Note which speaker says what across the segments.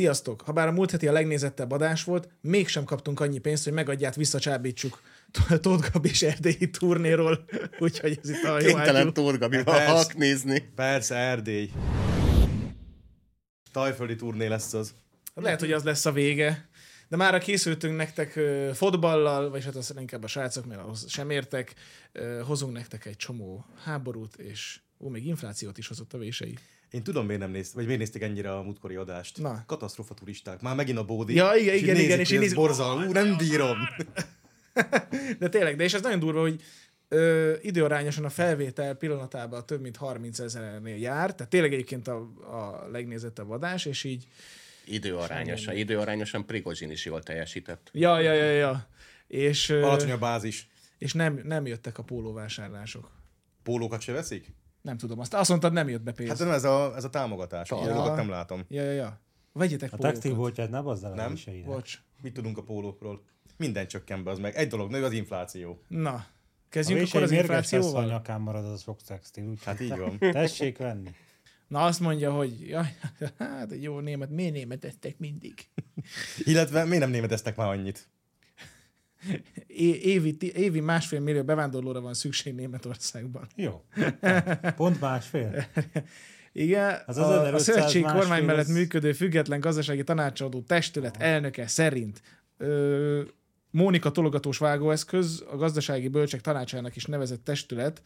Speaker 1: Sziasztok! Habár a múlt heti a legnézettebb adás volt, mégsem kaptunk annyi pénzt, hogy megadját visszacsábítsuk Tóth Gabi és erdélyi turnéról, úgyhogy ez itt a jó Hát
Speaker 2: Kénytelen torgabival
Speaker 3: Persze.
Speaker 2: halk nézni.
Speaker 3: Persze, Erdély. Tajföldi turné lesz az.
Speaker 1: Lehet, hogy az lesz a vége. De már készültünk nektek ö, fotballal, vagy hát azt inkább a srácok, mert ahhoz sem értek. Ö, Hozunk nektek egy csomó háborút, és ó, még inflációt is hozott a vései.
Speaker 3: Én tudom, miért nem nézték, vagy miért nézték ennyire a múltkori adást.
Speaker 1: Na.
Speaker 3: Katasztrofa turisták. Már megint a bódi.
Speaker 1: Ja, igen, igen,
Speaker 3: így
Speaker 1: igen,
Speaker 3: nézik,
Speaker 1: és így
Speaker 3: hogy ez
Speaker 1: néz-
Speaker 3: borzalom. Ú, nem bírom.
Speaker 1: De tényleg, de és ez nagyon durva, hogy ö, időarányosan a felvétel pillanatában több mint 30 ezernél jár, tehát tényleg egyébként a, a legnézettebb adás, és így
Speaker 2: Időarányosan, időarányosan Prigozsin is jól teljesített.
Speaker 1: ja, ja, ja, ja. És, ö,
Speaker 3: Alacsony a bázis.
Speaker 1: és nem, nem jöttek a pólóvásárlások.
Speaker 3: Pólókat se veszik?
Speaker 1: Nem tudom, azt, azt mondtad, nem jött be pénz.
Speaker 3: Hát nem ez a, ez a támogatás.
Speaker 2: Ja.
Speaker 3: Pólókat nem látom.
Speaker 1: Ja, ja, ja. Vegyetek
Speaker 4: A
Speaker 1: pólókat.
Speaker 4: textilboltját ne bazzál
Speaker 3: Nem?
Speaker 4: el is ide.
Speaker 1: Bocs.
Speaker 3: Mit tudunk a pólókról? Minden csökken be, az meg. Egy dolog nő, az infláció.
Speaker 1: Na,
Speaker 4: A
Speaker 1: kezdjünk akkor
Speaker 4: vései
Speaker 1: az
Speaker 4: mérges lesz, ha a
Speaker 1: inflációval.
Speaker 4: nyakán marad az sok textil, úgyhogy
Speaker 3: Hát így van.
Speaker 4: tessék venni.
Speaker 1: Na azt mondja, hogy jaj, hát egy jó német, miért németettek mindig?
Speaker 3: Illetve miért nem németeztek már annyit?
Speaker 1: É- évi, ti- évi másfél millió bevándorlóra van szükség Németországban.
Speaker 4: Jó. Pont másfél.
Speaker 1: Igen,
Speaker 4: Az
Speaker 1: az a, a
Speaker 4: 1500
Speaker 1: szövetség kormány
Speaker 4: másfél
Speaker 1: mellett
Speaker 4: lesz.
Speaker 1: működő független gazdasági tanácsadó testület elnöke szerint ö, Mónika tologatós vágóeszköz, a gazdasági bölcsek tanácsának is nevezett testület,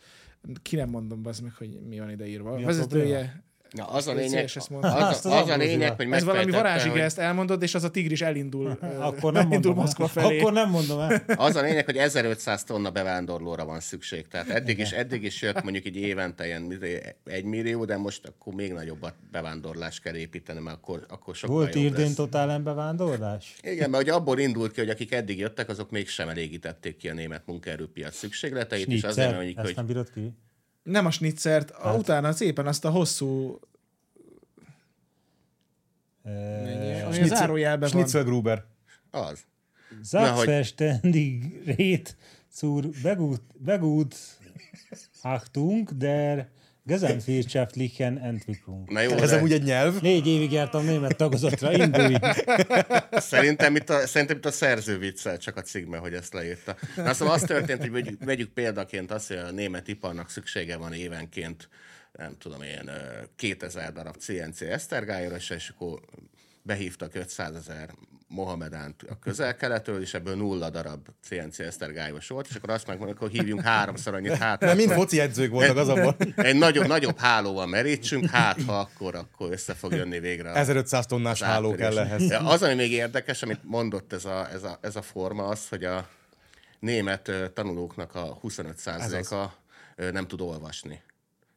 Speaker 1: ki nem mondom bazd meg, hogy mi van ide írva.
Speaker 4: Mi a
Speaker 1: vezetője,
Speaker 2: Na, az a
Speaker 1: Légy
Speaker 2: lényeg,
Speaker 1: szíves,
Speaker 2: az,
Speaker 1: ezt mondd.
Speaker 2: a,
Speaker 4: Azt az
Speaker 2: az a
Speaker 4: abúzival.
Speaker 2: lényeg, hogy
Speaker 1: ez valami
Speaker 2: megfejtette,
Speaker 1: varázsige,
Speaker 2: hogy,
Speaker 1: ezt elmondod, és az a tigris elindul. ö,
Speaker 4: Akkor nem
Speaker 1: elindul
Speaker 4: mondom
Speaker 1: Moszkva
Speaker 4: el.
Speaker 1: felé.
Speaker 4: Akkor nem mondom el.
Speaker 2: az a lényeg, hogy 1500 tonna bevándorlóra van szükség. Tehát eddig is, eddig is jött mondjuk így évente ilyen izé, egy millió, de most akkor még nagyobbat bevándorlást kell építeni, mert akkor, akkor sokkal
Speaker 4: Volt
Speaker 2: jobb
Speaker 4: Irdén
Speaker 2: lesz.
Speaker 4: totál embevándorlás?
Speaker 2: Igen, mert ugye abból indult ki, hogy akik eddig jöttek, azok mégsem elégítették ki a német munkaerőpiac szükségleteit, és azért
Speaker 4: Snitzer?
Speaker 2: mondjuk,
Speaker 4: Ezt
Speaker 2: hogy
Speaker 4: nem bírod ki?
Speaker 1: Nem a snitzert, hát. utána szépen azt a hosszú
Speaker 4: Ö,
Speaker 1: Olyan zárójelben van.
Speaker 3: Schnitzelgruber.
Speaker 2: az.
Speaker 4: Selbstverständig rét zur begut, begut achtunk, der Gesamtwirtschaftlichen Entwicklung.
Speaker 2: Na jó,
Speaker 3: Ez
Speaker 2: de
Speaker 3: amúgy egy nyelv.
Speaker 4: Négy évig jártam német tagozatra, induljunk.
Speaker 2: szerintem itt a, szerintem itt a szerző viccel, csak a cikkben, hogy ezt leírta. Na szóval az történt, hogy vegyük, vegyük példaként azt, hogy a német iparnak szüksége van évenként, nem tudom én, ö, 2000 darab CNC esztergályra, és és akkor behívtak 500 ezer Mohamedánt a közel-keletől, és ebből nulla darab CNC esztergályos volt, és akkor azt megmondjuk, hogy hívjunk háromszor annyit hátra.
Speaker 3: Mert mind foci edzők voltak az abban.
Speaker 2: Egy nagyobb, nagyobb hálóval merítsünk, hát ha akkor, akkor össze fog jönni végre. a-
Speaker 3: 1500 tonnás
Speaker 2: az
Speaker 3: háló
Speaker 2: áttörés.
Speaker 3: kell ehhez.
Speaker 2: Ja, Az, ami még érdekes, amit mondott ez a, ez a, ez a forma, az, hogy a német ö, tanulóknak a 25%-a ö, nem tud olvasni.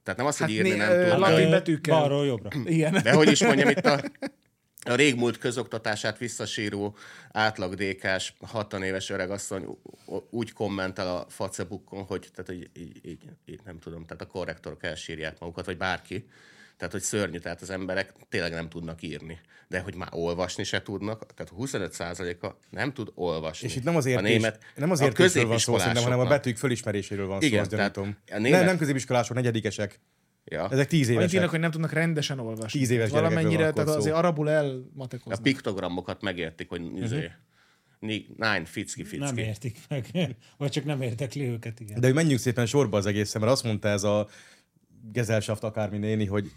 Speaker 2: Tehát nem azt, hogy
Speaker 1: Hát
Speaker 2: írni
Speaker 1: né-
Speaker 2: nem
Speaker 1: ö,
Speaker 2: tud,
Speaker 1: latin-
Speaker 2: de,
Speaker 4: Ö,
Speaker 1: betűkkel.
Speaker 4: Balról jobbra.
Speaker 1: Igen.
Speaker 2: de hogy is mondjam, itt a, a régmúlt közoktatását visszasíró átlagdékás 60 éves öregasszony ú- ú- úgy kommentel a facebookon, hogy tehát így, így, így, így, nem tudom, tehát a korrektorok elsírják magukat, vagy bárki. Tehát, hogy szörnyű, tehát az emberek tényleg nem tudnak írni. De hogy már olvasni se tudnak, tehát 25%-a nem tud olvasni.
Speaker 3: És itt nem az értés,
Speaker 2: a német,
Speaker 3: nem az
Speaker 2: a
Speaker 3: értésről van szó, szerintem, hanem a
Speaker 2: középiskolásoknak.
Speaker 3: betűk fölismeréséről van szó,
Speaker 2: Igen,
Speaker 3: azt
Speaker 2: tehát
Speaker 3: gyanítom.
Speaker 2: a német-
Speaker 3: Nem, nem középiskolások, negyedikesek.
Speaker 2: Ja.
Speaker 3: Ezek tíz
Speaker 1: Annyit írnak,
Speaker 3: évesek.
Speaker 1: hogy nem tudnak rendesen olvasni.
Speaker 3: Tíz éves gyerekekről
Speaker 1: Valamennyire,
Speaker 3: van
Speaker 1: tehát
Speaker 3: akkor szó.
Speaker 1: azért arabul
Speaker 2: A
Speaker 1: elmatekoznak.
Speaker 2: piktogramokat megértik, hogy
Speaker 3: Mhm.
Speaker 2: izé, uh-huh. nine, ficki, ficki.
Speaker 4: Nem értik meg. Vagy csak nem érdekli őket, igen.
Speaker 3: De hogy menjünk szépen sorba az egészen, mert azt mondta ez a gezelsaft akármi néni, hogy,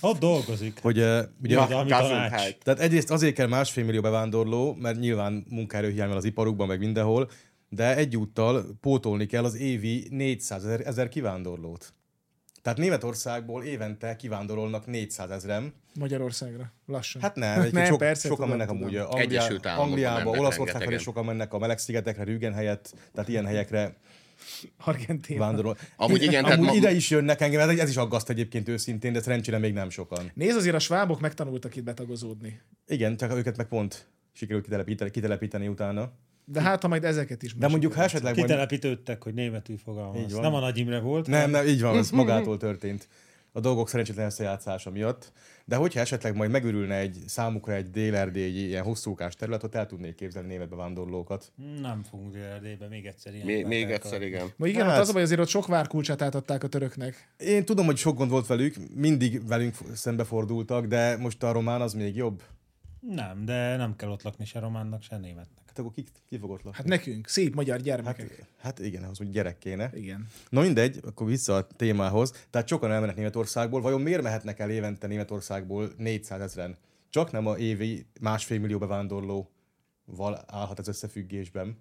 Speaker 4: Ott dolgozik.
Speaker 3: hogy eh, ugye,
Speaker 4: Vagy ami
Speaker 2: Gazunk
Speaker 4: tanács.
Speaker 2: hát.
Speaker 3: tehát egyrészt azért kell másfél millió bevándorló, mert nyilván munkaerőhiány van az iparukban, meg mindenhol, de egyúttal pótolni kell az évi 400 ezer, ezer kivándorlót. Tehát Németországból évente kivándorolnak 400 ezeren,
Speaker 1: Magyarországra. Lassan.
Speaker 3: Hát nem, egyébként
Speaker 1: Nem,
Speaker 3: sok,
Speaker 1: persze,
Speaker 3: persze, sokan
Speaker 1: tudom,
Speaker 3: mennek
Speaker 1: tudom.
Speaker 3: amúgy
Speaker 2: Egyesült
Speaker 3: Angliá,
Speaker 2: Államokban
Speaker 3: Angliába,
Speaker 2: mennek
Speaker 3: Olaszországba
Speaker 2: rengetegen.
Speaker 3: is sokan mennek, a Meleg-szigetekre, Rügen helyett, tehát ilyen helyekre
Speaker 1: Argentina.
Speaker 3: vándorol.
Speaker 2: Amúgy igen, tehát
Speaker 3: amúgy
Speaker 2: ma-
Speaker 3: ide is jönnek engem, ez, ez is aggaszt egyébként őszintén, de szerencsére még nem sokan.
Speaker 1: Nézd azért, a svábok megtanultak itt betagozódni.
Speaker 3: Igen, csak őket meg pont sikerült kitelepíteni, kitelepíteni utána.
Speaker 1: De hát, ha majd ezeket is
Speaker 3: De
Speaker 1: mások
Speaker 3: mondjuk ha
Speaker 1: lehet.
Speaker 3: esetleg majd
Speaker 4: Kitelepítődtek, hogy németül
Speaker 3: Így
Speaker 4: fogalmaz.
Speaker 3: van.
Speaker 4: Nem a Nagy Imre volt.
Speaker 3: Nem, nem, így van, ez magától történt. A dolgok szerencsétlen összejátszása miatt. De hogyha esetleg majd megürülne egy számukra egy délerdélyi ilyen hosszúkás terület, ott el tudnék képzelni német bevándorlókat.
Speaker 4: Nem fogunk Dél-Erdélybe, még egyszer ilyen.
Speaker 2: Még, még
Speaker 4: vágták
Speaker 2: egyszer,
Speaker 4: a-
Speaker 2: igen.
Speaker 1: Ma igen, hát
Speaker 3: Hát-
Speaker 1: az a baj, azért ott sok várkulcsát átadták a töröknek.
Speaker 3: Én tudom, hogy sok gond volt velük, mindig velünk szembefordultak, de most a román az még jobb.
Speaker 4: Nem, de nem kell ott lakni se románnak, se németnek.
Speaker 3: Hát akkor ki, ki fogott lakni?
Speaker 1: Hát nekünk, szép magyar gyermekek. Hát,
Speaker 3: Hát, hát igen, ahhoz úgy gyerek kéne.
Speaker 1: Igen.
Speaker 3: Na mindegy, akkor vissza a témához. Tehát sokan elmennek Németországból. Vajon miért mehetnek el évente Németországból 400 ezeren? Csak nem a évi másfél millió bevándorlóval állhat ez összefüggésben.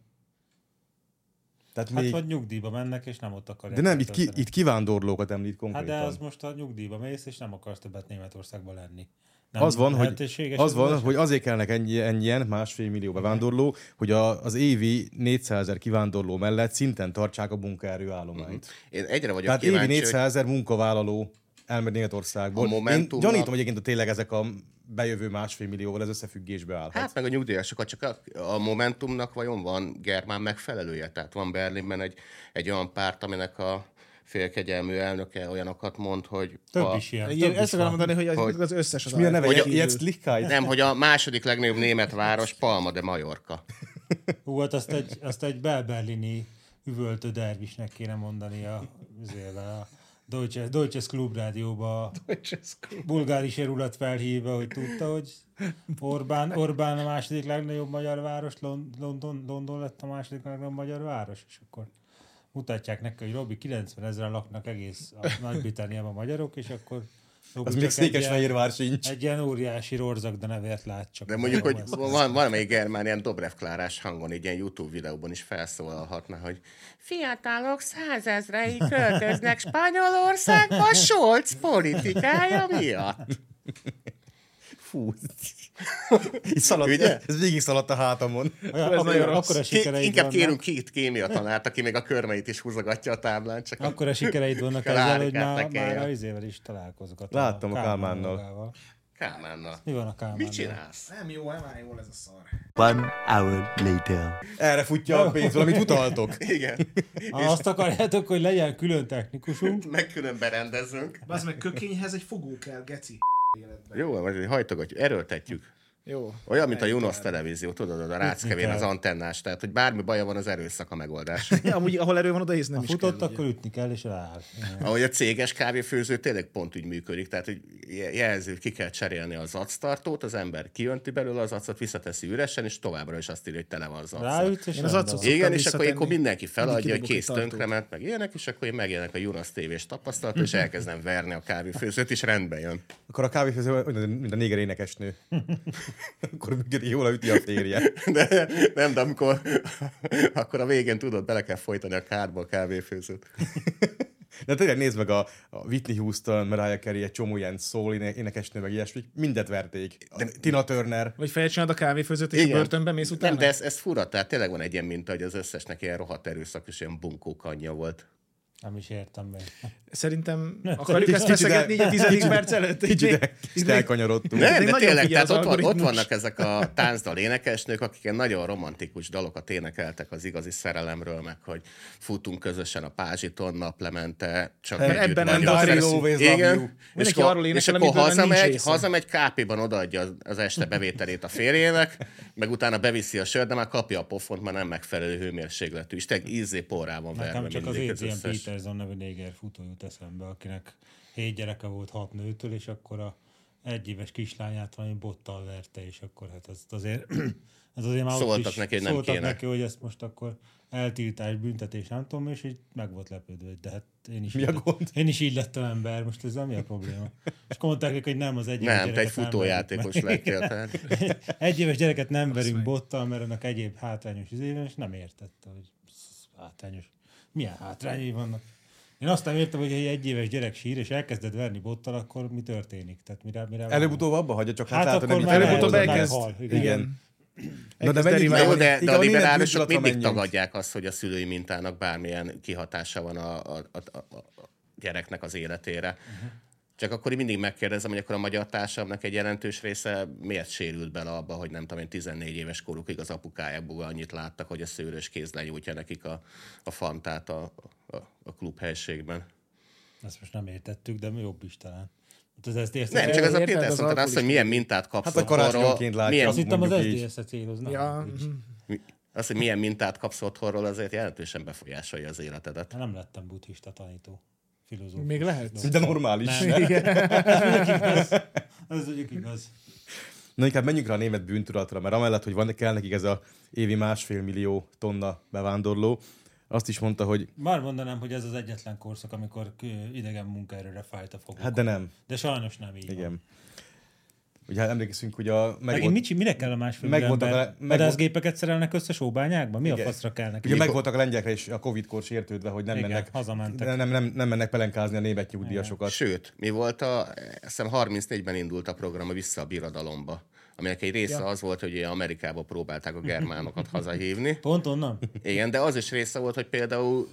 Speaker 3: Tehát
Speaker 4: Hát
Speaker 3: még...
Speaker 4: vagy nyugdíjba mennek, és nem ott akarják.
Speaker 3: De nem, itt, ki,
Speaker 4: eltölteni.
Speaker 3: itt kivándorlókat említ
Speaker 4: Hát
Speaker 3: konkrétan.
Speaker 4: de az most a nyugdíjba mész, és nem akarsz többet Németországban lenni. Nem
Speaker 3: az van, hogy,
Speaker 4: lehetséges
Speaker 3: az
Speaker 4: ez
Speaker 3: van,
Speaker 4: eset?
Speaker 3: hogy azért kellnek ennyi, ennyien, másfél millió bevándorló, hogy a, az évi 400 ezer kivándorló mellett szinten tartsák a munkaerő állományt.
Speaker 2: Én egyre vagyok
Speaker 3: Tehát évi
Speaker 2: Mhm. kíváncsi, hogy-
Speaker 3: 400 ezer munkavállaló elmegy Németországból.
Speaker 2: A Momentumnak-
Speaker 3: Én gyanítom, hogy egyébként a tényleg ezek a bejövő másfél millióval ez összefüggésbe állhat.
Speaker 2: Hát meg a nyugdíjasokat, csak a- a Momentumnak vajon van germán megfelelője? Tehát van Berlinben egy, egy olyan párt, aminek a félkegyelmű elnöke olyanokat mond, hogy...
Speaker 4: Több
Speaker 2: a,
Speaker 4: is ilyen.
Speaker 1: Igen,
Speaker 4: több
Speaker 1: ezt
Speaker 4: is
Speaker 1: akarom
Speaker 4: van.
Speaker 1: mondani, hogy az,
Speaker 2: Hogy-
Speaker 1: az összes az
Speaker 3: Mi a
Speaker 1: alá-
Speaker 3: neve?
Speaker 1: Vagy
Speaker 3: Ilyen-
Speaker 1: a-
Speaker 3: Ilyen
Speaker 4: Hát,
Speaker 3: Slichkeit?
Speaker 2: Nem, hogy a második legnagyobb német város Palma de Mallorca.
Speaker 4: Hú, hát azt egy, azt egy belberlini üvöltő dervisnek kéne mondani a, azért a Deutsche, Deutsche Klub rádióba bulgári sérulat felhívva, hogy tudta, hogy Orbán, Orbán a második legnagyobb magyar város, Lon- London, London lett a második legnagyobb magyar város, és akkor mutatják neki, hogy Robi 90 ezeren laknak egész a Nagy-Britanniában a magyarok, és akkor Robi
Speaker 3: Az
Speaker 4: csak
Speaker 3: még
Speaker 4: egy ilyen-
Speaker 3: Székesfehérvár sincs.
Speaker 4: egy ilyen óriási rorzak, de nevért lát csak.
Speaker 2: De mondjuk, hogy
Speaker 4: Ez-
Speaker 2: van, valamelyik germán ilyen Dobrev Klárás hangon, egy ilyen YouTube videóban is felszólalhatna, hogy fiatalok százezrei költöznek Spanyolországba Scholz politikája miatt.
Speaker 3: Fú. Itt szaladt,
Speaker 2: Ugye?
Speaker 3: Ez végig szaladt a hátamon.
Speaker 4: Olyan,
Speaker 1: Ez nagyon
Speaker 4: akkor,
Speaker 1: rossz.
Speaker 4: akkor a
Speaker 2: Ki,
Speaker 4: sikereid
Speaker 2: inkább
Speaker 4: vannak.
Speaker 2: kérünk két kémia tanárt, aki még a körmeit is húzogatja a táblán. Csak
Speaker 4: Akkor a sikereid vannak
Speaker 2: Kell
Speaker 4: ezzel,
Speaker 2: állni,
Speaker 4: hogy
Speaker 2: kell
Speaker 4: már,
Speaker 2: tekeljen.
Speaker 4: már a izével is találkozgat.
Speaker 3: Láttam a Kálmánnal.
Speaker 4: magával.
Speaker 2: Kálmánnal.
Speaker 4: Mi van a Kálmánnal?
Speaker 2: Mit csinálsz?
Speaker 1: Nem jó, nem áll jól ez a szar.
Speaker 5: One hour later.
Speaker 3: Erre futja a pénzből, amit utaltok.
Speaker 2: Igen.
Speaker 4: Ha azt akarjátok, hogy legyen külön technikusunk,
Speaker 2: Meg külön berendezünk.
Speaker 1: Bazd meg, kökényhez egy fogó kell, geci.
Speaker 2: Jó, vagy hajtogatjuk, erőltetjük.
Speaker 1: Jó.
Speaker 2: Olyan, mint a Junos televízió, tudod, oda ráckevén az antennás, tehát hogy bármi baja van, az erőszak a megoldás.
Speaker 1: Ja, amúgy, ahol erő van, oda hisz nem is
Speaker 4: futott,
Speaker 1: kell,
Speaker 4: akkor ütni kell, és rááll.
Speaker 2: Ahogy a céges kávéfőző tényleg pont úgy működik, tehát hogy je- jelzi, hogy ki kell cserélni az actartót, az ember kijönti belőle az acot, visszateszi üresen, és továbbra is azt írja, hogy tele van az acat.
Speaker 4: Ráüt, és
Speaker 1: Én az
Speaker 4: rendben
Speaker 1: acot
Speaker 4: van.
Speaker 1: szoktam
Speaker 2: Igen, és akkor
Speaker 1: visszatenni.
Speaker 2: ilyenkor mindenki
Speaker 1: Mindig
Speaker 2: feladja, hogy
Speaker 1: kidobok
Speaker 2: kész
Speaker 1: egy tartót.
Speaker 2: tönkrement, meg ilyenek, és akkor én megjelenek a Junos tévés tapasztalat, és elkezdem verni a kávéfőzőt, és rendben jön.
Speaker 3: Akkor a kávéfőző olyan, mint a néger énekesnő. Akkor működik, jól üti a férje.
Speaker 2: De, nem, de amikor akkor a végén tudod, bele kell folytani a kárba a kávéfőzőt.
Speaker 3: De hát tényleg nézd meg a, a Whitney Houston, Mariah Carey, egy csomó ilyen szól, éne- énekesnő, meg ilyesmi, mindet verték. De, Tina Turner.
Speaker 1: Vagy felcsinálod a kávéfőzőt, és a börtönbe mész utána?
Speaker 2: Nem, de ez, ez fura, tehát tényleg van egy ilyen minta, hogy az összesnek ilyen rohadt erőszak és ilyen bunkó kanyja volt.
Speaker 4: Nem is értem meg.
Speaker 1: Szerintem akarjuk ezt
Speaker 3: kicsit
Speaker 1: feszegetni így a
Speaker 3: el-
Speaker 1: 10. perc előtt? Így még-
Speaker 3: Kicsit elkanyarodtunk.
Speaker 1: Ne?
Speaker 2: Nem,
Speaker 1: még
Speaker 2: de
Speaker 1: nagyon
Speaker 2: tényleg,
Speaker 1: figyel az
Speaker 2: tehát ott, van, ott
Speaker 1: algoritmus.
Speaker 2: vannak ezek a táncdal énekesnők, akik ilyen nagyon romantikus dalokat énekeltek az igazi szerelemről, meg hogy futunk közösen a pázsiton, naplemente, csak
Speaker 1: Ebben
Speaker 2: együtt
Speaker 1: nem
Speaker 2: vagyunk.
Speaker 1: volt
Speaker 3: Dario
Speaker 1: szersz-
Speaker 3: always love you.
Speaker 2: Igen, és
Speaker 1: Mindenki arról
Speaker 2: akkor, és
Speaker 1: énekel,
Speaker 2: akkor
Speaker 1: amiből nem nincs
Speaker 2: hazamegy,
Speaker 1: része.
Speaker 2: hazamegy, kápiban odaadja az- az este bevételét a férjének, meg utána beviszi a sört, de már kapja a pofont, már nem megfelelő hőmérsékletű. És tényleg ízé porrában verve
Speaker 4: Nekem csak az
Speaker 2: mindig
Speaker 4: Adrian
Speaker 2: összes.
Speaker 4: Peterson nevű néger futó jut eszembe, akinek hét gyereke volt hat nőtől, és akkor a egyéves kislányát valami bottal verte, és akkor hát az azért, az azért már ott
Speaker 2: Szóltak
Speaker 4: is,
Speaker 2: neki, hogy nem
Speaker 4: szóltak
Speaker 2: kéne.
Speaker 4: neki, hogy ezt most akkor eltiltás, büntetés, nem tudom, és így meg volt lepődve, hogy de hát én is,
Speaker 3: Mi a
Speaker 4: így lett-
Speaker 3: gond?
Speaker 4: én is így lettem ember, most ezzel mi a probléma? És akkor mondták neki, hogy nem, az egyéves
Speaker 2: Nem, te egy
Speaker 4: gyereket nem
Speaker 2: futójátékos
Speaker 4: verjük meg.
Speaker 2: lettél. Tehát.
Speaker 4: Egy éves gyereket nem verünk bottal, mert annak egyéb hátrányos izében, és nem értette, hogy sz- hátrányos. Milyen hátrányai vannak? Én azt nem értem, hogy ha egy egyéves gyerek sír, és elkezded verni bottal, akkor mi történik? Tehát mire, mire
Speaker 3: Előbb-utóbb abba hagyja, csak
Speaker 4: Hát
Speaker 3: hát,
Speaker 4: akkor már
Speaker 1: Előbb-utóbb
Speaker 4: elhozom,
Speaker 1: elkezd.
Speaker 4: meghal. Igen.
Speaker 1: Igen.
Speaker 3: Na de
Speaker 1: Elkezd
Speaker 3: menjünk
Speaker 2: Na
Speaker 1: deriválni.
Speaker 2: jó, de,
Speaker 3: Igen,
Speaker 2: de
Speaker 3: a
Speaker 2: a
Speaker 3: német
Speaker 2: liberálisok
Speaker 3: vizsgálatra
Speaker 2: mindig
Speaker 3: menjünk.
Speaker 2: tagadják azt, hogy a szülői mintának bármilyen kihatása van a, a, a, a, a gyereknek az életére. Uh-huh. Csak akkor én mindig megkérdezem, hogy akkor a magyar társadalomnak egy jelentős része miért sérült bele abba, hogy nem tudom én 14 éves korukig az apukájából annyit láttak, hogy a szőrös kéz lenyújtja nekik a, a fantát a, a, a klubhelységben.
Speaker 4: Ezt most nem értettük, de mi jobb is talán. Hát az SZDSZ
Speaker 2: Nem,
Speaker 3: e-
Speaker 4: Én
Speaker 2: csak ez a
Speaker 1: érted, az
Speaker 2: Péter mondta azt, hogy milyen mintát kapsz
Speaker 3: Hát a karácsonyonként látja.
Speaker 2: milyen
Speaker 4: Azt hittem az
Speaker 3: mondjuk így.
Speaker 4: SZDSZ-et céloznám.
Speaker 1: Ja,
Speaker 4: Így.
Speaker 1: mhm.
Speaker 2: az, hogy milyen mintát kapsz otthonról, azért jelentősen befolyásolja az életedet.
Speaker 4: Hát Nem lettem buddhista tanító. Filozófus.
Speaker 1: Még lehet.
Speaker 3: De normális.
Speaker 4: Nem.
Speaker 3: ne?
Speaker 4: Ez mondjuk igaz. Ez mondjuk igaz.
Speaker 3: Na inkább menjünk rá a német bűntudatra, mert amellett, hogy van, kell nekik ez a évi másfél millió tonna bevándorló, azt is mondta, hogy
Speaker 4: Már mondanám, hogy ez az egyetlen korszak, amikor kö- idegen munkaerőre fájt a foguk.
Speaker 3: hát de nem.
Speaker 4: De sajnos nem így
Speaker 3: Igen. Ugye hát emlékszünk, hogy a...
Speaker 4: Meg
Speaker 3: Meg,
Speaker 4: én mit, csin- minek kell a másfél
Speaker 3: Meg
Speaker 4: millió
Speaker 3: voltak
Speaker 4: ember?
Speaker 3: vele- meg volt-
Speaker 4: Vadászgépeket szerelnek össze sóbányákba? Mi
Speaker 3: Igen.
Speaker 4: a faszra kell nekik?
Speaker 3: Ugye meg voltak a lengyekre is a Covid-kor sértődve, hogy nem
Speaker 4: Igen,
Speaker 3: mennek,
Speaker 4: hazamentek.
Speaker 3: nem, nem, nem mennek pelenkázni a német nyugdíjasokat.
Speaker 2: Sőt, mi volt a, azt hiszem 34-ben indult a program a Vissza a Birodalomba, aminek egy része az volt, hogy ilyen Amerikába próbálták a germánokat hazahívni.
Speaker 4: Pont onnan?
Speaker 2: Igen, de az is része volt, hogy például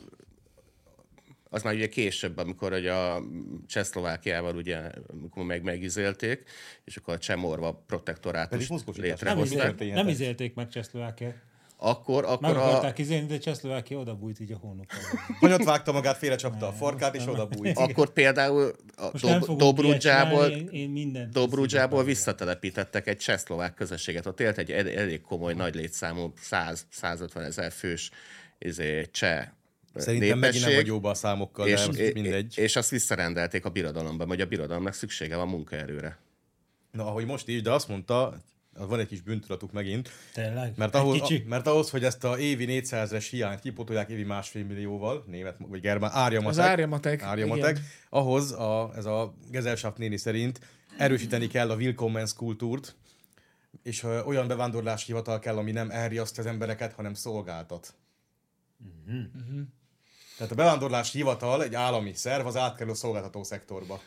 Speaker 2: az már ugye később, amikor hogy a Csehszlovákiával ugye amikor meg megizélték, és akkor a Csehmorva
Speaker 3: Pedig
Speaker 2: protektorátust
Speaker 3: mozgósítás
Speaker 4: Nem,
Speaker 2: létrehozták.
Speaker 3: volt, izélt.
Speaker 4: izélt,
Speaker 3: történhetett.
Speaker 4: nem izélték meg Csehszlovákiát.
Speaker 2: Akkor,
Speaker 4: Meg
Speaker 2: akkor a,
Speaker 4: akarták izélni, de Csehszlovákia odabújt így a hónukba.
Speaker 3: Hanyat vágta magát, félrecsapta a farkát, és odabújt.
Speaker 2: akkor például a
Speaker 4: Most nem
Speaker 2: Dob-
Speaker 4: fogunk
Speaker 2: Dobrudzsából,
Speaker 4: ilyet csinálni, én, én mindent
Speaker 2: Dobrudzsából
Speaker 4: szívesen
Speaker 2: visszatelepítettek egy csehszlovák közösséget. Ott élt egy el- elég komoly, nagy létszámú, 100-150 ezer fős izé, cseh
Speaker 3: Szerintem megint nem vagy jóba a számokkal, de
Speaker 2: és,
Speaker 3: most
Speaker 2: és,
Speaker 3: mindegy.
Speaker 2: és azt visszarendelték a birodalomban, hogy a birodalomnak szüksége van munkaerőre.
Speaker 3: Na, ahogy most is, de azt mondta, hát van egy kis bűntudatuk megint,
Speaker 4: Tényleg?
Speaker 3: mert
Speaker 4: Egy
Speaker 3: ahhoz,
Speaker 4: kicsi?
Speaker 3: mert ahhoz, hogy ezt a évi 400-es hiányt kipotolják évi másfél millióval, német vagy germán, árjamatek,
Speaker 1: Az árjamatek.
Speaker 3: árjamatek ahhoz a, ez a Gesellschaft néni szerint erősíteni kell a Willkommens kultúrt, és ö, olyan bevándorlási hivatal kell, ami nem elriaszt az embereket, hanem szolgáltat. Tehát a bevándorlási hivatal egy állami szerv az átkerül a szolgáltató szektorba.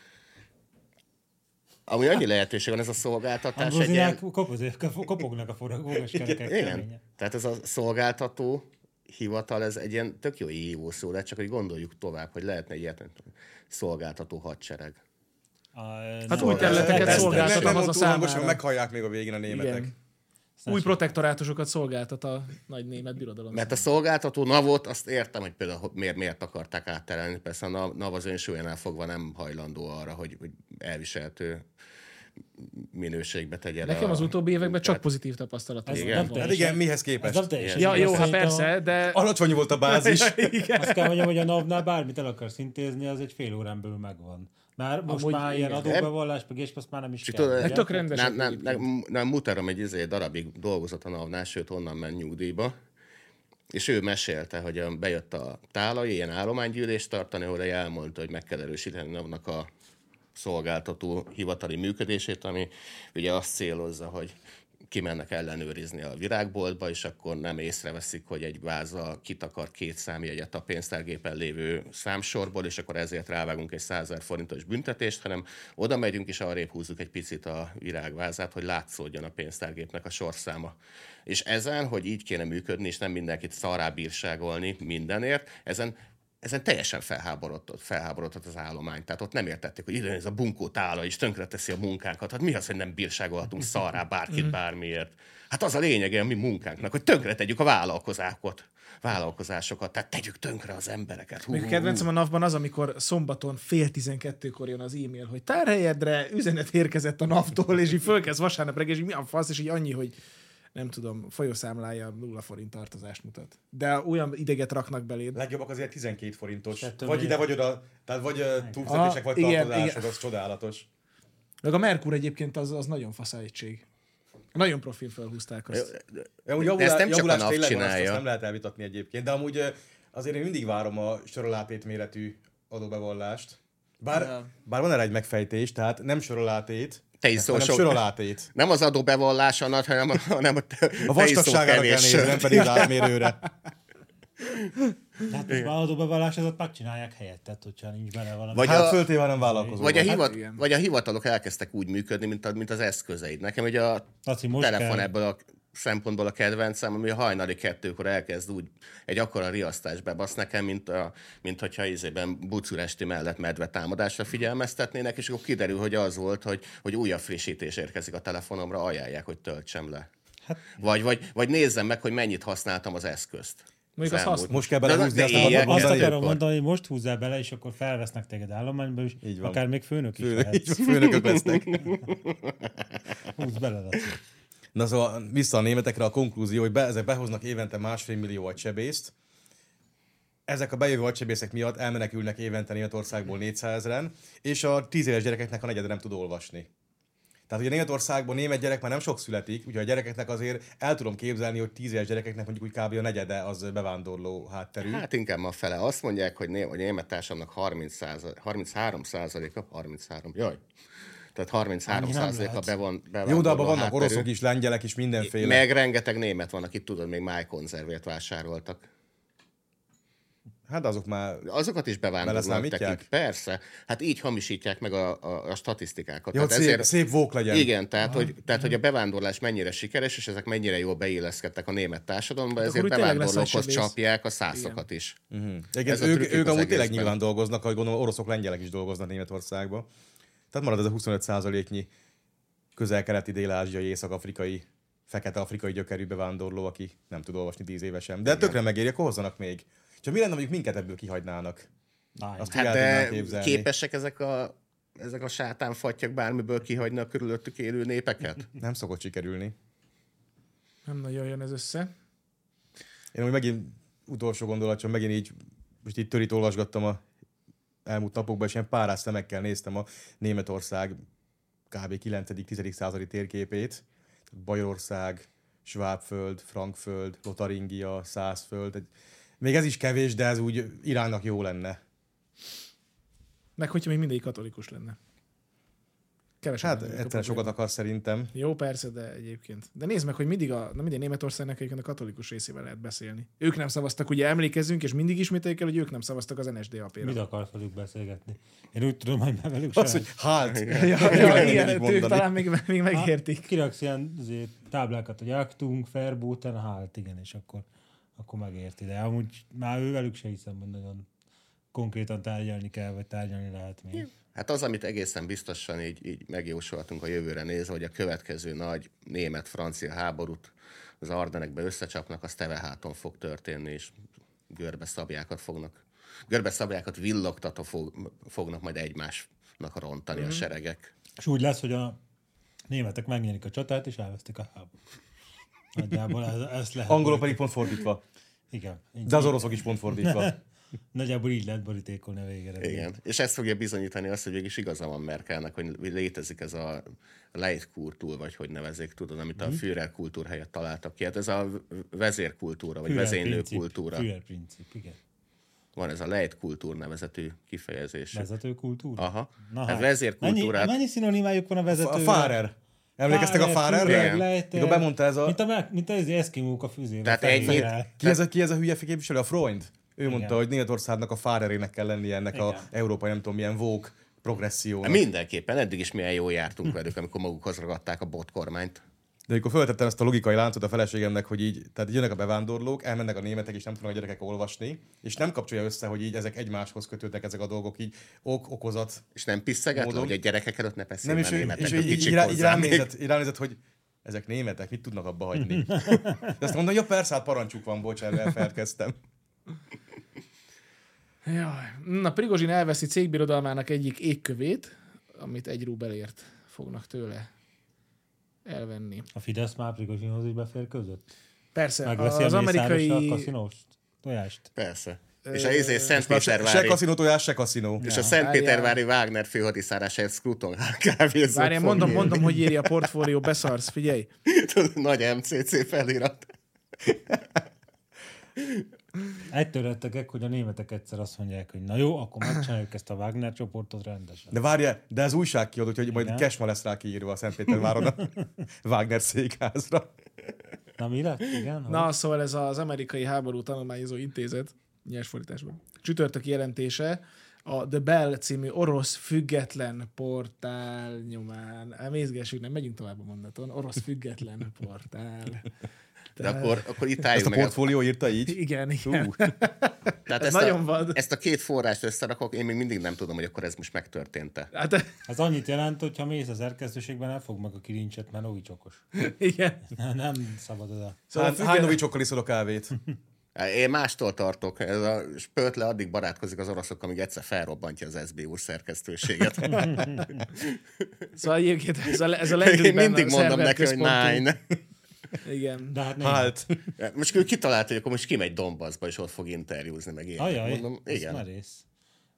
Speaker 2: Ami annyi lehetőség van, ez a szolgáltatás egy
Speaker 4: Ambrozinák
Speaker 2: ilyen...
Speaker 4: kopozik- kopognak a forragógas kerekek
Speaker 2: Igen.
Speaker 4: keményen.
Speaker 2: Tehát ez a szolgáltató hivatal, ez egy ilyen tök jó hívó szó, de csak hogy gondoljuk tovább, hogy lehetne egy ilyen szolgáltató hadsereg.
Speaker 1: Hát új területeket
Speaker 2: Ezt-
Speaker 1: szolgáltat a
Speaker 3: nem
Speaker 1: haza
Speaker 3: túl hangosan,
Speaker 1: számára.
Speaker 3: meghallják még a végén a németek.
Speaker 1: Igen. Új protektorátusokat szolgáltat a nagy német birodalom.
Speaker 2: Mert a szolgáltató navot, azt értem, hogy például ho- miért, miért akarták átterelni. Persze a NAV NAV az önsúlyánál fogva nem hajlandó arra, hogy, hogy elviselhető minőségbe tegye le
Speaker 1: Nekem
Speaker 2: a-
Speaker 1: az utóbbi években csak pozitív tapasztalatom.
Speaker 4: Ez
Speaker 1: volt.
Speaker 2: Igen.
Speaker 4: nem
Speaker 3: Hát
Speaker 4: teljesen.
Speaker 3: igen, mihez
Speaker 4: Ez
Speaker 3: képest?
Speaker 4: nem teljesen.
Speaker 1: Ja, jó,
Speaker 4: igaz,
Speaker 1: hát
Speaker 4: szerintem.
Speaker 1: persze, de...
Speaker 3: Alacsony volt a bázis.
Speaker 4: Azt kell mondjam, hogy a NAV-nál bármit el akarsz intézni, az egy fél órán belül megvan. Már most
Speaker 1: Amúgy
Speaker 4: már ilyen
Speaker 1: igen.
Speaker 4: adóbevallás, meg és azt már nem is
Speaker 2: Csak
Speaker 4: kell.
Speaker 2: tudod, hát
Speaker 4: ugye?
Speaker 1: Tök rendesek
Speaker 2: nem, nem,
Speaker 1: egyébként.
Speaker 2: nem, nem, mutárom egy izé darabig dolgozott a nav sőt onnan ment nyugdíjba, és ő mesélte, hogy ö, bejött a tálai ilyen állománygyűlést tartani, ahol elmondta, hogy meg kell erősíteni a NAV-nak a szolgáltató hivatali működését, ami ugye azt célozza, hogy kimennek ellenőrizni a virágboltba, és akkor nem észreveszik, hogy egy váza kitakar két számjegyet a pénztárgépen lévő számsorból, és akkor ezért rávágunk egy 100 000 forintos büntetést, hanem oda megyünk, és arrébb húzzuk egy picit a virágvázát, hogy látszódjon a pénztárgépnek a sorszáma. És ezen, hogy így kéne működni, és nem mindenkit szarrá bírságolni mindenért, ezen ezen teljesen felháborodott, felháborodott az állomány. Tehát ott nem értették, hogy idejön ez a bunkó tála is tönkreteszi a munkánkat. Hát mi az, hogy nem bírságolhatunk szarrá bárkit bármiért? Hát az a lényege a mi munkánknak, hogy tönkretegyük a vállalkozásokat, vállalkozásokat, tehát tegyük tönkre az embereket. Hú,
Speaker 1: Még a kedvencem a NAV-ban az, amikor szombaton fél tizenkettőkor jön az e-mail, hogy tárhelyedre üzenet érkezett a NAV-tól, és így fölkezd vasárnap reggel, és így mi a fasz, és így annyi, hogy nem tudom, folyószámlája nulla forint tartozást mutat. De olyan ideget raknak beléd.
Speaker 3: Legjobbak azért 12 forintos.
Speaker 4: Kettő
Speaker 3: Vagy
Speaker 4: millió.
Speaker 3: ide, vagy oda. Tehát vagy ö, túlfizetések, vagy
Speaker 1: Ah, igen,
Speaker 3: tartozások,
Speaker 1: igen.
Speaker 3: az csodálatos.
Speaker 1: Meg a Merkur egyébként az, az nagyon fasz egység. Nagyon profil felhúzták azt.
Speaker 3: Ja, úgy
Speaker 2: ezt
Speaker 3: javulás,
Speaker 2: nem csak
Speaker 3: javulás
Speaker 2: a NAV
Speaker 3: tényleg van, azt, azt
Speaker 2: csinálja.
Speaker 3: nem lehet elvitatni egyébként. De amúgy ö, azért én mindig várom a sorolátét méretű adóbevallást. Bár, bár van erre egy megfejtés, tehát nem sorolátét,
Speaker 2: Te is szó
Speaker 3: hanem
Speaker 2: sok-
Speaker 3: sorolátét.
Speaker 2: Nem az adóbevallás a nagy, hanem, hanem a, te- te
Speaker 3: A
Speaker 2: iszol
Speaker 3: vastagságára kell
Speaker 2: kevés
Speaker 3: nézni,
Speaker 2: sört.
Speaker 3: nem pedig az átmérőre.
Speaker 4: De Hát most már adóbevallás, azot megcsinálják helyettet, hogyha nincs bele valami.
Speaker 2: Vagy
Speaker 3: Hát
Speaker 2: a-
Speaker 3: föltéve nem vállalkozó.
Speaker 2: Vagy a,
Speaker 3: vagy.
Speaker 2: hivat,
Speaker 1: igen.
Speaker 2: vagy a hivatalok elkezdtek úgy működni, mint, a, mint az eszközeid. Nekem ugye a
Speaker 4: Laci, most
Speaker 2: telefon
Speaker 4: kell.
Speaker 2: ebből a szempontból a kedvencem, ami a hajnali kettőkor elkezd úgy egy akkora riasztás bebasz nekem, mint, a, mint hogyha izében bucuresti mellett medve támadásra figyelmeztetnének, és akkor kiderül, hogy az volt, hogy, hogy újabb frissítés érkezik a telefonomra, ajánlják, hogy töltsem le. Vagy, vagy, vagy nézzem meg, hogy mennyit használtam az eszközt.
Speaker 1: Mondjuk
Speaker 2: Az
Speaker 1: az
Speaker 2: elmúlt-
Speaker 1: hasznos.
Speaker 3: Most kell
Speaker 2: De az-
Speaker 3: belehúzni
Speaker 2: de
Speaker 3: azt
Speaker 2: éjjel
Speaker 3: a
Speaker 4: Azt
Speaker 2: kezdőkor.
Speaker 4: akarom mondani, hogy most húzzál bele, és akkor felvesznek téged állományba, és
Speaker 3: Így van.
Speaker 4: akár még főnök is
Speaker 3: Így
Speaker 4: lehetsz.
Speaker 3: van, főnökök lesznek.
Speaker 4: Húzz bele, Laci.
Speaker 3: Na szóval vissza a németekre a konklúzió, hogy be, ezek behoznak évente másfél millió agysebészt. Ezek a bejövő agysebészek miatt elmenekülnek évente Németországból 400-en, és a 10 éves gyerekeknek a negyede nem tud olvasni. Tehát ugye Németországban német gyerek már nem sok születik, ugye a gyerekeknek azért el tudom képzelni, hogy tíz éves gyerekeknek mondjuk úgy kb. a negyede az bevándorló hátterű. Hát,
Speaker 2: Hát inkább ma fele. Azt mondják, hogy né- a német társamnak 30 százalék, 33 százaléka, 33, jaj. Tehát 33
Speaker 4: Annyi nem
Speaker 2: százaléka
Speaker 4: lehet.
Speaker 2: bevon,
Speaker 3: Jó, de abban
Speaker 2: bevándorló
Speaker 3: vannak
Speaker 2: hátterű.
Speaker 3: oroszok is, lengyelek is, mindenféle.
Speaker 2: Meg rengeteg német van, akit tudod, még májkonzervért vásároltak.
Speaker 3: Hát azok már...
Speaker 2: Azokat is bevándorlónak
Speaker 3: Beleszámítják?
Speaker 2: tekint. Persze. Hát így hamisítják meg a, a, a statisztikákat.
Speaker 3: Jó,
Speaker 2: Tehát
Speaker 3: szép, ezért... szép vók legyen. Ah,
Speaker 2: Igen, tehát, hogy, tehát hogy a bevándorlás mennyire sikeres, és ezek mennyire jól beilleszkedtek a német társadalomba,
Speaker 3: Hát
Speaker 2: ezért
Speaker 1: úgy tényleg lesz
Speaker 2: bevándorlókhoz
Speaker 1: nagysebész.
Speaker 2: csapják a szászokat is.
Speaker 3: Mhm. Igen,
Speaker 2: Ez a
Speaker 3: ők,
Speaker 2: trükkük
Speaker 3: ők
Speaker 2: az
Speaker 3: amúgy tényleg
Speaker 2: egészben.
Speaker 3: nyilván dolgoznak, ahogy gondolom oroszok, lengyelek is dolgoznak Németországban. Tehát marad ez a 25 nyi közel-keleti, dél-ázsiai, észak-afrikai, fekete-afrikai gyökerű bevándorló, aki nem tud olvasni 10 évesen. De Igen. tökre megéri, akkor hozzanak még. Csak mi lenne, mondjuk minket ebből kihagynának? Azt hát
Speaker 2: Hát
Speaker 3: el tudnám
Speaker 2: de
Speaker 3: képzelni.
Speaker 2: képesek ezek a, ezek a sátánfatyak bármiből kihagyni a körülöttük élő népeket?
Speaker 3: Nem szokott sikerülni.
Speaker 1: Nem nagyon jön ez össze.
Speaker 3: Én úgy megint utolsó gondolat, csak megint így, most így törít olvasgattam a elmúlt napokban, és ilyen párás szemekkel néztem a Németország kb. 9.-10. századi térképét. Bajorország, Svábföld, Frankföld, Lotaringia, Százföld. Egy- Még ez is kevés, de ez úgy Iránnak jó lenne.
Speaker 1: Meg hogyha még mindegyik katolikus lenne. Kevesen
Speaker 3: Hát
Speaker 1: lennének a
Speaker 3: egyszerűen sokat
Speaker 1: problémák.
Speaker 3: akar szerintem.
Speaker 1: Jó, persze, de egyébként. De nézd meg, hogy mindig a, na mindig Németországnak egyébként a katolikus részével lehet beszélni. Ők nem szavaztak, ugye emlékezünk, és mindig ismételjük el, hogy ők nem szavaztak az NSDAP-ra.
Speaker 4: Mit akar velük beszélgetni? Én úgy tudom, hogy már velük
Speaker 3: Az,
Speaker 4: sem.
Speaker 3: hogy hát,
Speaker 1: Ja, ja, igen, ők
Speaker 3: mondani.
Speaker 1: talán még, még megértik.
Speaker 4: Kiraksz ilyen azért, táblákat, hogy aktunk, Ferboten, hát igen, és akkor, akkor megérti. De amúgy már ő velük se hiszem, hogy nagyon konkrétan tárgyalni kell, vagy tárgyalni lehet még.
Speaker 2: Hát az, amit egészen biztosan így, így megjósolhatunk a jövőre nézve, hogy a következő nagy német-francia háborút az Ardenekbe összecsapnak, az Teveháton fog történni, és görbe szabjákat fognak, görbe szabjákat villogtatva fog, fognak majd egymásnak rontani mm-hmm. a seregek.
Speaker 4: És úgy lesz, hogy a németek megnyerik a csatát, és elvesztik a háborút. Nagyjából ez, ez lehet.
Speaker 3: Angolok pedig pont fordítva.
Speaker 4: Igen. Így,
Speaker 3: De az oroszok is pont fordítva.
Speaker 4: Nagyjából így lehet borítékolni a végére.
Speaker 2: Igen. És ezt fogja bizonyítani azt, hogy mégis igaza van Merkelnek, hogy létezik ez a Leitkultúr, vagy hogy nevezik, tudod, amit
Speaker 3: Mhm.
Speaker 2: a Führer kultúr helyett találtak ki. Hát ez a vezérkultúra, vagy vezénylő kultúra.
Speaker 4: Führer princip, igen.
Speaker 2: Van ez a Leitkultúr nevezetű kifejezés.
Speaker 4: Vezető kultúra.
Speaker 2: Aha. Hát
Speaker 4: hát.
Speaker 2: vezérkultúrát-
Speaker 4: Mennyi, mennyi szinonimájuk van a
Speaker 3: A
Speaker 4: vezetőre?
Speaker 3: Fárer. Emlékeztek a
Speaker 4: Führer,
Speaker 3: Fárerre?
Speaker 2: Igen.
Speaker 4: Leiter.
Speaker 3: Mikor bemondta ez a-
Speaker 4: Mint, a, me- mint az eszkimók a fűzében.
Speaker 2: Tehát
Speaker 4: felé
Speaker 2: ennyit-
Speaker 4: áll.
Speaker 3: Ki ez, a, ki ez a hülye képviselő? A Freund? Ő Igen. mondta,
Speaker 4: Igen.
Speaker 3: hogy Németországnak a fárerének kell lennie ennek Igen. a
Speaker 4: Igen.
Speaker 3: európai nem tudom milyen vók progressziónak. Mi?
Speaker 2: Mindenképpen, eddig is milyen jól jártunk velük, amikor magukhoz ragadták a botkormányt.
Speaker 3: De amikor föltettem ezt a logikai láncot a feleségemnek, hogy így, tehát jönnek a bevándorlók, elmennek a németek, és nem tudnak a gyerekek olvasni, és nem kapcsolja össze, hogy így ezek egymáshoz kötődnek ezek a dolgok, így ok, okozat.
Speaker 2: És nem piszeget le,
Speaker 3: Módon.
Speaker 2: hogy a gyerekek előtt ne beszélj
Speaker 3: Nem, és,
Speaker 2: nem,
Speaker 3: ő,
Speaker 2: németek,
Speaker 3: és
Speaker 2: a
Speaker 3: így, így,
Speaker 2: kicsik
Speaker 3: rá, így,
Speaker 2: hozzá
Speaker 3: rám
Speaker 2: még.
Speaker 3: nézett, így rám nézett, hogy ezek németek, mit tudnak abba hagyni? De azt mondom, ja persze, hát parancsuk van, bocs, erre elfeledkeztem.
Speaker 1: Jaj. Na, Prigozsin elveszi cégbirodalmának egyik égkövét, amit egy rubelért fognak tőle elvenni.
Speaker 4: A Fidesz már Prigozsinhoz is beférkőzött?
Speaker 1: Persze,
Speaker 4: Megveszi
Speaker 1: az
Speaker 4: a amerikai... a
Speaker 1: amerikai...
Speaker 4: kaszinóst? Tojást?
Speaker 2: Persze. És a izé
Speaker 3: Se
Speaker 2: Szentpétervári,
Speaker 3: kaszinó tojás, se kaszinó.
Speaker 2: és a
Speaker 1: Várjál.
Speaker 2: Szentpétervári Wagner főhadiszárásért Scruton kávézó.
Speaker 1: Várjál, mondom, mondom, hogy írja a portfólió, beszarsz, figyelj.
Speaker 2: Nagy MCC felirat.
Speaker 4: Ettől rettegek, hogy a németek egyszer azt mondják, hogy na jó, akkor megcsináljuk ezt a Wagner csoportot rendesen.
Speaker 3: De várja, de ez újságkiadó, úgyhogy majd
Speaker 4: Igen.
Speaker 3: Kesma lesz rá kiírva a Szentpéterváron a Wagner székházra.
Speaker 4: Na mi lett? Igen?
Speaker 1: Na, szóval ez az amerikai háború tanulmányozó intézet, nyers fordításban, csütörtöki jelentése, a The Bell című orosz független portál nyomán. Emészgessük, nem megyünk tovább a mondaton. Orosz független portál.
Speaker 2: De akkor, akkor itt
Speaker 3: Ezt
Speaker 2: álljunk
Speaker 3: a
Speaker 2: meg.
Speaker 3: portfólió írta így?
Speaker 1: Igen, igen.
Speaker 3: Hú,
Speaker 2: Tehát
Speaker 1: ez
Speaker 2: ezt,
Speaker 1: nagyon
Speaker 2: a,
Speaker 1: vad.
Speaker 2: ezt a két forrást összerakok, én még mindig nem tudom, hogy akkor ez most megtörtént-e.
Speaker 1: Hát,
Speaker 4: Ez annyit jelent, hogy ha mész az erkesztőségben, nem fog meg a kilincset, mert Novi csokos.
Speaker 1: igen.
Speaker 4: Nem szabad oda.
Speaker 1: Szóval
Speaker 3: Hán,
Speaker 1: független-
Speaker 3: Hánovicsokkal iszol a kávét.
Speaker 2: Én mástól tartok. Ez a spötle addig barátkozik az oroszokkal, amíg egyszer felrobbantja az SBU szerkesztőséget.
Speaker 1: Szóval egyébként ez a, ez a
Speaker 2: Én
Speaker 1: legdurvább
Speaker 2: mindig
Speaker 1: a
Speaker 2: mondom
Speaker 1: szerver
Speaker 2: neki, hogy
Speaker 1: központú.
Speaker 2: nine.
Speaker 1: Igen.
Speaker 4: De hát nem.
Speaker 3: Hát,
Speaker 2: Most ő kitalált, hogy akkor most kimegy Donbassba, és ott fog interjúzni meg ilyen.
Speaker 4: Ajaj,
Speaker 2: mondom,
Speaker 4: ez
Speaker 2: igen.
Speaker 4: merész.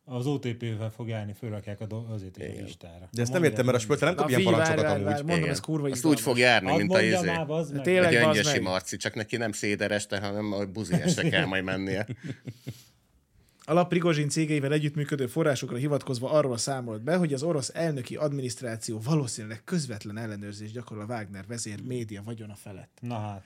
Speaker 4: az OTP-vel fog állni, fölrakják a do- azért is a listára.
Speaker 3: De ezt nem értem, mert a spölte nem
Speaker 1: Na,
Speaker 3: tud ilyen
Speaker 1: figyelj,
Speaker 3: parancsokat
Speaker 1: várj, várj,
Speaker 3: amúgy.
Speaker 1: várj, Mondom,
Speaker 2: Igen.
Speaker 1: ez kurva
Speaker 2: Azt úgy
Speaker 1: izgalmas.
Speaker 2: fog járni, mint a
Speaker 4: mondja
Speaker 2: izé.
Speaker 4: már, az meg.
Speaker 1: Tényleg?
Speaker 2: A
Speaker 1: bazd
Speaker 2: gyöngyösi
Speaker 1: meg.
Speaker 2: Marci, csak neki nem szédereste, hanem a buzieste kell majd mennie.
Speaker 1: A lap Prigozsin cégeivel együttműködő forrásokra hivatkozva arról számolt be, hogy az orosz elnöki adminisztráció valószínűleg közvetlen ellenőrzés gyakorol a Wagner vezér média vagyona felett.
Speaker 4: Na hát,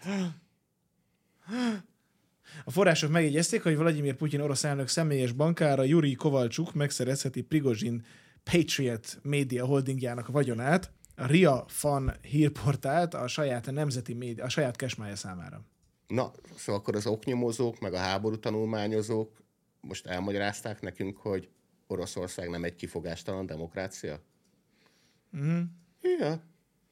Speaker 1: A források megjegyezték, hogy Vladimir Putyin orosz elnök személyes bankára Yuri Kovalcsuk megszerezheti Prigozsin Patriot Media holdingjának a vagyonát, a RIA fan hírportált a saját nemzeti média, a saját kesmája számára.
Speaker 2: Na, szóval akkor az oknyomozók, meg a háború tanulmányozók most elmagyarázták nekünk, hogy Oroszország nem egy kifogástalan demokrácia? Mhm. Ja.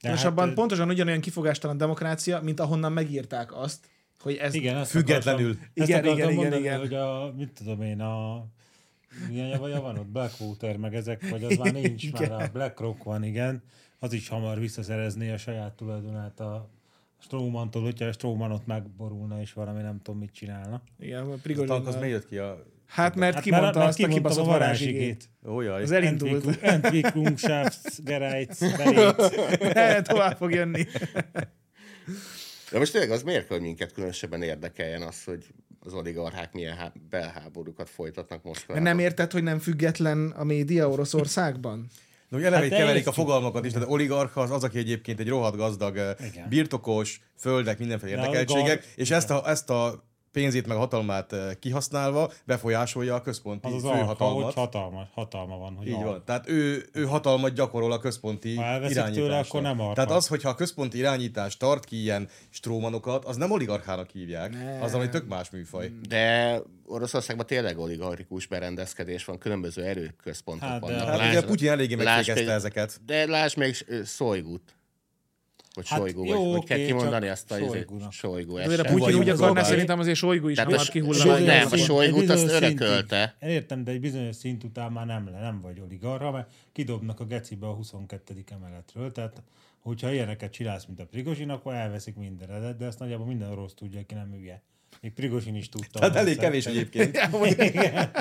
Speaker 4: De
Speaker 1: Nos,
Speaker 4: hát,
Speaker 1: abban
Speaker 4: ö-
Speaker 1: pontosan ugyanolyan kifogástalan demokrácia, mint ahonnan megírták azt, hogy ez
Speaker 4: igen, azt
Speaker 3: Függetlenül.
Speaker 4: Akartam,
Speaker 1: Igen,
Speaker 4: ezt akartam
Speaker 1: igen, igen,
Speaker 4: mondani,
Speaker 1: igen.
Speaker 4: hogy a, mit tudom én, a milyen javaja van ott, Blackwater, meg ezek, vagy az már nincs, már a BlackRock van, igen. Az is hamar visszaszerezné a saját tulajdonát a Strómantól, hogyha a Stróman ott megborulna, és valami nem tudom mit csinálna.
Speaker 1: Igen, a
Speaker 3: A tank az
Speaker 1: Prigozsin.
Speaker 3: miért jött ki a...
Speaker 1: Hát mert
Speaker 4: Hát
Speaker 1: kimondta
Speaker 4: mert- mert
Speaker 1: azt a
Speaker 4: kimondta
Speaker 1: kibaszott
Speaker 4: a
Speaker 1: varázsigét.
Speaker 4: varázsigét.
Speaker 3: Ó, jaj.
Speaker 1: Az elindult.
Speaker 4: Entwicklung, Schafts, Gereiz, Berét.
Speaker 1: Tovább fog jönni.
Speaker 2: De most tényleg az miért kell, hogy minket különösebben érdekeljen az, hogy az oligarchák milyen há- belháborúkat folytatnak
Speaker 1: Mert
Speaker 2: Moszkvában?
Speaker 1: nem érted, hogy nem független a média Oroszországban?
Speaker 3: De hogy eleve
Speaker 4: Hát
Speaker 3: itt
Speaker 4: de
Speaker 3: keverik a
Speaker 4: értjük.
Speaker 3: fogalmakat is, tehát oligarcha az az, aki egyébként egy rohadt gazdag, ö,
Speaker 4: Igen.
Speaker 3: birtokos, földek, mindenféle
Speaker 4: De
Speaker 3: érdekeltségek,
Speaker 4: oligar-
Speaker 3: és ezt a, ezt a pénzét meg a hatalmát ö, kihasználva befolyásolja a központi
Speaker 4: Az az alfa, hogy
Speaker 3: főhatalmat.
Speaker 4: hatalma, hatalma van. Hogy
Speaker 3: Így
Speaker 4: alfa.
Speaker 3: van. Tehát ő, ő hatalmat gyakorol a központi
Speaker 4: Ha elveszik tőle,
Speaker 3: irányításnak.
Speaker 4: akkor nem arpa.
Speaker 3: Tehát az, hogyha a központi irányítás tart ki ilyen strómanokat, az nem oligarchának hívják,
Speaker 1: Nem.
Speaker 3: nem. az egy tök más műfaj.
Speaker 2: Mm. De Oroszországban tényleg oligarchikus berendezkedés van, különböző erőközpontok
Speaker 4: Hát, de-
Speaker 2: vannak.
Speaker 4: Hát
Speaker 3: ugye Putyin eléggé
Speaker 2: lásd
Speaker 3: megfékezte
Speaker 2: például-
Speaker 3: ezeket.
Speaker 2: De lásd még Szojgut. Vagy
Speaker 4: Hát
Speaker 2: Sojgu,
Speaker 4: jó,
Speaker 2: vagy, vagy kell
Speaker 4: oké,
Speaker 2: kimondani
Speaker 4: csak
Speaker 2: azt a izé-
Speaker 4: Sojgunak.
Speaker 2: Sojgu
Speaker 1: Azért a
Speaker 2: eset.
Speaker 1: Putyin
Speaker 3: vagyunk
Speaker 1: úgy akarná,
Speaker 3: globális.
Speaker 1: szerintem azért Solygó is
Speaker 2: Tehát
Speaker 1: hamar
Speaker 2: a- Soj-
Speaker 1: kihullana.
Speaker 2: nem, a
Speaker 1: Egy-
Speaker 2: Soj- Solygót
Speaker 4: egy
Speaker 2: azt
Speaker 4: bizonyos
Speaker 2: örökölte.
Speaker 4: szintig. Értem, de egy bizonyos szint után már nem, le- nem vagy oligarra, mert kidobnak a gecibe a 22. emeletről, tehát hogyha ilyeneket csinálsz, mint a Prigozsin, akkor elveszik mindenedet, de ezt nagyjából minden rossz tudja, aki nem ügye. Még Prigozsin is tudta.
Speaker 3: Tehát elég
Speaker 4: persze.
Speaker 3: kevés egyébként.
Speaker 4: Igen.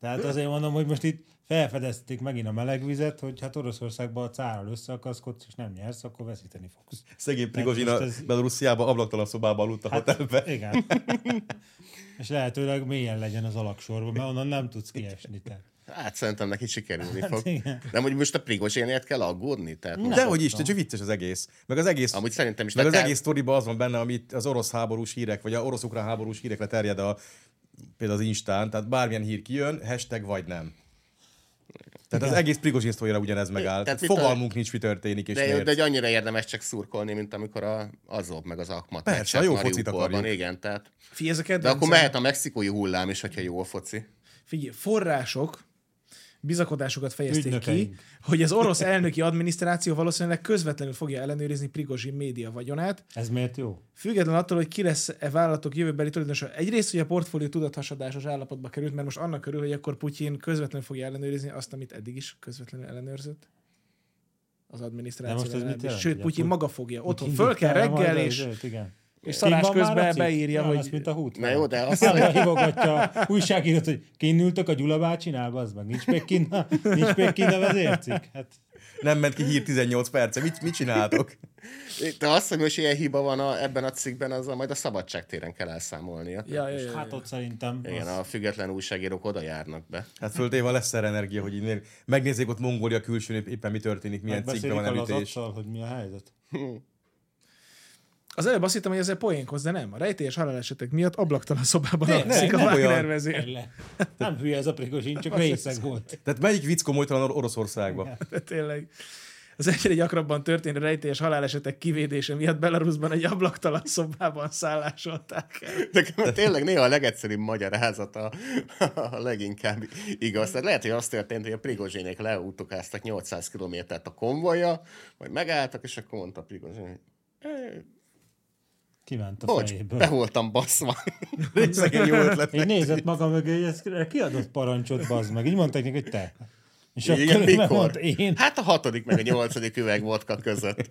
Speaker 4: Tehát azért mondom, hogy most itt felfedezték megint a melegvizet, hogy hát Oroszországban a cárral összeakaszkodsz, és nem nyersz, akkor veszíteni fogsz.
Speaker 3: Szegény
Speaker 4: Tehát
Speaker 3: Prigozsina
Speaker 4: most ez- Hát,
Speaker 3: Belorussziában ablaktalan szobában aludt a hotelben.
Speaker 4: Igen. És lehetőleg mélyen legyen az alaksorban, mert onnan nem tudsz kiesni te.
Speaker 2: Hát szerintem neki sikerülni fog.
Speaker 4: igen.
Speaker 2: Nem, hogy most a Prigozsénért kell aggódni? Tehát most-
Speaker 3: Dehogy is, csak vicces az egész. Meg az egész,
Speaker 2: Amúgy szerintem is
Speaker 3: meg az
Speaker 2: leter-
Speaker 3: egész sztoriban az van benne, amit az orosz háborús hírek, vagy a orosz-ukrán háborús hírekre terjed a, például az Instán, tehát bármilyen hír kijön, hashtag vagy nem. Tehát az egész Prigozsin sztorira ugyanez megáll.
Speaker 2: Tehát
Speaker 3: Tehát
Speaker 2: mit a-
Speaker 3: fogalmunk nincs, mi történik és
Speaker 2: de,
Speaker 3: miért.
Speaker 2: de, hogy annyira érdemes csak szurkolni, mint amikor a, Azov meg az Akmat
Speaker 3: Persze,
Speaker 2: meccset
Speaker 3: a jó focit
Speaker 2: Mariupolban.
Speaker 3: akarjuk.
Speaker 2: Igen, tehát.
Speaker 1: Fi, ez a
Speaker 2: De
Speaker 1: kedvencem.
Speaker 2: akkor mehet a mexikói hullám is, hogyha jó a foci.
Speaker 1: Figyelj, források bizakodásukat fejezték ki,
Speaker 4: Ügynökeink.
Speaker 1: hogy az orosz elnöki adminisztráció valószínűleg közvetlenül fogja ellenőrizni Prigozsin média vagyonát,
Speaker 4: Ez miért jó?
Speaker 1: Független attól, hogy ki lesz-e vállalatok jövőbeli tulajdonosa. Egyrészt, hogy a portfólió tudathasadásos állapotba került, mert most annak körül, hogy akkor Putyin közvetlenül fogja ellenőrizni azt, amit eddig is közvetlenül ellenőrzött. Az adminisztráció.
Speaker 4: De most ez mit
Speaker 1: legalábbis.
Speaker 4: jelent?
Speaker 1: Sőt,
Speaker 4: Ugye
Speaker 1: Putyin
Speaker 4: akkor-
Speaker 1: maga fogja. Otthon föl kell reggel, és,
Speaker 4: Igen.
Speaker 1: és szarás
Speaker 4: Kint van már a
Speaker 1: közben
Speaker 4: cikk?
Speaker 1: beírja,
Speaker 4: Nem,
Speaker 1: hogy...
Speaker 4: az, mint a hút.
Speaker 2: Na jó, de azt
Speaker 4: Aztán hívogatja a újságírót, hogy kinnültök a Gyula bácsinál, bazd meg, nincs még kint, a- nincs még kint a vezércikk. Hát,
Speaker 3: Nem ment ki hír 18 perce, mit, mit csináltok?
Speaker 2: De azt, hogy most ilyen hiba van a, ebben a cikkben, azzal majd a szabadságtéren kell elszámolnia.
Speaker 1: Ja, ja, ja, ja.
Speaker 4: hát ott szerintem
Speaker 2: Igen,
Speaker 4: az,
Speaker 2: a független újságírók oda járnak be.
Speaker 3: Hát földéval lesz erre energia, hogy így megnézzék ott Mongólia külsőn épp- éppen mi történik, milyen cikkben
Speaker 4: megbeszélik a
Speaker 3: van elütés.
Speaker 4: lazacsal, hogy mi a helyzet.
Speaker 1: Az előbb azt hittem, hogy ezzel poénkoz, de nem. A rejtélyes halálesetek miatt ablaktalan szobában
Speaker 4: Ne,
Speaker 1: lakszik a
Speaker 3: ne, nem olyan.
Speaker 1: Wagner vezér.
Speaker 4: Tényleg. Nem hülye ez a Prigozsin, csak részeg volt.
Speaker 3: Tehát melyik vicc komolytalan Or- Oroszországban?
Speaker 1: De Tényleg. Az egyre gyakrabban történő rejtélyes halálesetek kivédése miatt Belarusban egy ablaktalan szobában szállásolták el.
Speaker 2: Nekem tényleg néha a legegyszerűbb magyarázat a, a leginkább igaz. Tehát lehet, hogy az történt, hogy a Prigozsénék leutukáztak 800 kilométert a konvoja, majd megálltak, és akkor mondta Prigozsén, hogy
Speaker 4: Kiment a
Speaker 2: bocs, be
Speaker 4: fejéből.
Speaker 2: voltam baszva.
Speaker 3: Szegény jó ötlet.
Speaker 4: Így nézett maga mögé, hogy ez kiadott parancsot, bazd meg. Így mondták neki, hogy te. És
Speaker 2: Igen,
Speaker 4: akkor ő
Speaker 2: mikor?
Speaker 4: megmondta, én.
Speaker 2: Hát a hatodik meg a nyolcadik üveg vodka között.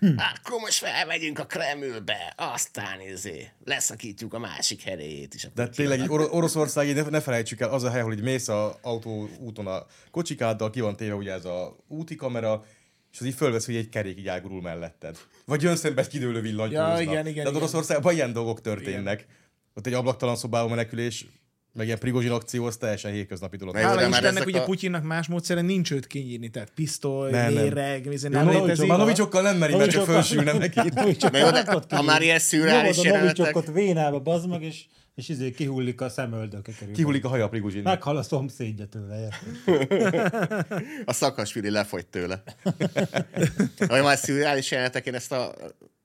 Speaker 2: Akkor most felmegyünk a Kremlbe, aztán izé, leszakítjuk a másik heréjét is.
Speaker 3: De tényleg így Or- Oroszország, így ne, ne felejtsük el, az a hely, hogy így mész a autóúton a kocsikáddal, ki van téve ugye ez a úti kamera, és az így fölvesz, hogy egy kerék így águrul melletted. Vagy jön szembe egy kidőlő
Speaker 1: Ja,
Speaker 3: villanypózna.
Speaker 1: igen, igen,
Speaker 3: Tehát
Speaker 1: igen.
Speaker 3: Oroszországban ilyen dolgok történnek. Igen. Ott egy ablattalan szobába menekülés, meg ilyen prigozsin akció, az teljesen hétköznapi dolog.
Speaker 2: Na jó,
Speaker 1: Hála
Speaker 2: de már
Speaker 1: Istennek,
Speaker 2: ezek
Speaker 1: ugye a...
Speaker 2: a-
Speaker 1: Putyinnak más módszere nincs őt kinyírni, tehát pisztoly,
Speaker 3: Nem,
Speaker 1: nem,
Speaker 3: nem.
Speaker 1: méreg, nem. izé, nem
Speaker 3: Már
Speaker 1: létezik.
Speaker 3: Novicsokkal- már Novicsokkal nem meri, mert csak fölsülne neki.
Speaker 2: Na jó, de ha már ilyen szürreális jelenetek-
Speaker 4: Novicsokot vénába bazd meg, és, és izé kihullik a szemöldöke kerül.
Speaker 3: Kihullik a haja a prigozsin.
Speaker 4: Meghal a szomszédja tőle, érted?
Speaker 2: A szakasvili lefogy tőle. Vagy már szürreális jelenetek, én ezt a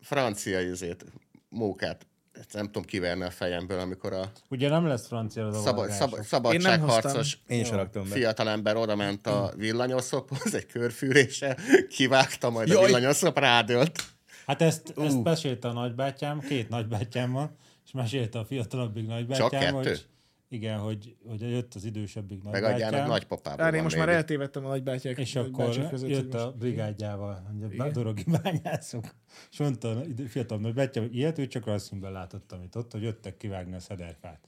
Speaker 2: francia izét, mókát, ezt nem tudom kiverni a fejemből, amikor a
Speaker 4: Ugye nem lesz francia az a
Speaker 2: szab-
Speaker 4: vágás.
Speaker 1: Én
Speaker 2: szab-
Speaker 1: nem
Speaker 2: szabadságharcos
Speaker 1: hoztam.
Speaker 3: Én sem raktam be.
Speaker 2: fiatalember oda ment a villanyoszlophoz, egy körfűréssel, kivágta, majd a
Speaker 3: Jaj.
Speaker 2: villanyoszlop rádölt.
Speaker 4: Hát ezt, ezt mesélte a nagybátyám, két nagybátyám van, és mesélte a fiatalabbik nagybátyám,
Speaker 2: kettő?
Speaker 4: hogy igen, hogy, hogy jött az idősebbik
Speaker 2: Megadjának
Speaker 4: nagybátyám,
Speaker 2: nagypapában.
Speaker 1: Várj, én
Speaker 2: van
Speaker 1: most már
Speaker 2: még.
Speaker 1: eltévedtem a nagybátyák
Speaker 4: és akkor
Speaker 1: között, hogy
Speaker 4: jött a brigádjával, hogy a dorogi bányászok. És mondta a fiatal nagybátyám, hogy ilyet ő csak rajzfilmben látott, amit ott, hogy jöttek kivágni a szederfát.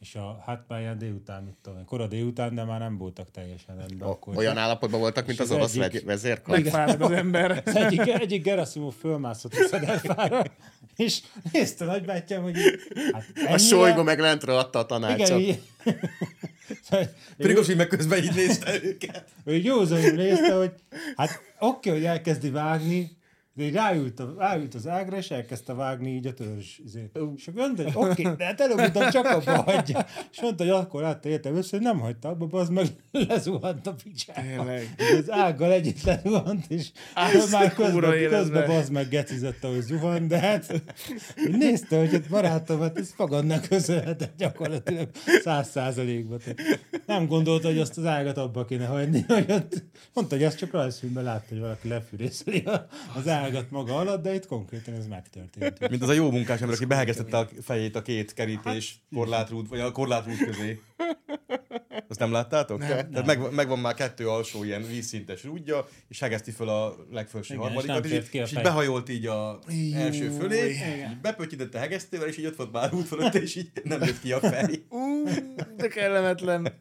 Speaker 4: És a hátpályán délután, mit tudom, én, kora délután, de már nem voltak teljesen rendben. akkor
Speaker 2: Olyan állapotban voltak, mint
Speaker 4: És
Speaker 2: az
Speaker 4: az
Speaker 2: orosz
Speaker 4: egyik-
Speaker 2: vegy- vezérkar.
Speaker 1: megfárad az ember.
Speaker 4: Az egyik, egyik Gerasimov fölmászott a szedelfára, és nézte a nagybátyám, hogy így, hát
Speaker 2: A solygó meg lentről adta a tanácsot.
Speaker 4: Igen, így, ő,
Speaker 3: Prigozsin meg közben így nézte őket.
Speaker 4: ő így józanul nézte, hogy hát oké, okay, hogy elkezdi vágni, de így ráült, a, ráült az ágra, és elkezdte vágni így a törzs. izét. És akkor mondta, hogy oké, okay, de hát előbb utóbb csak abba hagyja. És mondta, hogy akkor látta értem össze, hogy nem hagyta abba, az meg lezuhant a picsába.
Speaker 1: Tényleg.
Speaker 4: Így Az ággal együtt lezuhant, és Ász, már
Speaker 1: kurva
Speaker 4: közben,
Speaker 1: életben.
Speaker 4: közben bazd meg gecizett, ahogy zuhan, de hát így nézte, hogy hát barátom, hát ez magadnak köszönhetett gyakorlatilag száz százalékban. Tehát Nem gondolta, hogy azt az ágat abba kéne hagyni, hogy ott, mondta, hogy azt csak rajzfilmben látta, hogy valaki lefűrészeli a- az ágat maga alatt, de itt konkrétan ez megtörtént.
Speaker 3: Mint az a jó munkás ember, aki behegeztette a fejét a két
Speaker 4: Hát,
Speaker 3: kerítés korlátrút, vagy a korlátrút közé. Azt nem láttátok? Nem, Tehát Meg, megvan már kettő alsó ilyen vízszintes rúdja, és hegezti föl a legfelső
Speaker 4: Igen, és
Speaker 3: harmadikat, és,
Speaker 4: nem tért
Speaker 3: így,
Speaker 4: ki a
Speaker 3: és így
Speaker 4: fej.
Speaker 3: behajolt így a első fölé, így bepötyödött a hegesztővel, és így ott volt már út fölött, és így nem jött ki a fej.
Speaker 1: Ú, de kellemetlen.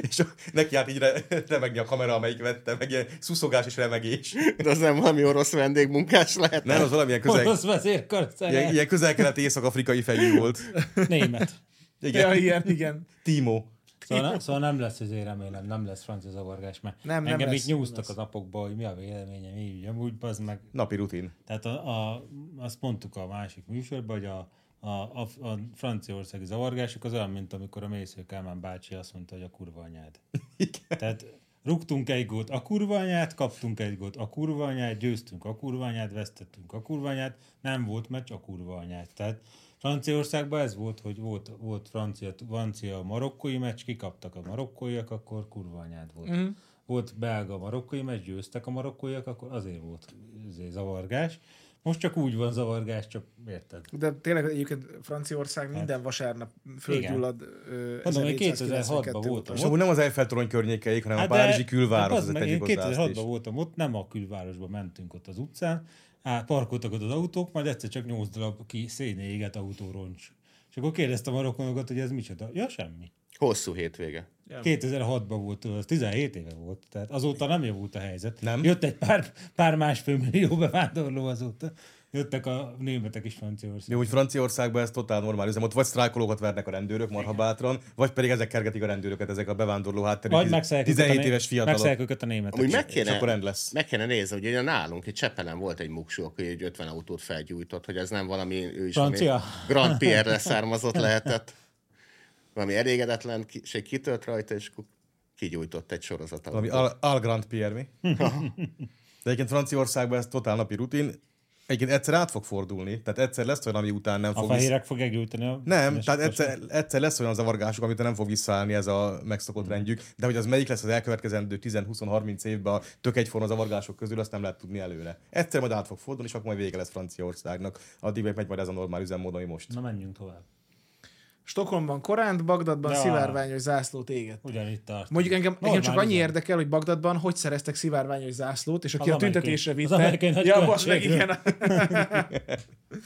Speaker 3: És neki hát így re- remegni a kamera, amelyik vette, meg ilyen szuszogás és remegés.
Speaker 2: De az nem valami orosz vendégmunkás lehet.
Speaker 3: Nem, az valamilyen közel,
Speaker 4: Orosz vezérkar
Speaker 3: ilyen, ilyen közel-keleti észak-afrikai fejű volt.
Speaker 4: Német.
Speaker 1: Ja,
Speaker 3: Igen,
Speaker 1: igen, igen.
Speaker 3: Timo.
Speaker 4: Szóval, ne, szóval nem lesz azért remélem, nem lesz francia zavargás, mert
Speaker 1: Nem, nem
Speaker 4: engem
Speaker 1: lesz,
Speaker 4: így nyúztak az napokba, hogy mi a véleményem, így amúgy, bazd meg,
Speaker 3: Napi rutin.
Speaker 4: Tehát a, a, azt mondtuk a másik műsorban, hogy a, a, a, a franciaországi zavargások az olyan, mint amikor a Mésző Kálmán bácsi azt mondta, hogy a kurva anyád. Igen. Tehát rúgtunk egy gót a kurva anyád, kaptunk egy gót a kurva anyád, győztünk a kurva anyád, vesztettünk a kurva anyád, nem volt meccs a kurva anyád. Tehát Franciaországban ez volt, hogy volt, volt francia, francia marokkói meccs, kikaptak a marokkóiak, akkor kurva anyád volt. Mm. Volt belga marokkói meccs, győztek a marokkóiak, akkor azért volt azért zavargás. Most csak úgy van zavargás, csak érted?
Speaker 1: De tényleg egyébként Franciaország minden vasárnap földgyullad. ö,
Speaker 4: Hát. Mondom, én
Speaker 1: 1492
Speaker 4: 2006-ban voltam.
Speaker 3: És amúgy nem az Eiffel torony környékeik, hanem hát a
Speaker 4: de-
Speaker 3: Párizsi külváros,
Speaker 4: hát
Speaker 3: az
Speaker 4: az meg,
Speaker 3: tegyük
Speaker 4: én
Speaker 3: hozzá azt
Speaker 4: 2006-ban
Speaker 3: is.
Speaker 4: voltam ott, nem a külvárosba mentünk ott az utcán, á, parkoltak ott az autók, majd egyszer csak 8 darab ki széné égett autóroncs. És akkor kérdeztem a rokonokat, hogy ez micsoda. Ja, semmi.
Speaker 2: Hosszú hétvége.
Speaker 4: 2006-ban volt, az 17 éve volt, tehát azóta nem javult a helyzet.
Speaker 3: Nem?
Speaker 4: Jött egy pár, pár másfél millió bevándorló azóta. Jöttek a németek is Franciaország.
Speaker 3: Jó, hogy Franciaországban ez totál normális, üzem, ott vagy sztrájkolókat vernek a rendőrök marha bátran, vagy pedig ezek kergetik a rendőröket, ezek a bevándorló hátterű
Speaker 4: Vagy
Speaker 3: tiz-
Speaker 4: megszállják őket a
Speaker 3: 17
Speaker 4: né-
Speaker 3: éves
Speaker 4: Megszállják
Speaker 3: fiatalok.
Speaker 4: őket a németek.
Speaker 2: Amúgy
Speaker 4: is.
Speaker 2: meg
Speaker 3: Hát és
Speaker 2: kéne,
Speaker 3: akkor rend lesz.
Speaker 2: meg kéne nézni, hogy ugye nálunk egy Csepelen volt egy muksó, aki egy 50 autót felgyújtott, hogy ez nem valami ő is valami
Speaker 4: Francia?
Speaker 2: Grand Pierre leszármazott lehetett. Valami elégedetlenség kitört rajta, és akkor kigyújtott egy sorozat
Speaker 3: Valami
Speaker 2: alatt.
Speaker 3: Al, Al Grand Pierre, mi? De egyébként Franciaországban ez totál napi rutin. Egyébként egyszer át fog fordulni, tehát egyszer lesz olyan, ami után nem
Speaker 4: A
Speaker 3: fog vissza...
Speaker 4: fehérek fogják gyújtani a...
Speaker 3: Nem, tehát egyszer, egyszer, lesz olyan zavargásuk, amit nem fog visszaállni ez a megszokott rendjük, de hogy az melyik lesz az elkövetkezendő 10-20-30 évben a tök egyforma zavargások közül, azt nem lehet tudni előre. Egyszer majd át fog fordulni, és akkor majd vége lesz Franciaországnak. Addig meg megy majd ez a normál üzemmód, ami most.
Speaker 4: Na menjünk tovább.
Speaker 1: Stockholmban koránt, Bagdadban
Speaker 4: Ja.
Speaker 1: szivárvány, hogy zászlót éget.
Speaker 4: Ugyanitt tart.
Speaker 1: Mondjuk engem, engem
Speaker 4: Normál,
Speaker 1: csak annyi
Speaker 4: igen.
Speaker 1: érdekel, hogy Bagdadban hogy szereztek szivárványos zászlót, és aki
Speaker 4: Az
Speaker 1: a tüntetésre
Speaker 4: amerikai-
Speaker 1: vitte.
Speaker 4: az amerikai
Speaker 1: ja, most meg
Speaker 4: nagykövetségről.
Speaker 1: igen.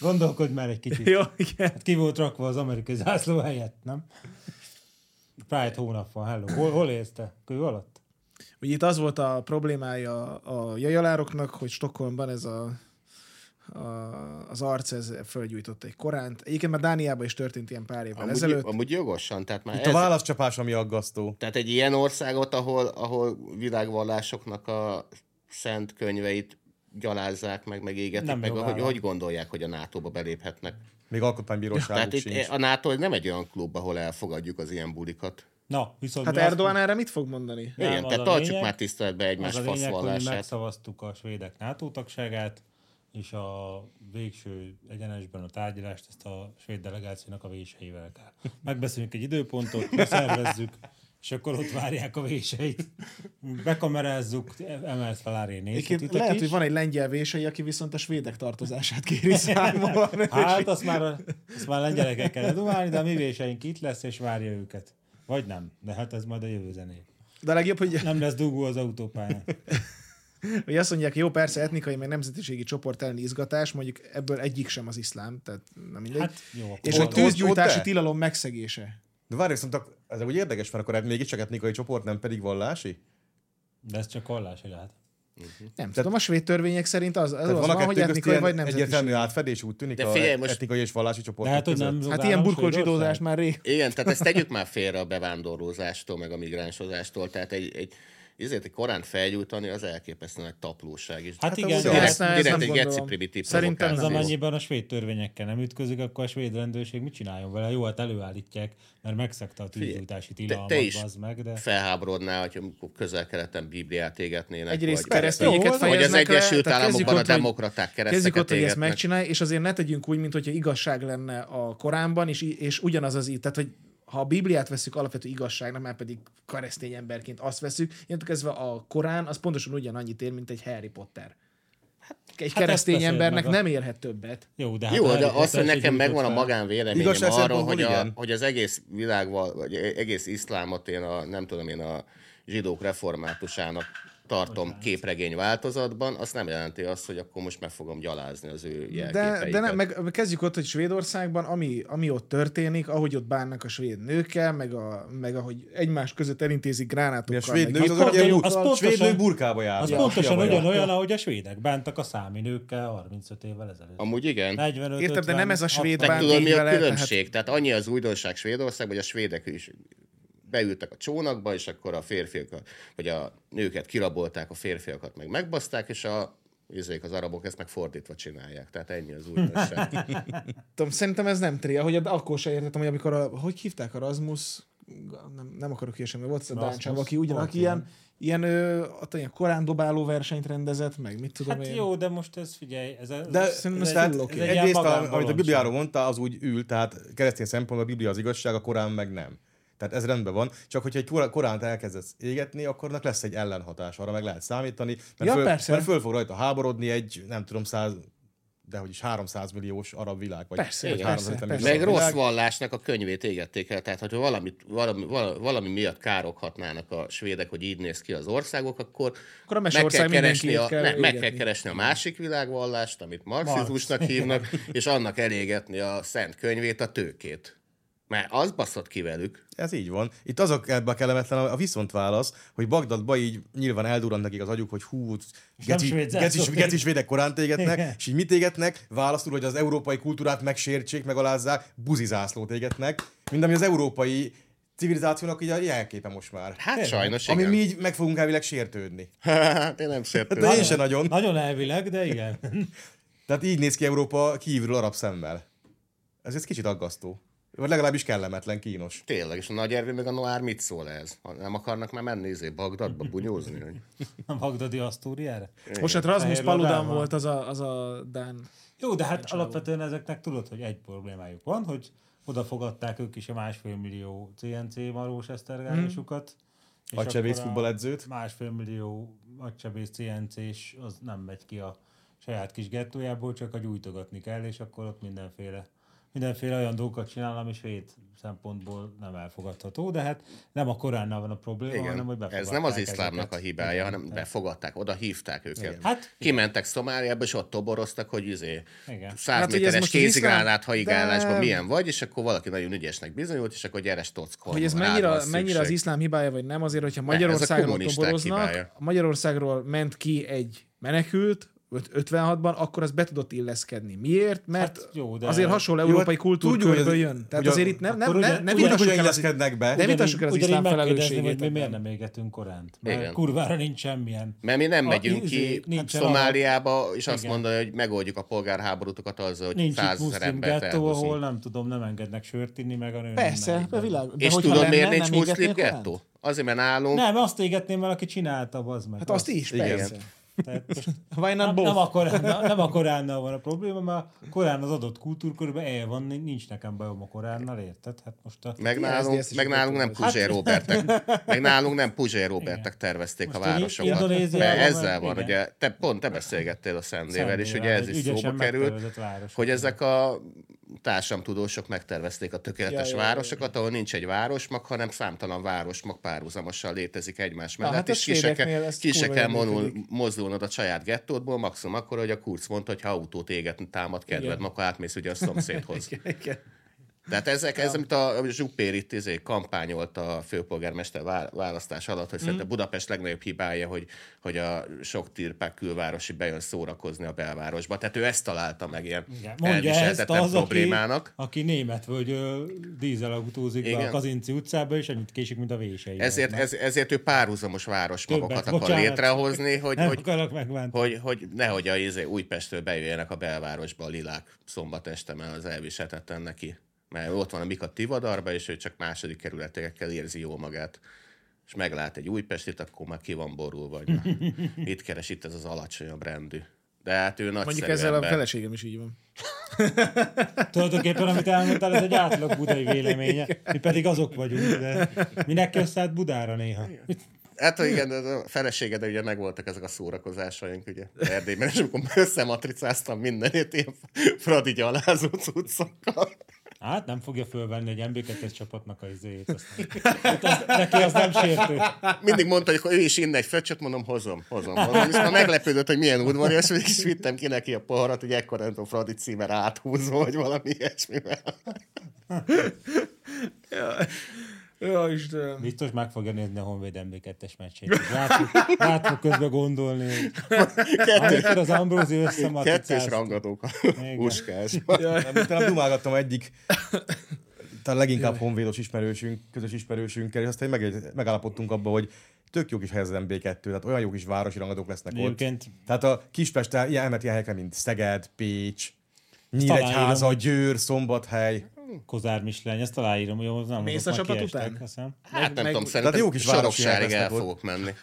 Speaker 4: Gondolkodj már egy kicsit.
Speaker 1: Jó, igen.
Speaker 4: Hát ki volt rakva az amerikai zászló helyett, nem? Pride hónap van, hello. Hol, hol élsz te? Kő alatt?
Speaker 1: Ugye itt az volt a problémája a jajalároknak, hogy Stockholmban ez a, a, az arc ez fölgyújtott egy koránt. Egyébként már Dániában is történt ilyen pár évvel
Speaker 2: Amúgy,
Speaker 1: ezelőtt.
Speaker 2: amúgy jogosan, tehát már
Speaker 3: Itt a
Speaker 2: ez,
Speaker 3: válaszcsapás, ami aggasztó.
Speaker 2: Tehát egy ilyen országot, ahol, ahol világvallásoknak a szent könyveit gyalázzák meg, meg égetik,
Speaker 4: Nem
Speaker 2: meg
Speaker 4: jogállam.
Speaker 2: hogy, hogy gondolják, hogy a NATO-ba beléphetnek.
Speaker 3: Még alkotmánybíróságuk
Speaker 2: Tehát
Speaker 3: sincs.
Speaker 2: hát itt a NATO nem egy olyan klub, ahol elfogadjuk az ilyen bulikat.
Speaker 4: Na, viszont
Speaker 1: Hát
Speaker 4: mi azt-
Speaker 1: Erdogan erre mit fog mondani?
Speaker 4: Nem,
Speaker 2: Igen,
Speaker 4: az
Speaker 2: tehát
Speaker 4: a
Speaker 2: tartsuk
Speaker 4: lényeg-
Speaker 2: már tiszteletbe egymás
Speaker 4: az a lényeg, hogy
Speaker 2: faszvallását.
Speaker 4: megszavaztuk a svédek NATO tagságát, és a végső egyenesben a tárgyalást ezt a svéd delegációnak a véseivel kell. Megbeszéljük egy időpontot, szervezzük, és akkor ott várják a véseit. Bekamerázzuk, emelt fel hát
Speaker 1: Egyébként
Speaker 4: Árén
Speaker 1: lehet, hogy van egy lengyel vései, aki viszont a svédek tartozását kéri számon.
Speaker 4: Hát, azt már, azt már lengyelekkel kell dumálni, de a mi véseink itt lesz, és várja őket. Vagy nem, de hát ez majd a jövő zené.
Speaker 1: De a legjobb, hogy
Speaker 4: Nem lesz dugó az autópályán.
Speaker 1: Hogy azt mondják, jó, persze etnikai, meg nemzetiségi csoport elleni izgatás, mondjuk ebből egyik sem az iszlám, tehát nem mindegy.
Speaker 4: Hát
Speaker 1: Hát,
Speaker 4: jó,
Speaker 1: és
Speaker 3: ott-
Speaker 1: a
Speaker 3: ott- ott
Speaker 1: tűzgyújtási
Speaker 3: de?
Speaker 1: tilalom megszegése.
Speaker 3: De várj, viszont ak- ez úgy érdekes, mert akkor hát mégiscsak etnikai csoport, nem pedig vallási?
Speaker 4: de ez csak hallási lehet.
Speaker 1: Nem tudom, a svéd törvények szerint az, az,
Speaker 3: Tehát
Speaker 1: az
Speaker 3: vannak
Speaker 1: van, hogy
Speaker 3: kettőnk közt
Speaker 1: etnikai
Speaker 3: ilyen
Speaker 1: vagy
Speaker 3: egyértelmű
Speaker 1: nemzetiségi.
Speaker 3: átfedés, úgy tűnik
Speaker 2: De
Speaker 3: a
Speaker 2: figyelj, most-
Speaker 3: etnikai és vallási csoport.
Speaker 4: Lehet, hogy nem
Speaker 1: Hát
Speaker 4: zugálom
Speaker 1: ilyen burkolt
Speaker 4: Svédország.
Speaker 1: zsidózás már rég.
Speaker 2: Igen, tehát ezt tegyük már félre a bevándorlózástól, meg a migránshozástól. Tehát egy, egy ezért egy korán felgyújtani az elképesztően nagy taplóság is.
Speaker 4: Hát igen,
Speaker 3: amúgy
Speaker 4: de
Speaker 1: Ezt- ezt
Speaker 2: Direkt,
Speaker 4: ez,
Speaker 1: nem
Speaker 2: direkt egy
Speaker 1: gondolom.
Speaker 2: geci primitív
Speaker 1: Szerintem
Speaker 4: ez
Speaker 1: ez
Speaker 2: provokáció.
Speaker 4: amennyiben a svéd törvényekkel nem ütközik, akkor a svéd rendőrség mit csináljon vele? Jó, hát előállítják, mert megszegte a tűzgyújtási
Speaker 2: te,
Speaker 4: tilalmat,
Speaker 2: te is
Speaker 4: az meg, de...
Speaker 2: felháborodnál, hogy közel-keleten Bibliát égetnének.
Speaker 1: Egyrészt
Speaker 2: vagy,
Speaker 3: Jó,
Speaker 1: keresztényeket
Speaker 3: vagy az
Speaker 2: vagy az
Speaker 1: fejeznek le,
Speaker 2: Egyesült
Speaker 1: tehát kezdjük
Speaker 2: Államokban a
Speaker 1: ott, hogy-
Speaker 2: demokraták
Speaker 1: Kezdjük ott,
Speaker 2: kereszteket
Speaker 1: hogy ezt
Speaker 2: égetnek.
Speaker 1: megcsinálj, és azért ne tegyünk úgy, mintha igazság lenne a Koránban, és, í- és ugyanaz az itt. Tehát, hogy ha a Bibliát veszük alapvető igazságnak, már pedig keresztény emberként azt veszük, ilyentől kezdve a Korán az pontosan ugyanannyit ér, mint egy Harry Potter. Hát, egy
Speaker 4: Hát ezt
Speaker 1: keresztény
Speaker 4: beszéljük
Speaker 1: embernek
Speaker 4: meg a-
Speaker 1: nem érhet többet.
Speaker 4: Jó, de, hát
Speaker 2: Jó,
Speaker 4: a
Speaker 2: de
Speaker 4: Harry
Speaker 2: az, hogy
Speaker 4: Potter
Speaker 2: nekem
Speaker 4: se
Speaker 2: megvan a
Speaker 4: gyújtott fel.
Speaker 2: magánvéleményem
Speaker 3: Igazság
Speaker 2: arról, hogy,
Speaker 3: szempontból
Speaker 2: a,
Speaker 3: igen.
Speaker 2: hogy az egész világval, vagy e- egész iszlámot én a, nem tudom én, a zsidók reformátusának tartom képregény változatban, azt nem jelenti azt, hogy akkor most meg fogom gyalázni az ő
Speaker 1: De,
Speaker 2: jelképeiket.
Speaker 1: de nem, meg, meg kezdjük ott, hogy Svédországban, ami, ami ott történik, ahogy ott bánnak a svéd nőkkel, meg, a, meg ahogy egymás között elintézik
Speaker 3: Mi a
Speaker 1: gránátokkal.
Speaker 3: svéd
Speaker 1: meg
Speaker 3: nő, az,
Speaker 1: gépekkel.
Speaker 3: az, ilyen
Speaker 4: az
Speaker 3: bur-
Speaker 4: pontosan-
Speaker 3: svéd nő burkába jár.
Speaker 4: Az
Speaker 3: Ja,
Speaker 4: pontosan
Speaker 3: fiaval jár.
Speaker 4: ugyanolyan, ahogy a svédek bántak a számi nőkkel 35 évvel ezelőtt.
Speaker 2: Amúgy igen.
Speaker 4: 45,
Speaker 1: Érted, de nem ez a hát- svéd
Speaker 2: Meg
Speaker 4: 60.
Speaker 1: bánt
Speaker 2: tudod, mi
Speaker 1: így
Speaker 2: a
Speaker 1: vele,
Speaker 2: különbség? Tehát... annyi az újdonság Svédországban, hogy a svédek is beültek a csónakba, és akkor a férfiakat, vagy a nőket kirabolták, a férfiakat meg megbaszták, és a izék, az arabok ezt meg fordítva csinálják. Tehát ennyi az újdonság.
Speaker 1: Tudom, szerintem ez nem tria, hogy akkor se értettem, hogy amikor a, hogy hívták a Rasmus, nem, nem akarok hülyesen, mert volt ez a
Speaker 4: Rasmus,
Speaker 1: Dán csáv, aki ugyanak
Speaker 4: volt
Speaker 1: ilyen, ilyen, ö, ott ilyen korán dobáló versenyt rendezett, meg mit tudom
Speaker 4: Hát
Speaker 1: én.
Speaker 4: jó, de most ez figyelj, ez, ez,
Speaker 3: De
Speaker 4: ez,
Speaker 1: Szerintem
Speaker 4: ez,
Speaker 1: ez
Speaker 4: egy-
Speaker 3: tehát
Speaker 1: full
Speaker 4: ez
Speaker 1: oké.
Speaker 4: egy ilyen
Speaker 3: egyrészt, a, amit a
Speaker 4: magánvalóság.
Speaker 3: Bibliáról mondta, az úgy ül, tehát keresztény szempontból a Biblia az igazság, a Korán meg nem. Tehát ez rendben van, csak hogyha egy Korá- Koránt elkezdesz égetni, akkor annak lesz egy ellenhatás, arra meg lehet számítani, mert,
Speaker 1: Ja,
Speaker 3: föl,
Speaker 1: persze.
Speaker 3: mert föl fog rajta háborodni egy, nem tudom, száz, de hogy is 300 milliós arab világ. Vagy,
Speaker 1: Persze,
Speaker 3: vagy
Speaker 1: persze,
Speaker 3: 350
Speaker 1: persze.
Speaker 3: milliós
Speaker 2: meg
Speaker 1: a
Speaker 3: arab
Speaker 2: rossz
Speaker 3: világ.
Speaker 2: vallásnak a könyvét égették el. Tehát, hogyha valami, valami, vala- valami miatt károghatnának a svédek, hogy így néz ki az országok, akkor,
Speaker 1: Akkor a meseország
Speaker 2: keresni a,
Speaker 1: mindenkiét kell
Speaker 2: ne, meg kell
Speaker 1: égetni.
Speaker 2: keresni a másik világvallást, amit marxizmusnak hívnak, és annak elégetni a szent könyvét, a tőkét. Mert az baszott ki velük.
Speaker 3: Ez így van. Itt az a ebbe a kellemetlen a a viszontválasz, hogy Bagdadba így nyilván eldurrant nekik az agyuk, hogy hú,
Speaker 4: svéd
Speaker 3: gecis,
Speaker 4: zászlót
Speaker 3: gecis védek korán
Speaker 4: szóval- Igen.
Speaker 3: tégetnek, és így mit égetnek? Válaszul, hogy az európai kultúrát megsértsék, megalázzák, buzizászlót égetnek, mint ami az európai civilizációnak így a jelképe most már.
Speaker 2: Hát sajnos,
Speaker 3: ami
Speaker 2: igen. Hát
Speaker 3: mi így meg fogunk elvileg sértődni.
Speaker 2: Én nem sértődöm.
Speaker 3: De én se nagyon.
Speaker 4: Nagyon elvileg, de igen.
Speaker 3: Tehát így néz ki Európa kívülről arab szemmel. Ez egy kicsit aggasztó. Vagy legalábbis kellemetlen, kínos.
Speaker 2: Tényleg, és a Nagy Ervin meg a Noár mit szól ez? Ha Nem akarnak már menni izé Bagdadba bunyózni? Hogy...
Speaker 4: A Bagdadi Asztúriára.
Speaker 1: Most hát Rasmus
Speaker 4: Fehér Lodában.
Speaker 1: Paludan volt az a, az a Dán.
Speaker 4: Jó, de hát alapvetően ezeknek tudod, hogy egy problémájuk van, hogy odafogadták ők is a másfél millió CNC marós esztergályosukat. és
Speaker 3: Agysebész
Speaker 4: akkor a
Speaker 3: futballedzőt.
Speaker 4: Másfél millió agysebész cnc és az nem megy ki a saját kis gettójából, csak a gyújtogatni kell, és akkor ott mindenféle mindenféle olyan dolgokat csinál, ami svéd szempontból nem elfogadható, de hát nem a koránnal van a probléma,
Speaker 2: Igen.
Speaker 4: hanem hogy
Speaker 2: Ez
Speaker 4: befogadták
Speaker 2: nem az iszlámnak
Speaker 4: ezeket.
Speaker 2: a hibája, hanem befogadták, oda hívták őket.
Speaker 4: Hát-
Speaker 2: Kimentek Szomáliába, és ott toboroztak, hogy izé,
Speaker 4: Igen.
Speaker 2: száz
Speaker 1: Hát, hogy ez
Speaker 2: méteres
Speaker 1: most az iszlám-
Speaker 2: kézigránát, haigálásban
Speaker 1: De-
Speaker 2: milyen vagy, és akkor valaki nagyon ügyesnek bizonyult, és akkor gyere stockorn.
Speaker 1: Hogy ez mennyire, mennyire az iszlám hibája, vagy nem, azért, hogyha Magyarországról
Speaker 2: kommunisták
Speaker 1: toboroznak,
Speaker 2: hibája.
Speaker 1: Magyarországról ment ki egy menekült, öt- 56-ban, akkor az be tudott illeszkedni. Miért? Mert
Speaker 4: Hát
Speaker 1: hát
Speaker 4: jó, hát
Speaker 1: jó,
Speaker 4: de-
Speaker 1: azért hasonló
Speaker 3: Jó,
Speaker 1: európai
Speaker 3: tudjuk, hogy
Speaker 1: kultúrkörből
Speaker 3: az-
Speaker 1: jön. Tehát
Speaker 3: ugye-
Speaker 1: azért itt nem, nem,
Speaker 4: akkor
Speaker 1: ne,
Speaker 4: ugyan-
Speaker 1: nem
Speaker 4: ugyan-
Speaker 1: vitassuk
Speaker 3: ugyanúgy
Speaker 1: el az,
Speaker 3: illeszkednek be.
Speaker 1: nem vitassuk el az
Speaker 4: ugyanígy
Speaker 1: iszlám
Speaker 4: megkérdezni, hogy
Speaker 1: felelősségét.
Speaker 4: mi miért
Speaker 1: ebben.
Speaker 4: nem égetünk koránt.
Speaker 2: Igen.
Speaker 4: Mert kurvára nincs semmilyen.
Speaker 2: Mert mi nem
Speaker 4: A-
Speaker 2: megyünk
Speaker 4: izé,
Speaker 2: ki
Speaker 4: nincsen
Speaker 2: Szomáliába, és azt
Speaker 4: Igen.
Speaker 2: mondani, hogy megoldjuk a polgárháborútokat azzal, hogy
Speaker 4: Nincs itt
Speaker 2: százezer
Speaker 4: muszlim
Speaker 2: embert
Speaker 4: gettó,
Speaker 2: elhozunk.
Speaker 4: ahol nem tudom, nem engednek sört inni, meg a nő. nem
Speaker 1: Persze,
Speaker 4: megy
Speaker 1: de
Speaker 4: be.
Speaker 1: világ. de
Speaker 2: És
Speaker 1: hogyha
Speaker 2: tudod, miért
Speaker 1: lenne,
Speaker 2: nincs
Speaker 1: nem
Speaker 2: muszlim
Speaker 1: égetnél
Speaker 2: gettó?
Speaker 1: korán?
Speaker 2: Azért, mert nálunk
Speaker 4: Nem, azt égetném vele, aki csinálta, az meg.
Speaker 1: Hát azt is,
Speaker 3: Igen.
Speaker 1: persze.
Speaker 4: Tehát most
Speaker 1: Why not
Speaker 4: nem,
Speaker 1: both?
Speaker 4: nem, a koránnal, nem a koránnal van a probléma, mert a korán az adott kultúrkörben el van, nincs nekem bajom a koránnal, érted? Hát most a...
Speaker 2: Meg
Speaker 1: Ilyen
Speaker 2: nálunk,
Speaker 1: SZDSZ is
Speaker 2: meg nálunk nem
Speaker 1: utólag.
Speaker 4: Hát-
Speaker 2: Puzsé Robertek. Meg nálunk nem Puzsé Robertek tervezték
Speaker 4: Most
Speaker 2: a
Speaker 4: ugye
Speaker 2: városokat.
Speaker 4: Indonéziában
Speaker 2: Mert ezzel
Speaker 4: van,
Speaker 2: van,
Speaker 4: igen.
Speaker 2: ugye, te, pont te beszélgettél a Szendével, és ugye
Speaker 4: Szendével,
Speaker 2: ez
Speaker 4: egy
Speaker 2: is szóba
Speaker 4: ügyesen
Speaker 2: került,
Speaker 4: megtervezett város.
Speaker 2: hogy ezek a társamtudósok megtervezték a tökéletes
Speaker 1: Ja, ja, ja,
Speaker 2: városokat, ahol nincs egy városmag, hanem számtalan városmag párhuzamosan létezik egymás mellett,
Speaker 1: hát
Speaker 2: és
Speaker 1: ez
Speaker 2: ki se
Speaker 1: svédeknél
Speaker 2: kell,
Speaker 1: ez
Speaker 2: ki se
Speaker 1: kurva
Speaker 2: kell
Speaker 1: jól
Speaker 2: monul,
Speaker 1: működik.
Speaker 2: mozdulnod a saját gettódból, maximum akkor, hogy a kurz mondta, hogy ha autót égetni támad kedved,
Speaker 1: Igen.
Speaker 2: akkor átmész ugye a szomszédhoz.
Speaker 1: Igen.
Speaker 2: Tehát ezek, ez, amit a Zsupér itt izé, kampányolt a főpolgármester vá- választás alatt,
Speaker 4: Mhm.
Speaker 2: hogy szerintem Budapest legnagyobb hibája, hogy, hogy a sok tirpák külvárosi bejön szórakozni a belvárosba. Tehát ő ezt találta meg ilyen
Speaker 4: Igen, Mondja ezt
Speaker 2: elviselhetetlen
Speaker 4: az, aki,
Speaker 2: problémának.
Speaker 4: aki német vagy dízelautózik be
Speaker 2: Igen.
Speaker 4: a Kazinci utcába, és annyit késik, mint a vései.
Speaker 2: Ezért, ez, ezért ő párhuzamos városmagokat
Speaker 4: Többet,
Speaker 2: akar
Speaker 4: bocsánat.
Speaker 2: létrehozni, hogy,
Speaker 4: Nem
Speaker 2: hogy,
Speaker 4: akarok megmenteni.
Speaker 2: hogy, hogy nehogy a izé, Újpestről bejöjjenek a belvárosba a lilák szombat este, mert az elviselhetetlen neki. Mert ott van a Mika Tivadarba, és ő csak második kerületekkel érzi jól magát. És meglát egy újpestit, akkor már ki van borulva, vagy már mit keres itt ez az alacsonyabb rendű. De hát ő nagyszerű
Speaker 1: Mondjuk ezzel a
Speaker 2: ember.
Speaker 1: feleségem is így van.
Speaker 4: Tulajdonképpen, amit elmondtál, ez egy átlag budai véleménye. Mi pedig azok vagyunk, de minek jössz át Budára néha?
Speaker 2: Hát hogy igen, ez a feleséged, ugye megvoltak ezek a szórakozásaink, ugye, Erdélyben, és amikor összematricáztam mindenét ilyen fradi gyalázó cuccokkal.
Speaker 4: Hát nem fogja fölvenni egy MB2-es csapatnak a izéjét. Aztán. Hát az, neki az nem sértő.
Speaker 2: Mindig mondta, hogy akkor ő is inne egy fröccsöt, mondom, hozom, hozom, hozom. És már meglepődött, hogy milyen udvarias, vagyok, és vittem ki neki a poharat, hogy ekkor nem tudom, fradi címer áthúzva, vagy valami ilyesmivel.
Speaker 1: Ja, Istenem.
Speaker 4: Biztos meg fogja nézni a Honvéd MB2-es meccsét. Látjuk, látjuk közben gondolni, hogy amikor az Ambrózi
Speaker 2: Kettős
Speaker 4: összematricázt.
Speaker 2: rangadók a puskás.
Speaker 3: Nem, itt nem dumálgattam egyik talán leginkább honvédos ismerősünk, közös ismerősünkkel, és aztán meg, megállapodtunk abba, hogy tök jó kis hely az MB2, tehát olyan jó kis városi rangadók lesznek
Speaker 4: Egyébként-
Speaker 3: ott. Tehát a Kispest el- ilyen elment ilyen helyekre, mint Szeged, Pécs,
Speaker 4: talán
Speaker 3: Nyíregyháza, Győr, Szombathely.
Speaker 4: Kozár Mislány, ezt aláírom, hogy ahhoz nem
Speaker 1: Mész
Speaker 4: azok
Speaker 1: a
Speaker 4: már
Speaker 1: csapat
Speaker 4: kiestek,
Speaker 1: után?
Speaker 4: hiszem.
Speaker 2: Hát nem
Speaker 1: meg-
Speaker 2: tudom,
Speaker 3: Tehát
Speaker 2: szerintem
Speaker 3: jó kis városi
Speaker 2: soroksárig el
Speaker 3: elvesznek ott.
Speaker 2: fogok menni.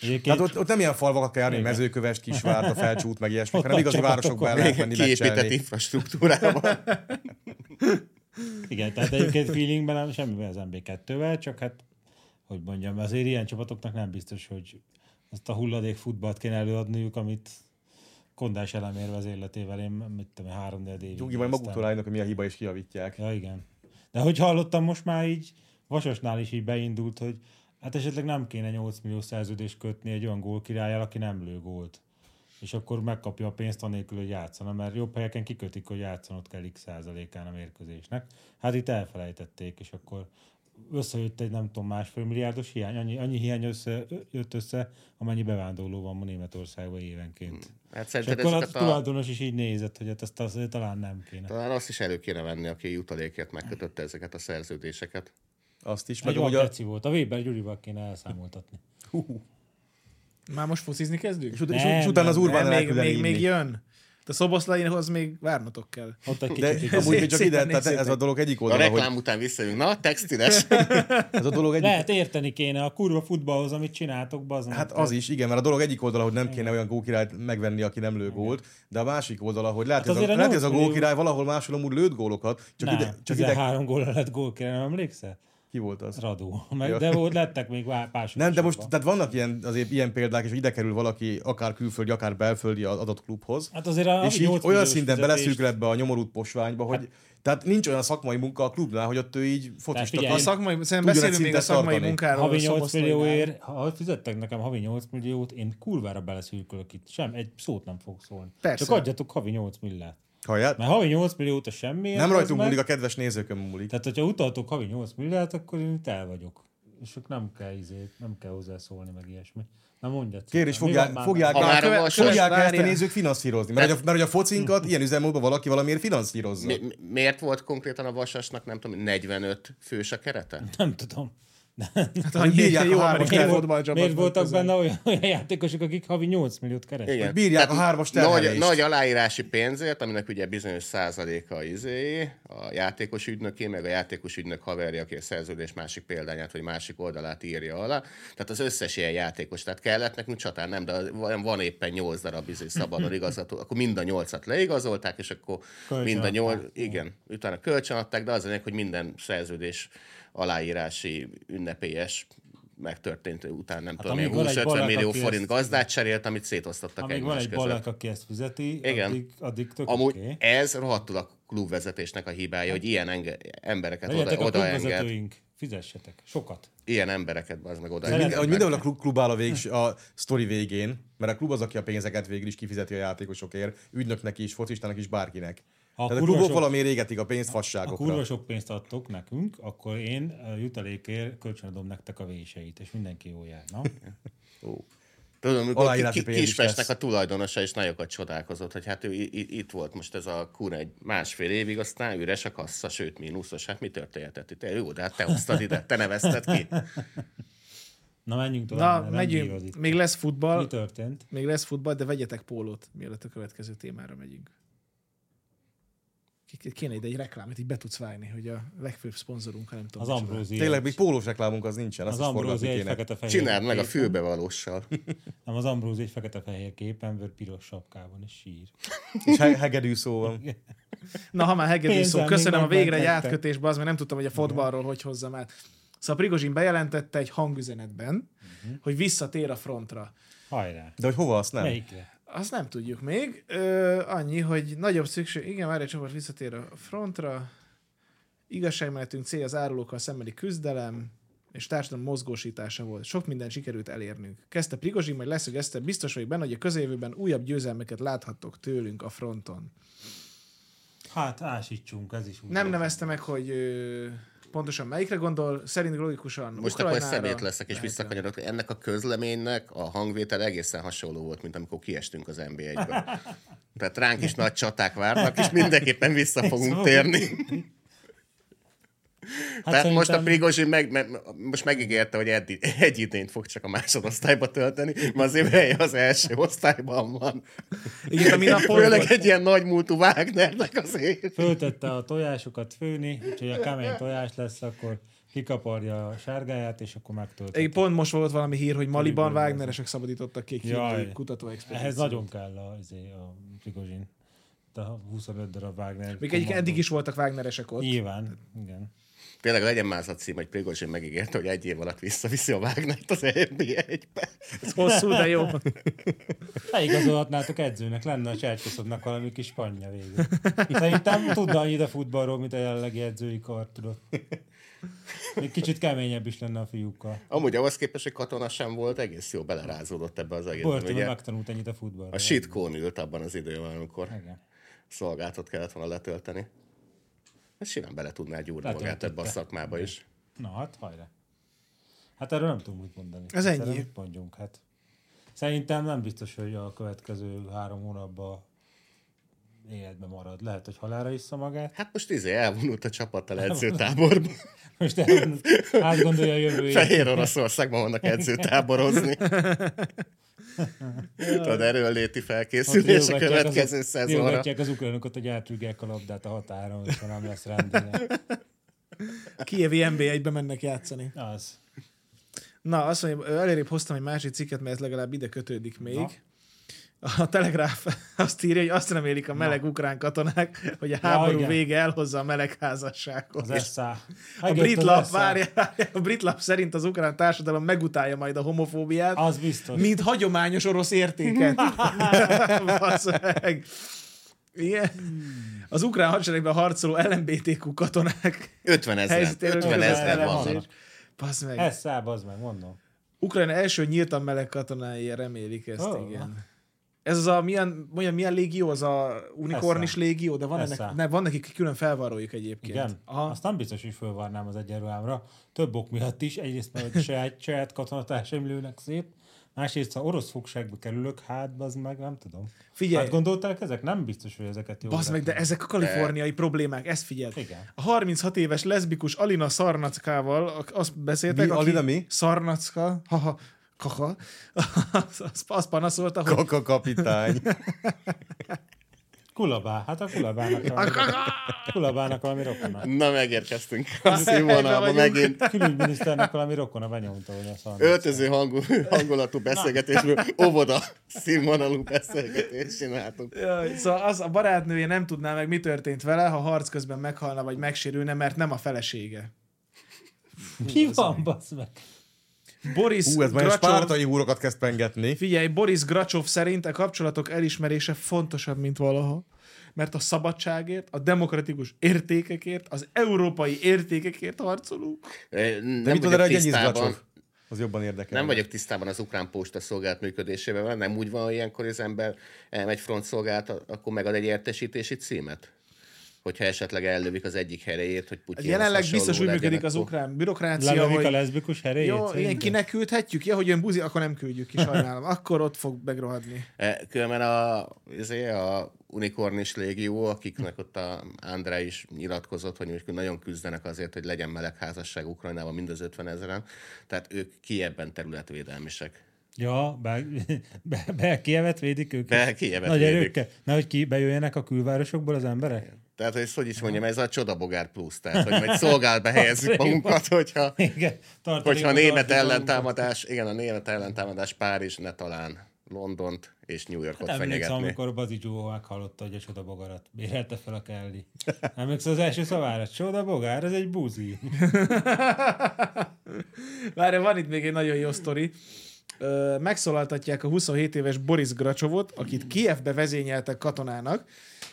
Speaker 4: Egyébként
Speaker 3: Tehát ott, ott, nem ilyen falvakat kell járni, mezőköves, kisvárda, felcsút, meg ilyesmi,
Speaker 4: Ott
Speaker 3: hanem
Speaker 4: nagy
Speaker 3: igazi városokba el lehet menni
Speaker 2: Kiépített
Speaker 3: meccselni.
Speaker 2: infrastruktúrában.
Speaker 4: Igen, tehát egyébként feelingben nem semmi az MB2-vel, csak hát, hogy mondjam, azért ilyen csapatoknak nem biztos, hogy azt a hulladék futballt kéne előadniuk, amit kondás elemérve az életével, én mit tudom, én, három négy évig.
Speaker 3: Gyugi, majd
Speaker 4: néztem.
Speaker 3: maguktól állnak, hogy mi a hiba, és kijavítják.
Speaker 4: Ja, igen. De hogy hallottam, most már így Vasasnál is így beindult, hogy hát esetleg nem kéne 8 millió szerződést kötni egy olyan gólkirályjal, aki nem lő gólt. És akkor megkapja a pénzt anélkül, hogy játszana, mert jobb helyeken kikötik, hogy játszanod kell x százalékán a mérkőzésnek. Hát itt elfelejtették, és akkor összejött egy nem tudom másfél milliárdos hiány, annyi, annyi hiány össze, jött össze, amennyi bevándorló van ma Németországban évenként.
Speaker 2: Hát
Speaker 4: És
Speaker 2: szerinted
Speaker 4: akkor a
Speaker 2: ezeket a
Speaker 4: tulajdonos is így nézett, hogy hát ezt azért talán nem kéne.
Speaker 2: Talán azt is elő kéne venni, aki jutalékért megkötötte ezeket a szerződéseket.
Speaker 3: Azt is, meg
Speaker 4: Meg
Speaker 3: amúgy
Speaker 4: olyan
Speaker 3: a...
Speaker 4: a... volt. A Weber Gyurival kéne elszámoltatni.
Speaker 1: Már most focizni kezdünk?
Speaker 3: És, ut-
Speaker 4: Nem,
Speaker 3: és, és utána az
Speaker 4: nem,
Speaker 3: Urbán
Speaker 1: Nem,
Speaker 3: el
Speaker 1: még,
Speaker 3: kell
Speaker 1: még,
Speaker 3: hívni.
Speaker 1: még jön. De Szoboszlaihoz még várnotok kell.
Speaker 4: Ott egy kicsit
Speaker 3: De
Speaker 4: igaz.
Speaker 3: amúgy még csak
Speaker 1: Szépen
Speaker 3: ide, tehát ez
Speaker 1: nézzétek.
Speaker 3: a dolog egyik
Speaker 2: A
Speaker 3: oldala,
Speaker 2: reklám
Speaker 3: hogy
Speaker 2: után visszajövünk. Na, textiles.
Speaker 3: ez a dolog egyik
Speaker 4: Lehet érteni kéne a kurva futballhoz, amit csináltok, bazd meg.
Speaker 3: Hát az is, igen, mert a dolog egyik oldala, hogy nem kéne olyan gókirályt megvenni, aki nem lő gólt, de a másik oldala, hogy lehet,
Speaker 4: Hát
Speaker 3: hát ez,
Speaker 4: azért
Speaker 3: a,
Speaker 4: a
Speaker 3: lehet ez a
Speaker 4: nyolc millió-
Speaker 3: gókirály valahol máshol amúgy lőtt gólokat, csak
Speaker 4: nem,
Speaker 3: ide, csak ide,
Speaker 4: 13 góla lett gól, kérem, emlékszel?
Speaker 3: Ki volt az?
Speaker 4: Radó. Meg, de volt, lettek még vá- mások.
Speaker 3: Nem, de
Speaker 4: is
Speaker 3: most
Speaker 4: abban.
Speaker 3: tehát vannak ilyen, azért ilyen példák, és ide kerül valaki akár külföldi, akár belföldi az adott klubhoz.
Speaker 4: Hát azért a
Speaker 3: és így
Speaker 4: 8
Speaker 3: olyan
Speaker 4: milliós
Speaker 3: szinten
Speaker 4: fizetést- Hát-
Speaker 3: beleszűkül ebbe a nyomorút posványba, hogy tehát nincs olyan szakmai munka a klubnál, hogy ott ő így
Speaker 4: Hát figyelj,
Speaker 1: A
Speaker 3: focistat.
Speaker 1: szakmai, szerintem
Speaker 3: Tudjon egy
Speaker 1: beszélünk még a
Speaker 3: szintet
Speaker 1: szakmai
Speaker 3: tartani.
Speaker 1: munkáról.
Speaker 4: Havi
Speaker 1: a
Speaker 4: 8
Speaker 1: Szoboszlainál.
Speaker 4: millióért, ha fizettek nekem havi 8 milliót, én kurvára beleszűkülök itt. Sem, egy szót nem fogok szólni.
Speaker 1: Persze.
Speaker 4: Csak adjatok havi 8 milliót.
Speaker 3: Haját?
Speaker 4: Mert havi 8 milliót a semmi.
Speaker 3: Nem rajtunk múlik, a kedves nézőkön múlik.
Speaker 4: Tehát, hogyha utaltok havi 8 milliót, akkor én itt el vagyok. És ők nem kell izét, nem kell hozzászólni, meg ilyesmi. Na mondjad.
Speaker 3: Kér is
Speaker 4: szépen. Mi
Speaker 3: fogják,
Speaker 4: van már?
Speaker 3: fogják,
Speaker 2: Ha már
Speaker 3: át,
Speaker 2: a
Speaker 3: köve-
Speaker 2: vas-
Speaker 3: fogják
Speaker 1: várjál.
Speaker 3: ezt a nézők finanszírozni. Mert, hogy a, mert hogy a focinkat ilyen üzemmódban valaki valamiért finanszírozza.
Speaker 2: Hát- Mi, mi- miért volt konkrétan a Vasasnak, nem tudom, 45 fős a kerete?
Speaker 4: Nem tudom.
Speaker 1: Hát annyi
Speaker 3: Bírják
Speaker 1: jó
Speaker 3: a három
Speaker 1: amerikai
Speaker 4: Miért,
Speaker 1: fotballcsapatban.
Speaker 4: volt, miért voltak
Speaker 1: közben.
Speaker 4: benne olyan, olyan játékosok, akik havi 8 milliót keresnek?
Speaker 2: Igen.
Speaker 3: bírják a hármas terhelést.
Speaker 2: nagy, nagy aláírási pénzért, aminek ugye bizonyos százaléka a izéé, a játékos ügynöké, meg a játékos ügynök haverja, aki a szerződés másik példányát, vagy másik oldalát írja alá. Tehát az összes ilyen játékos. Tehát kellett nekünk csatár, nem, de az- van, van éppen nyolc darab izé szabadon igazgató, akkor mind a nyolcat leigazolták, és akkor
Speaker 4: Kölcsön
Speaker 2: mind a
Speaker 4: adták.
Speaker 2: nyolc, igen, utána kölcsön adták, de az a lényeg, hogy minden szerződés aláírási ünnepélyes megtörtént, utána nem tudom,
Speaker 4: Hát amíg
Speaker 2: én
Speaker 4: van egy
Speaker 2: 20-50
Speaker 4: balak,
Speaker 2: millió
Speaker 4: aki
Speaker 2: forint
Speaker 4: ezt-
Speaker 2: gazdát cserélt, amit szétosztottak
Speaker 4: Amíg van
Speaker 2: egymás
Speaker 4: egy
Speaker 2: között.
Speaker 4: balak, aki ezt fizeti,
Speaker 2: Igen.
Speaker 4: addig, addig tök
Speaker 2: Amúgy
Speaker 4: oké. Okay.
Speaker 2: ez rohadtul a klubvezetésnek a hibája, hogy ilyen enge- embereket oda,
Speaker 4: Legyetek a
Speaker 2: oda enged.
Speaker 4: klubvezetőink, fizessetek, sokat.
Speaker 2: Ilyen embereket az meg oda
Speaker 4: Szeret-
Speaker 2: enged.
Speaker 3: Minden, hogy mindenhol a klub, klub áll a, végs, a sztori végén, mert a klub az, aki a pénzeket végül is kifizeti a játékosokért, ügynöknek is, focistának is, bárkinek.
Speaker 4: Ha
Speaker 3: A
Speaker 4: a
Speaker 3: Tehát a
Speaker 4: kurva
Speaker 3: klubok
Speaker 4: sok-
Speaker 3: valamiért égetik a pénzt
Speaker 4: Ha
Speaker 3: fasságokra.
Speaker 4: kurva sok pénzt adtok nekünk, akkor én a jutalékért kölcsönadom nektek a véseit, és mindenki jól jár, na?
Speaker 2: Tudom, amikor
Speaker 3: Aláírási
Speaker 2: ki, ki,
Speaker 3: pénz is
Speaker 2: Kispestnek
Speaker 3: lesz.
Speaker 2: a tulajdonosa is nagyokat csodálkozott, hogy hát ő i- i- itt volt most ez a kun egy másfél évig, aztán üres a kassa, sőt mínuszos, hát mi történhetett itt? Jó, de hát te hoztad ide, te nevezted ki.
Speaker 4: Na menjünk tovább,
Speaker 1: Na,
Speaker 4: Na, nem gyíroz
Speaker 1: megyünk.
Speaker 4: itt.
Speaker 1: Még lesz
Speaker 4: Mi
Speaker 1: futball,
Speaker 4: történt?
Speaker 1: még lesz futball, de vegyetek pólót, mielőtt a következő témára megyünk. Ki- Kéne ide egy reklámot, így be tudsz vágni, hogy a legfőbb szponzorunk, ha nem tudom.
Speaker 4: Az
Speaker 1: micsoda.
Speaker 4: Ambrózi.
Speaker 3: Tényleg még pólós reklámunk az nincsen, azt
Speaker 4: az
Speaker 3: az is forgatni
Speaker 4: Ambrózi egy
Speaker 3: kéne.
Speaker 4: fekete-fehér
Speaker 2: Csináld meg a
Speaker 4: képen.
Speaker 2: fülbevalóssal.
Speaker 4: Nem, az Ambrózi egy fekete-fehér képen, vör piros sapkában és sír.
Speaker 3: És he- hegedű szó van.
Speaker 1: Na, ha már hegedű
Speaker 4: Pénzzel
Speaker 1: szó,
Speaker 4: még
Speaker 1: köszönöm a végre egy
Speaker 4: megmentettek.
Speaker 1: átkötésbe, az, mert nem tudtam, hogy a fotballról hogy hozzam el. Szóval Prigozsin bejelentette egy hangüzenetben, hogy visszatér a frontra.
Speaker 4: Hajrá!
Speaker 3: De hogy hova azt nem?
Speaker 4: Melyikre?
Speaker 1: Azt nem tudjuk még. Ö, annyi, hogy nagyobb szükség... Igen, Mária csoport visszatér a frontra. Igazságmenetünk cél az árulókkal szembeni küzdelem és társadalom mozgósítása volt. Sok mindent sikerült elérnünk. Kezdte Prigozsin, majd leszögezte, biztos vagyok benne, hogy a közeljövőben újabb győzelmeket láthattok tőlünk a fronton.
Speaker 4: Hát ásítsunk, ez is úgy.
Speaker 1: Nem
Speaker 4: van.
Speaker 1: nevezte meg, hogy ö, pontosan melyikre gondol, szerint logikusan
Speaker 2: Most akkor
Speaker 1: Ukrajnára.
Speaker 2: szemét leszek, és
Speaker 1: Lehet,
Speaker 2: visszakanyarodok. Ennek a közleménynek a hangvétel egészen hasonló volt, mint amikor kiestünk az NB1-ből. Tehát ránk is nagy csaták várnak, és mindenképpen vissza fogunk
Speaker 4: Szóval-
Speaker 2: térni.
Speaker 4: Hát
Speaker 2: Tehát most a
Speaker 4: szerintem-
Speaker 2: Prigozsin meg, meg, most megígérte, hogy eddig, egy idényt fog csak a másodosztályba tölteni, mert azért helye az első osztályban van.
Speaker 1: Igen, ami napon
Speaker 2: Főleg egy ilyen nagy múltú Wagnernek azért.
Speaker 4: föltette a tojásokat főni, úgyhogy a kemény tojás lesz, akkor kikaparja a sárgáját, és akkor megtölti.
Speaker 1: Egy pont most volt valami hír, hogy Maliban Wagneresek szabadítottak ki egy
Speaker 4: Jaj.
Speaker 1: kínai kutatóexpedíciót.
Speaker 4: Ehhez nagyon kell a, izé, a Prigozsin. De a 25 darab Wagner.
Speaker 1: Még egyik,
Speaker 4: kommandó.
Speaker 1: eddig is voltak Wagneresek ott.
Speaker 4: Nyilván, igen.
Speaker 2: Tényleg legyen más a cím, hogy Prigozsin megígérte, hogy egy év alatt visszaviszi a Wagnert az NB1-be.
Speaker 1: Ez hosszú, de jó.
Speaker 4: Leigazolhatnátok edzőnek, lenne a Csercsoszobnak valami kis panja végül. Szerintem tudna annyit a futballról, mint a jelenlegi edzői kar, tudod. Még kicsit keményebb is lenne a fiúkkal.
Speaker 2: Amúgy ahhoz képest, hogy katona sem volt, egész jó belerázódott ebbe az egészbe.
Speaker 4: Börtönben
Speaker 2: Ugye
Speaker 4: megtanult ennyit a futballról.
Speaker 2: a sitkón ült abban az időben, amikor
Speaker 4: Igen.
Speaker 2: szolgáltat kellett volna letölteni. Ez simán bele tudná gyúrni
Speaker 4: Letöltötte.
Speaker 2: magát ebbe a szakmába is.
Speaker 4: Na hát, hajrá. Hát erről nem tudom mit mondani.
Speaker 1: Ez
Speaker 4: Egyszerűen
Speaker 1: ennyi.
Speaker 4: Mit mondjunk, hát. Szerintem nem biztos, hogy a következő három hónapban életben marad. Lehet, hogy halára iszza magát.
Speaker 2: Hát most izé elvonult a csapattal edzőtáborba.
Speaker 4: Most el- átgondolja a jövőjét.
Speaker 2: Fehér Oroszországban vannak edzőtáborozni. Tudod, erről léti felkészülés a
Speaker 4: Ott riogatják
Speaker 2: következő
Speaker 4: az-
Speaker 2: szezonra.
Speaker 4: riogatják az ukránokat, hogy átrügják a labdát a határon, és ha nem lesz rendőre.
Speaker 1: Kievi NB1-be mennek játszani.
Speaker 4: Az.
Speaker 1: Na, azt mondja, előrébb hoztam egy másik cikket, mert ez legalább ide kötődik még.
Speaker 4: Na.
Speaker 1: a Telegráf azt írja, hogy azt remélik a meleg ukrán katonák, hogy a háború
Speaker 4: igen.
Speaker 1: vége elhozza a meleg házasságot.
Speaker 4: Az SZA.
Speaker 1: A brit lap, várja, várja, a brit lap szerint az ukrán társadalom megutálja majd a homofóbiát,
Speaker 4: Az biztos.
Speaker 1: mint hagyományos orosz értéket. Basz meg. Igen. Az ukrán hadseregben harcoló LMBTQ katonák
Speaker 2: 50 ezeren.
Speaker 1: helyzetéről
Speaker 2: 50 ezeren
Speaker 1: közelelemzés.
Speaker 2: vannak.
Speaker 1: Basz meg.
Speaker 4: SZA, az meg, mondom.
Speaker 1: Ukrajna első nyíltan meleg katonái remélik ezt,
Speaker 4: Ó.
Speaker 1: oh. igen. Ez az a milyen, milyen, milyen légió, az a unikornis
Speaker 4: Essa.
Speaker 1: légió, de van,
Speaker 4: Essa.
Speaker 1: ennek, ne, van nekik külön felvarrójuk egyébként.
Speaker 4: Igen?
Speaker 1: Aha.
Speaker 4: Azt nem biztos, hogy fölvarnám az egyenruhámra. Több ok miatt is. Egyrészt, mert a saját, saját katonatársaim lőnek szét. Másrészt, ha orosz fogságba kerülök, hát az meg nem tudom.
Speaker 1: Figyelj.
Speaker 4: Hát gondolták ezek? Nem biztos, hogy ezeket jó.
Speaker 1: Bazd meg, de ezek a kaliforniai problémák, ezt figyeld.
Speaker 4: Igen.
Speaker 1: A 36 éves leszbikus Alina Szarnackával, ak- azt beszéltek,
Speaker 3: Mi? Alina mi?
Speaker 1: Szarnacka, haha, kaha, az, az, az panaszolta, hogy
Speaker 3: Kaka kapitány.
Speaker 4: Kulabá, hát a kulabának valami, kulabának valami rokona.
Speaker 2: Na, megérkeztünk a színvonalba
Speaker 1: vagyunk.
Speaker 2: megint.
Speaker 4: Külügyminiszternek valami rokona benyomta, hogy a szarnak.
Speaker 2: Öltöző hangul, hangulatú beszélgetésből óvoda színvonalú beszélgetést csináltunk.
Speaker 1: Jaj, Szóval az a barátnője nem tudná meg, mi történt vele, ha harc közben meghalna vagy megsérülne, mert nem a felesége.
Speaker 4: Ki van, basz meg?
Speaker 1: Boris
Speaker 3: Hú, ez már ilyen
Speaker 1: Gracsov-
Speaker 3: spártai húrokat kezd pengetni.
Speaker 1: Figyelj, Boris Gracsov szerint a kapcsolatok elismerése fontosabb, mint valaha. Mert a szabadságért, a demokratikus értékekért, az európai értékekért harcolunk.
Speaker 2: Eh,
Speaker 3: De
Speaker 2: Nem
Speaker 3: mit tudod erre,
Speaker 2: vagyok
Speaker 3: hogy
Speaker 2: tisztában.
Speaker 3: Enyész Az jobban érdekel.
Speaker 2: Nem vagyok tisztában az ukrán posta szolgált működésével, mert nem úgy van, hogy ilyenkor az ember elmegy front szolgált, akkor megad egy értesítési címet? Hogyha esetleg ellövik az egyik helyét, hogy Putyin
Speaker 1: Jelenleg biztos úgy működik az ukrán bürokrácia,
Speaker 4: Lelövik a
Speaker 1: hogy
Speaker 4: leszbikus herejét?
Speaker 1: jó, ilyen
Speaker 4: szerinted?
Speaker 1: kinek küldhetjük? Ja, hogy ön buzi, akkor nem küldjük ki, sajnálom. Akkor ott fog megrohadni.
Speaker 2: E, Különben a, izé, a unikornis légió, akiknek ott a Andrá is nyilatkozott, hogy ők nagyon küzdenek azért, hogy legyen meleg házasság Ukrajnában mind az 50 ezeren, tehát ők kiebben területvédelmisek.
Speaker 4: Ja, be, be, be Kievet védik ők.
Speaker 2: Be
Speaker 4: is.
Speaker 2: Kievet
Speaker 4: Nagy
Speaker 2: védik.
Speaker 4: erőkkel. Na, hogy ki bejöjjenek a külvárosokból az emberek?
Speaker 2: Tehát, hogy ezt hogy is mondjam, ez a csodabogár plusz, tehát, hogy majd szolgálatba helyezzük magunkat, hogyha
Speaker 4: Igen. tartani
Speaker 2: Hogyha a
Speaker 4: a
Speaker 2: német
Speaker 4: tartani
Speaker 2: ellentámadás, igen, a német ellentámadás Párizs, ne talán Londont és New Yorkot
Speaker 4: Hát Emlékszem,
Speaker 2: fenyegetni.
Speaker 4: amikor Bazi Joe meghallotta, hogy a csoda bogarat bérelte fel a Kelly. Emlékszel az első szavára? Csoda bogár, ez egy buzi.
Speaker 1: Várj, van itt még egy nagyon jó sztori. Ö, Megszólaltatják a 27 éves Boris Gracsovot, akit Kievbe vezényeltek katonának,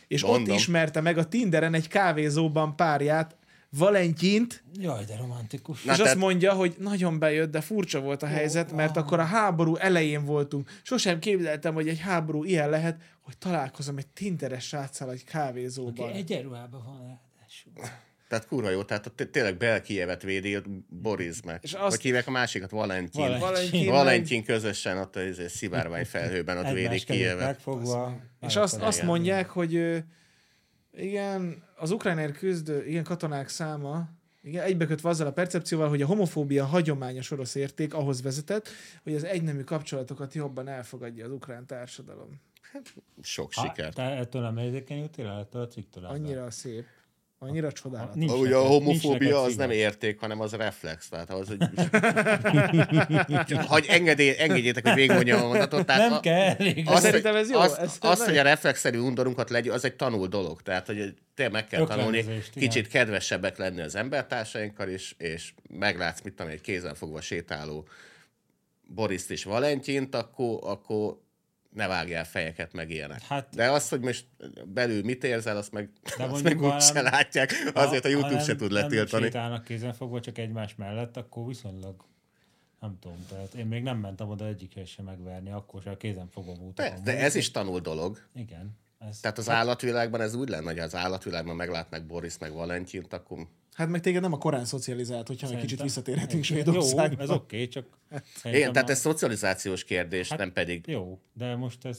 Speaker 1: és Mondom. ott
Speaker 2: Mondom.
Speaker 1: ismerte meg a Tinderen egy kávézóban párját, Valentint,
Speaker 4: Jaj, de romantikus.
Speaker 1: Na,
Speaker 2: Na,
Speaker 1: és
Speaker 2: tehát-
Speaker 1: azt mondja, hogy nagyon bejött, de furcsa volt a helyzet, mert akkor a háború elején voltunk. Sosem képzeltem, hogy egy háború ilyen lehet, hogy találkozom egy tinderes sráccal egy kávézóban. Okay, egy...
Speaker 4: Egyenruhában van hát, ráadásul.
Speaker 2: Tehát kurva jó, tehát ott té- tényleg Belkievet védi ott Boris meg.
Speaker 1: És
Speaker 2: És
Speaker 1: azt-
Speaker 2: azt... Hogy hívják a másikat? Valentin.
Speaker 4: Valentin.
Speaker 2: Valentin, Valentin közösen ott az izé, szivárvány felhőben ott Hát védi
Speaker 4: Egymás kezét
Speaker 2: Kievet.
Speaker 4: megfogva.
Speaker 1: És azt, azt
Speaker 2: igen.
Speaker 1: mondják, hogy ö, igen, az ukránért küzdő ilyen katonák száma igen, egybekötve azzal a percepcióval, hogy a homofóbia hagyományos orosz érték ahhoz vezetett, hogy az egynemű kapcsolatokat jobban elfogadja az ukrán társadalom.
Speaker 2: Sok
Speaker 4: Ha,
Speaker 2: sikert.
Speaker 4: Te ettől nem érzékeny jutél el, ettől a cikktől ember.
Speaker 1: Annyira szép, annyira csodálatos.
Speaker 4: Nincs
Speaker 2: Ugye a
Speaker 4: neked- nincs neked
Speaker 2: homofóbia az
Speaker 4: szíved.
Speaker 2: nem érték, hanem az reflex. Tehát ahhoz, hogy... Hagy, engedély, engedjétek, hogy végigmondjam a mondatot. Tehát
Speaker 4: Nem
Speaker 2: Hát a-
Speaker 4: kell, elég.
Speaker 1: Az-
Speaker 2: Azt,
Speaker 1: Szerintem ez jó,
Speaker 2: Az,
Speaker 1: ez-
Speaker 2: az, az hogy a reflexzerű undorunkat legyünk, az egy tanul dolog. Tehát, hogy te meg kell tanulni,
Speaker 4: Öklenezést, igen.
Speaker 2: kicsit kedvesebbek lenni az embertársainkkal is, és meglátsz, mit tudom, egy kézen fogva sétáló Boriszt és Valentint, akkor, akkor ne vágjál fejeket, meg ilyenek.
Speaker 4: Hát-
Speaker 2: De azt, hogy most belül mit érzel, azt meg,
Speaker 4: De
Speaker 2: azt
Speaker 4: mondjuk,
Speaker 2: meg
Speaker 4: ha
Speaker 2: úgy se
Speaker 4: nem-
Speaker 2: látják. Azért a
Speaker 4: Ha-
Speaker 2: YouTube
Speaker 4: ha
Speaker 2: se tud
Speaker 4: Nem
Speaker 2: letiltani.
Speaker 4: sétálnak kézenfogva, csak egymás mellett, akkor viszonylag nem tudom, tehát én még nem mentem oda egyikhez sem megverni, akkor se a kézen fogom
Speaker 2: Persze,
Speaker 4: útakon.
Speaker 2: De ez is tanul dolog.
Speaker 4: Igen. Ez,
Speaker 2: Tehát az állatvilágban ez úgy lenne, hogy az állatvilágban meglátnak Boris meg Valentint, akkor
Speaker 1: Hát meg téged nem a korán szocializált, hogyha egy kicsit
Speaker 4: szerintem-
Speaker 1: visszatérhetünk
Speaker 4: Jó,
Speaker 1: Svédországba.
Speaker 4: ez oké, okay, csak...
Speaker 2: Igen,
Speaker 4: szerintem
Speaker 2: tehát
Speaker 4: a-
Speaker 2: ez szocializációs kérdés, hát, nem pedig.
Speaker 4: Jó, de most ez...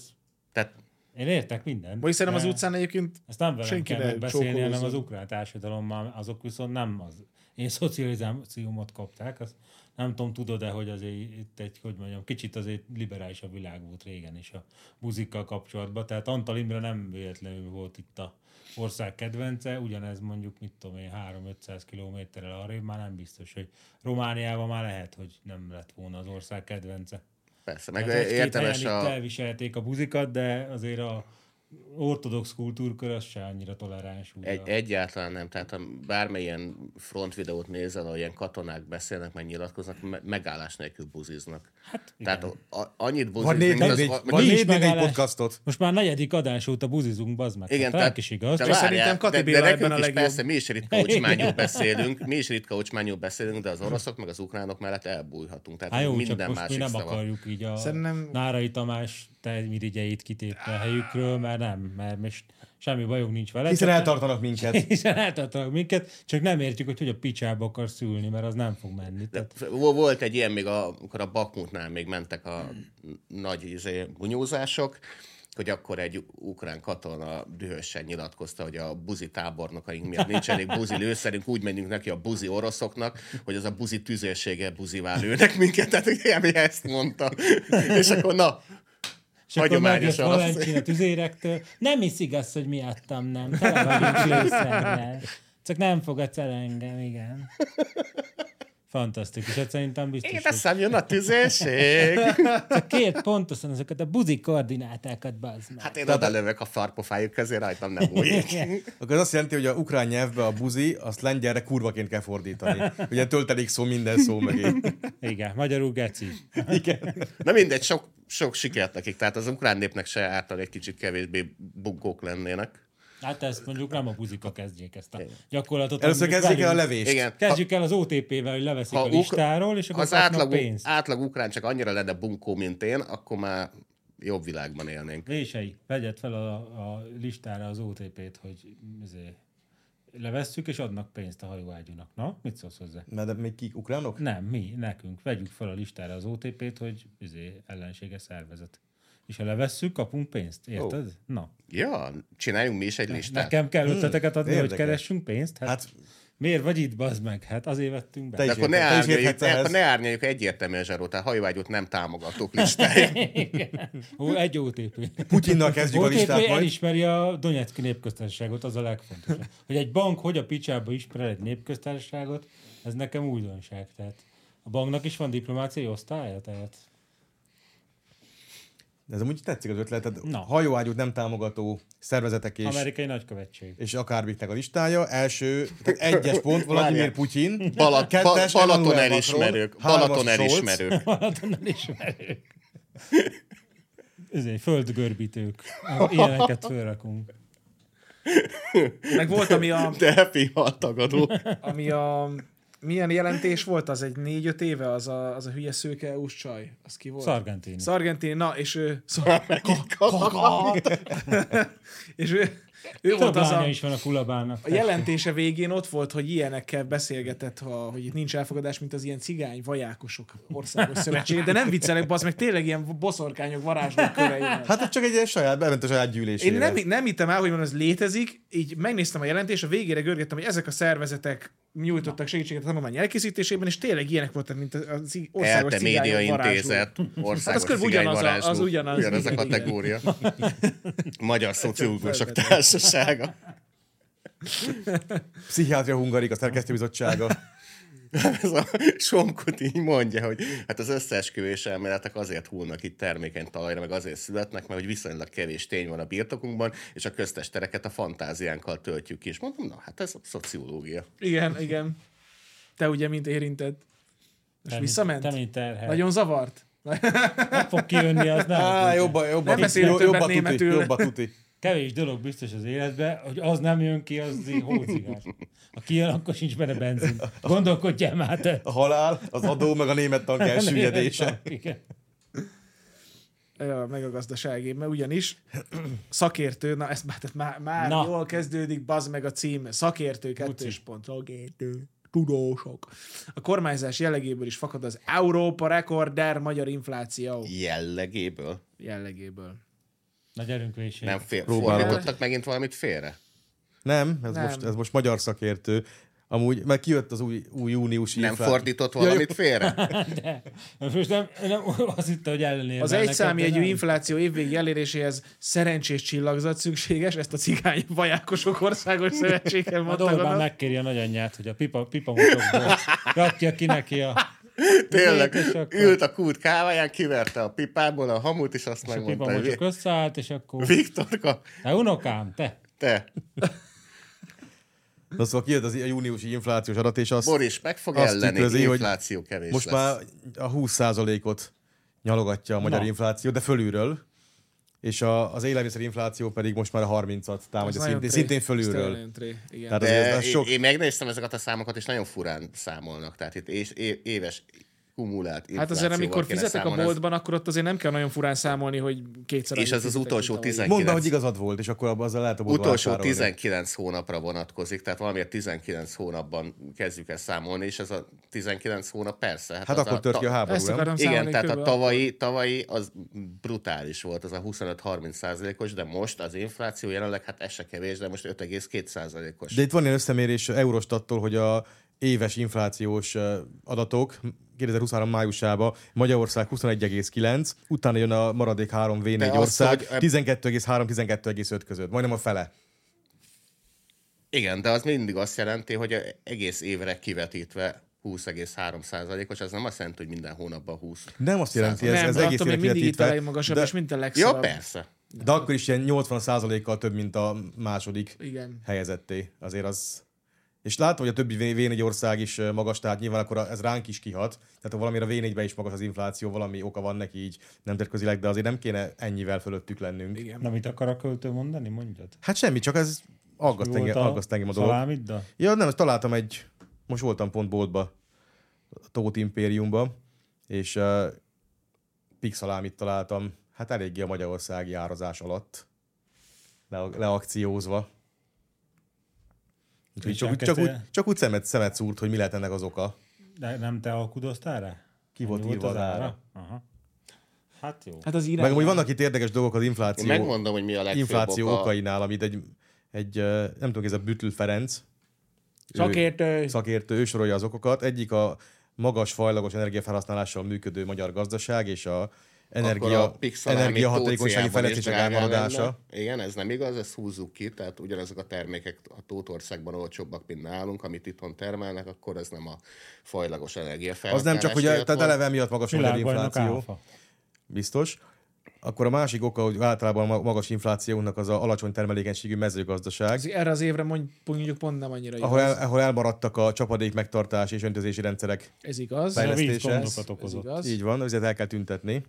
Speaker 2: Tehát
Speaker 4: Én értek mindent.
Speaker 1: Vagy szerintem az
Speaker 4: de-
Speaker 1: utcán egyébként
Speaker 4: Ezt nem velem
Speaker 1: Senki
Speaker 4: Senki
Speaker 1: ne
Speaker 4: kell beszélni, hanem az
Speaker 1: csókolózzon.
Speaker 4: ukrán társadalommal, azok viszont nem az én szocializációmat kapták, az nem tudom, tudod-e, hogy azért itt egy, hogy mondjam, kicsit azért liberális a világ volt régen is a buzikkal kapcsolatban, tehát Antal Imre nem véletlenül volt itt a ország kedvence, ugyanez mondjuk, mit tudom én, 3-500 kilométerrel arra, már nem biztos, hogy Romániában már lehet, hogy nem lett volna az ország kedvence.
Speaker 2: Persze, meg
Speaker 4: Tehát egy-két
Speaker 2: értemes
Speaker 4: helyen itt
Speaker 2: a...
Speaker 4: elviselték a buzikat, de azért a ortodox kultúrkör az se annyira toleráns. úgy
Speaker 2: Egy,
Speaker 4: a-
Speaker 2: egyáltalán nem. Tehát ha bármilyen front videót nézel, ahol ilyen katonák beszélnek, meg nyilatkoznak, me- megállás nélkül buziznak. Hát, Tehát a, a, annyit
Speaker 3: Van négy,
Speaker 2: buziznak, mint
Speaker 3: négy,
Speaker 2: az...
Speaker 3: négy,
Speaker 2: mint-
Speaker 3: van
Speaker 4: mi is
Speaker 3: négy, négy, négy
Speaker 4: megállás.
Speaker 3: podcastot.
Speaker 4: Most már negyedik adás óta buzizunk, bazd meg.
Speaker 2: Igen,
Speaker 4: Igen, tehát ránk Hát, is igaz.
Speaker 2: te
Speaker 4: Csak
Speaker 1: várj,
Speaker 2: várjál,
Speaker 1: szerintem Kati
Speaker 2: de- de
Speaker 1: Béla
Speaker 2: nekünk
Speaker 1: ebben a
Speaker 2: is
Speaker 1: legjobb.
Speaker 2: Persze, mi is ritka ocsmányul beszélünk, mi is ritka ocsmányul beszélünk, de az oroszok meg az ukránok mellett elbújhatunk. Tehát
Speaker 4: Há jó,
Speaker 2: minden
Speaker 4: csak most mi
Speaker 2: másik
Speaker 4: nem
Speaker 2: szava.
Speaker 4: akarjuk így a
Speaker 1: Szerintem-
Speaker 4: Nárai Tamás tejmirigyeit kitépni a helyükről, mert nem, mert most semmi bajunk nincs vele.
Speaker 3: Hiszen
Speaker 4: csak-
Speaker 3: eltartanak minket.
Speaker 4: Hiszen eltartanak minket, csak nem értjük, hogy hogy a picsába akar szülni, mert az nem fog menni. Tehát
Speaker 2: Vo- Volt egy ilyen még, a, amikor a Bakmutnál még mentek a nagy izé, bunyózások, hogy akkor egy ukrán katona dühösen nyilatkozta, hogy a buzi tábornokaink miatt nincs elég buzi lőszerünk, úgy menjünk neki a buzi oroszoknak, hogy az a buzi tüzérsége buzivá lőnek minket, tehát ugye ezt mondta. És akkor na,
Speaker 4: és akkor megjött
Speaker 2: hagyományosan azt-
Speaker 4: Valentin a tüzérektől. Nem is igaz, hogy miattam nem. Tele vagyunk lőszerrel. Csak nem fogadsz el engem, igen. Fantasztikus, hát szerintem biztos.
Speaker 2: én
Speaker 4: hogy-
Speaker 2: teszem, jön a tüzérség.
Speaker 4: Csak két pontosan ezeket a buzi koordinátákat, bazd meg.
Speaker 2: Hát én oda lövök a farpofájuk közé, rajtam nem újik.
Speaker 3: Akkor ez azt jelenti, hogy a ukrán nyelvbe a buzi, azt lengyelre kurvaként kell fordítani. Ugye töltelék szó minden szó mögé.
Speaker 4: Igen, magyarul geci.
Speaker 2: Na mindegy, sok, sok sikert nekik. Tehát az ukrán népnek se ártal egy kicsit kevésbé bunkók lennének.
Speaker 4: Hát ezt mondjuk nem a buzika kezdjék ezt a gyakorlatot.
Speaker 3: Először
Speaker 4: amit
Speaker 3: kezdjék el a
Speaker 4: velünk-
Speaker 3: levést.
Speaker 2: Igen.
Speaker 4: Kezdjük el az OTP-vel, hogy leveszik a
Speaker 2: uk-
Speaker 4: listáról, és akkor
Speaker 2: az
Speaker 4: kapnak
Speaker 2: átlag,
Speaker 4: pénzt.
Speaker 2: átlag ukrán csak annyira lenne bunkó, mint én, akkor már jobb világban élnénk.
Speaker 4: Vései, vegyed fel a, a listára az OTP-t, hogy izé, levesszük, és adnak pénzt a hajóágyúnak. Na, mit szólsz hozzá?
Speaker 3: Mert de még kik ukránok?
Speaker 4: Nem, mi, nekünk. Vegyük fel a listára az OTP-t, hogy izé, ellenséges szervezet. És ha levesszük, kapunk pénzt. Érted? Oh. Na.
Speaker 2: Ja, csináljunk mi is egy listát.
Speaker 4: Nekem kell ötleteket adni, hogy
Speaker 3: Hát, hmm, érdekes.
Speaker 4: keressünk pénzt? Hát,
Speaker 3: Hát-
Speaker 4: hát miért vagy itt, bazd meg? Hát azért vettünk be.
Speaker 3: Te
Speaker 2: De
Speaker 3: is
Speaker 2: akkor ne,
Speaker 3: érted, te is
Speaker 2: árnyaljuk,
Speaker 3: érthetsz
Speaker 2: ne,
Speaker 3: ehhez.
Speaker 2: akkor ne árnyaljuk egyértelműen zsarót, tehát hajvágyot nem támogatók listáján.
Speaker 4: Igen. Ó, egy OTP.
Speaker 3: Putyinnal kezdjük a
Speaker 4: OTP
Speaker 3: listát majd.
Speaker 4: elismeri a Donetszki népköztársaságot, az a legfontosabb. Hogy egy bank hogy a picsába ismer egy népköztársaságot, ez nekem újdonság. Tehát a banknak is van diplomáciai osztálya, tehát
Speaker 3: Ez amúgy tetszik az ötlet, tehát
Speaker 4: Na.
Speaker 3: hajóágyút nem támogató szervezetek és,
Speaker 4: amerikai nagykövetség.
Speaker 3: és akármiknek a listája. Első, tehát egyes pont Vladimir
Speaker 2: Várjál.
Speaker 3: Putyin.
Speaker 2: Balat, ba,
Speaker 3: kettes Emmanuel
Speaker 2: Balaton
Speaker 3: Macron,
Speaker 2: elismerők.
Speaker 3: hármas
Speaker 2: Balaton
Speaker 3: Scholz.
Speaker 2: elismerők.
Speaker 4: Balatonnal ismerők. Ez egy földgörbítők. Ilyeneket fölrakunk.
Speaker 1: Meg volt, ami a,
Speaker 2: De pihal tagadó.
Speaker 1: ami a... Milyen jelentés volt az egy négy-öt éve, az a, az a hülye szőke EU-s csaj? Az ki volt?
Speaker 4: Szargentini.
Speaker 1: Szargentini, na, és ő... Szor... és ő, ő
Speaker 4: Több
Speaker 1: volt az a...
Speaker 4: lánya is van a kulabának.
Speaker 1: A jelentése végén ott volt, hogy ilyenekkel beszélgetett, ha, hogy itt nincs elfogadás, mint az ilyen cigány vajákosok országos szövetség, de nem viccelek, az meg tényleg ilyen boszorkányok varázslók köreiben.
Speaker 3: Hát ez csak egy ilyen saját, bement a saját
Speaker 1: Én
Speaker 3: gyűlésére.
Speaker 1: nem, nem hittem el, hogy van, ez létezik, így megnéztem a jelentést, a végére görgettem, hogy ezek a szervezetek nyújtottak segítséget a tanulmány elkészítésében, és tényleg ilyenek voltak, mint az í- országos
Speaker 2: Elte média
Speaker 1: cigányok varázslók.
Speaker 2: intézet, országos hát
Speaker 1: körülbelül ugyanaz a-
Speaker 2: cigányvarázsló,
Speaker 1: az ugyanaz.
Speaker 2: ugyanaz a
Speaker 1: Igen, igen.
Speaker 2: kategória. Magyar Szociológusok Társasága.
Speaker 3: Pszichiátria Hungarik, a szerkesztőbizottsága.
Speaker 2: Ez a Somkot így mondja, hogy hát az összeesküvés elméletek azért hullnak itt termékeny talajra, meg azért születnek, mert hogy viszonylag kevés tény van a birtokunkban, és a köztes tereket a fantáziánkkal töltjük ki. És mondom, na hát ez a szociológia.
Speaker 1: Igen, igen. Te ugye, mint érintett. Most visszament?
Speaker 4: Te, mint terhel.
Speaker 1: Nagyon zavart?
Speaker 4: Nem fog kijönni, az nem.
Speaker 3: Á,
Speaker 4: Tudja.
Speaker 3: jobban, jobban,
Speaker 1: Nem beszélünk
Speaker 3: jó-
Speaker 1: többet
Speaker 3: jobban tuti,
Speaker 1: németül.
Speaker 3: jobban tuti.
Speaker 4: Kevés dolog biztos az életben, hogy az nem jön ki, az í- hócigár. Ha kijön, akkor sincs benne benzin. Gondolkodjál már te.
Speaker 3: A halál, az adó, meg a német tank elsüllyedése.
Speaker 4: Igen.
Speaker 1: Ö, meg a gazdasági, mert ugyanis szakértő, na ezt már, tehát már, már
Speaker 4: Na.
Speaker 1: jól kezdődik, bazd meg a cím, szakértő, kettős pont, szakértő, tudósok. A kormányzás jellegéből is fakad az Európa rekorder magyar infláció
Speaker 2: Jellegéből.
Speaker 1: jellegéből.
Speaker 4: Na gyerünk vésé.
Speaker 2: Nem fél,
Speaker 3: Próbálom.
Speaker 2: fordítottak megint valamit félre?
Speaker 3: Nem, ez,
Speaker 1: Nem.
Speaker 3: Most, ez most magyar szakértő. Amúgy, mert kijött az új, új júniusi
Speaker 2: Nem
Speaker 3: inflá-
Speaker 2: fordított valamit félre?
Speaker 4: Most nem, nem azt hitte, hogy ellenérve.
Speaker 1: Az egy számjegyű infláció évvégi eléréséhez szerencsés csillagzat szükséges, ezt a cigány vajákosok országos szövetségen
Speaker 4: Majd
Speaker 1: mondta
Speaker 4: Orbán
Speaker 1: gondolom.
Speaker 4: megkéri a nagyanyját, hogy a pipa, pipa motokból rakja ki neki a
Speaker 2: Tényleg,
Speaker 4: és akkor-
Speaker 2: ült a kút káváján, kiverte a pipából a hamut, és azt
Speaker 4: És a
Speaker 2: megmondta, hogy
Speaker 4: pipamocsok összeállt, és akkor...
Speaker 2: Viktorka,
Speaker 4: Te unokám, te!
Speaker 2: te,
Speaker 3: Na szóval kijött az i- a júniusi inflációs adat, és azt,
Speaker 2: Boris, meg fog
Speaker 3: Azt
Speaker 2: elleni,
Speaker 3: tükrözi, hogy
Speaker 2: infláció kevés
Speaker 3: most
Speaker 2: lesz.
Speaker 3: már a 20%-ot nyalogatja a magyar
Speaker 4: Na.
Speaker 3: infláció, de fölülről, és a, az élelmiszerinfláció pedig most már a 30-at
Speaker 1: Ez nagyon
Speaker 3: támadja, szintén,
Speaker 1: tré.
Speaker 3: szintén
Speaker 1: Ez
Speaker 3: fölülről.
Speaker 1: nagyon tré, igen.
Speaker 3: Tehát Hát azért ez
Speaker 2: De
Speaker 3: már
Speaker 2: sok...
Speaker 3: sok,
Speaker 2: én megnéztem ezeket a számokat, és nagyon furán számolnak. Tehát itt és, é- éves kumulált
Speaker 1: Hát azért, amikor
Speaker 2: inflációval kéne
Speaker 1: fizetek a
Speaker 2: számolni, ez-
Speaker 1: boltban, akkor ott azért nem kell nagyon furán számolni, hogy kétszer
Speaker 2: És
Speaker 1: annyit
Speaker 2: ez az
Speaker 1: fizetek,
Speaker 2: utolsó
Speaker 1: mint tavaly.
Speaker 2: 19
Speaker 3: mondd be, hogy igazad volt, és akkor abban azzal lehet a boltba
Speaker 2: Utolsó
Speaker 3: vásárolni.
Speaker 2: 19 hónapra vonatkozik, tehát valamiért 19 hónapban kezdjük el számolni, és ez a 19 hónap persze.
Speaker 3: Hát
Speaker 2: az
Speaker 3: akkor
Speaker 2: a
Speaker 3: tört ki a háború,
Speaker 1: Ezt
Speaker 3: nem?
Speaker 1: akarom számolni.
Speaker 2: Igen, tehát a
Speaker 1: körülbelül.
Speaker 2: tavalyi, tavalyi az brutális volt, az a 25-30 százalékos, de most az infláció jelenleg, hát ez se kevés, de most 5,2 százalékos.
Speaker 3: De itt van ilyen összemérés Eurostattól, hogy a éves inflációs ö, adatok 2023 májusában Magyarország 21,9, utána jön a maradék három
Speaker 2: De
Speaker 3: V4
Speaker 2: azt,
Speaker 3: ország,
Speaker 2: hogy-
Speaker 3: 12,3-12,5 között, majdnem a fele.
Speaker 2: Igen, de az mindig azt jelenti, hogy egész évre kivetítve 20,3 százalékos, ez nem azt jelenti, hogy minden hónapban 20.
Speaker 3: Nem azt jelenti, ez,
Speaker 1: nem,
Speaker 3: ez
Speaker 1: de
Speaker 3: egész
Speaker 1: attól
Speaker 3: évre
Speaker 1: még mindig itt a
Speaker 3: kivetítve,
Speaker 1: legmagasabb,
Speaker 3: de,
Speaker 1: és mind a
Speaker 2: Ja,
Speaker 1: legszarabb.
Speaker 2: persze.
Speaker 3: de akkor is ilyen 80%-kal több, mint a második
Speaker 1: Igen.
Speaker 3: helyezetté. Azért az... És látom, hogy a többi V4 ország is ö, magas, tehát nyilván akkor a- ez ránk is kihat. Tehát ha valamire a V4-ben is magas az infláció, valami oka van neki így nemzetközileg, de azért nem kéne ennyivel fölöttük lennünk.
Speaker 1: Igen.
Speaker 4: Na, mit akar a költő mondani, mondjad?
Speaker 3: Hát semmi, csak ez aggaszt engem,
Speaker 4: hát
Speaker 3: aggaszt engem a dolog.
Speaker 4: Szalámiddal?
Speaker 3: Ja, nem, ezt találtam egy, most voltam pont boltba, a Tóth Impériumba, és uh, pixalámit találtam, hát eléggé a magyarországi árazás alatt, le, leakciózva. Úgyhogy csak, úgy- csak, úgy, csak úgy szemet, szemet szúrt, hogy mi lehet ennek az oka.
Speaker 4: De nem te alkudoztál rá?
Speaker 3: Ki volt
Speaker 4: Ennyi
Speaker 3: írva az ára.
Speaker 4: Aha. Hát jó.
Speaker 1: Hát az irány.
Speaker 3: Meg amúgy vannak itt érdekes dolgok az infláció,
Speaker 2: Én megmondom, hogy mi a legfőbb
Speaker 3: infláció
Speaker 2: oka.
Speaker 3: okainál, amit egy, egy, ö, nem tudom, ez a Bütl Ferenc,
Speaker 1: Szakértő.
Speaker 3: szakértő ő sorolja az okokat. Egyik a magas fajlagos energiafelhasználással működő magyar gazdaság és a energia,
Speaker 2: Akkor
Speaker 3: a
Speaker 2: Pixelámi
Speaker 3: energiahatékonysági
Speaker 2: Tóciában is
Speaker 3: fejlesztések
Speaker 2: drága
Speaker 3: elmaradása.
Speaker 2: lenne. Igen, ez nem igaz, ezt húzzuk ki, tehát ugyanazok a termékek a Tótországban olcsóbbak, mint nálunk, amit itthon termelnek, akkor ez nem a fajlagos energiafelhasználás.
Speaker 3: Az nem csak, hogy a,
Speaker 2: miatt
Speaker 3: tehát
Speaker 2: van.
Speaker 3: eleve miatt magas a magyar
Speaker 4: Világbajnok
Speaker 3: infláció,
Speaker 4: áfa.
Speaker 3: biztos. Akkor a másik oka, hogy általában a ma- magas inflációnak az a alacsony termelékenységű mezőgazdaság,
Speaker 1: Az- Erre az évre mondj- mondjuk pont nem annyira
Speaker 3: ahol, el,
Speaker 1: igaz.
Speaker 3: ahol elmaradtak a csapadék megtartás és öntözési rendszerek.
Speaker 1: Ez igaz.
Speaker 3: Fejlesztés.
Speaker 1: Ez
Speaker 4: Vízgondokat okozott.
Speaker 1: igaz.
Speaker 3: Így van, ezért el kell tüntetni.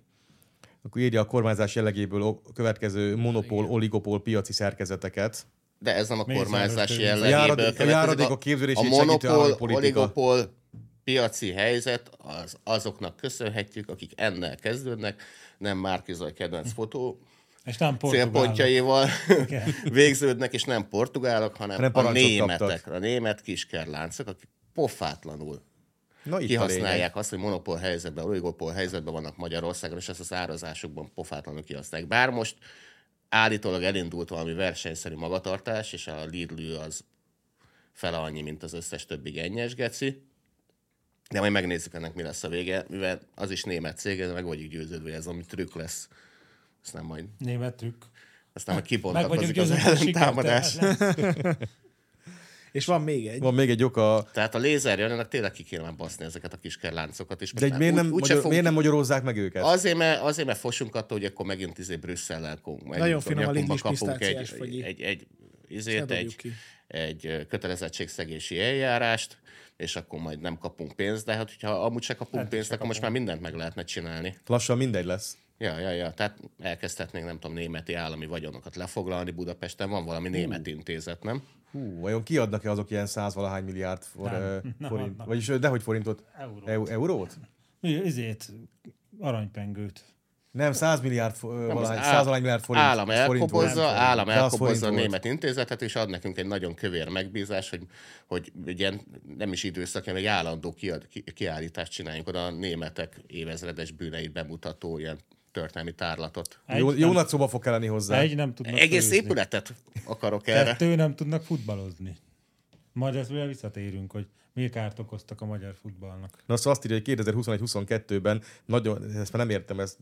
Speaker 3: Akkor írja a kormányzás jellegéből o- következő monopól, oligopól piaci szerkezeteket.
Speaker 2: De ez nem a
Speaker 4: Mészáros
Speaker 2: kormányzás
Speaker 4: Lőrinc.
Speaker 2: jellegéből.
Speaker 3: Járadék- a
Speaker 2: következik.
Speaker 3: járadékok képződését
Speaker 2: A
Speaker 3: segítő állami
Speaker 2: monopól,
Speaker 3: politika.
Speaker 2: oligopól piaci helyzet az azoknak köszönhetjük, akik ennél kezdődnek, nem Márkizaj kedvenc fotó
Speaker 4: És nem portugál.
Speaker 2: célpontjaival végződnek, és nem portugálok, hanem,
Speaker 3: Hanem
Speaker 2: a
Speaker 3: parancsot
Speaker 2: németek,
Speaker 3: kaptak.
Speaker 2: a német kiskerláncok, akik pofátlanul
Speaker 3: Na, itt a lényeg.
Speaker 2: kihasználják azt, hogy monopól helyzetben, oligopól helyzetben vannak Magyarországon, és ezt az árazásokban pofátlanul kihasználják. Bár most állítólag elindult valami versenyszerű magatartás, és a Lidl az fele annyi, mint az összes többi gennyes geci. De majd megnézzük ennek mi lesz a vége, mivel az is német cég, de meg vagyok győződve, hogy ez ami trükk lesz. Aztán majd,
Speaker 4: Német trükk.
Speaker 3: Hát
Speaker 2: aztán majd
Speaker 4: Meg vagyok
Speaker 2: kibontakozik az
Speaker 4: győződve, hogy
Speaker 2: ellentámadás.
Speaker 4: sikertelen lesz.
Speaker 1: És van még egy.
Speaker 3: Van még egy oka,
Speaker 2: Tehát a lézer jön, ennek tényleg ki kéne baszni ezeket a kis kerláncokat. És
Speaker 3: de egy miért, nem, magyar,
Speaker 2: fogunk
Speaker 3: miért nem magyarózzák meg őket?
Speaker 2: Azért, mert, azért, mert fosunk attól, hogy akkor megint izé Brüsszellel kunk, meg
Speaker 1: Nagyon finom a
Speaker 2: nyakunkba
Speaker 1: Lidlis
Speaker 2: kapunk
Speaker 1: pisztáciás
Speaker 2: egy,
Speaker 1: fagyi.
Speaker 2: egy, egy, egy,
Speaker 1: Ne
Speaker 2: izét,
Speaker 1: dobjuk
Speaker 2: egy,
Speaker 1: ki.
Speaker 2: egy ö, kötelezettségszegési eljárást, és akkor majd nem kapunk pénzt, de hát hogyha amúgy se kapunk pénzt, akkor most már mindent meg lehetne csinálni.
Speaker 3: Lassan mindegy lesz.
Speaker 2: Ja, ja, ja, tehát elkezdhetnénk, nem tudom, németi állami vagyonokat lefoglalni Budapesten, van valami német intézet, nem?
Speaker 3: Hú, vajon kiadnak-e azok ilyen százvalahány milliárd for, ö, forint? Vagyis ö, dehogy forintot?
Speaker 4: Eurót.
Speaker 3: Eu- eurót?
Speaker 4: Mi, Izét, aranypengőt.
Speaker 3: Nem, száz milliárd, fo- ö, valahány,
Speaker 2: áll-
Speaker 3: százvalahány milliárd forint.
Speaker 2: állam
Speaker 3: forint volt.
Speaker 2: elkobozza, állam
Speaker 3: De az
Speaker 2: elkobozza a
Speaker 3: forint volt.
Speaker 2: német intézetet, és ad nekünk egy nagyon kövér megbízás, hogy, hogy egy ilyen nem is időszak, hanem egy állandó kiad, ki, kiállítást csináljunk oda a németek évezredes bűneit bemutató ilyen történelmi tárlatot.
Speaker 4: Egy,
Speaker 3: Jó,
Speaker 4: nem-
Speaker 3: jó nagy szoba fog kelleni hozzá.
Speaker 4: Egy nem tudnak
Speaker 2: Egész
Speaker 4: főzni.
Speaker 2: épületet akarok erre.
Speaker 4: Kettő nem tudnak futballozni. Majd ezt ugye visszatérünk, hogy miért kárt okoztak a magyar futballnak.
Speaker 3: Na szóval azt írja, hogy 2021-22-ben nagyon, ezt már nem értem, ezt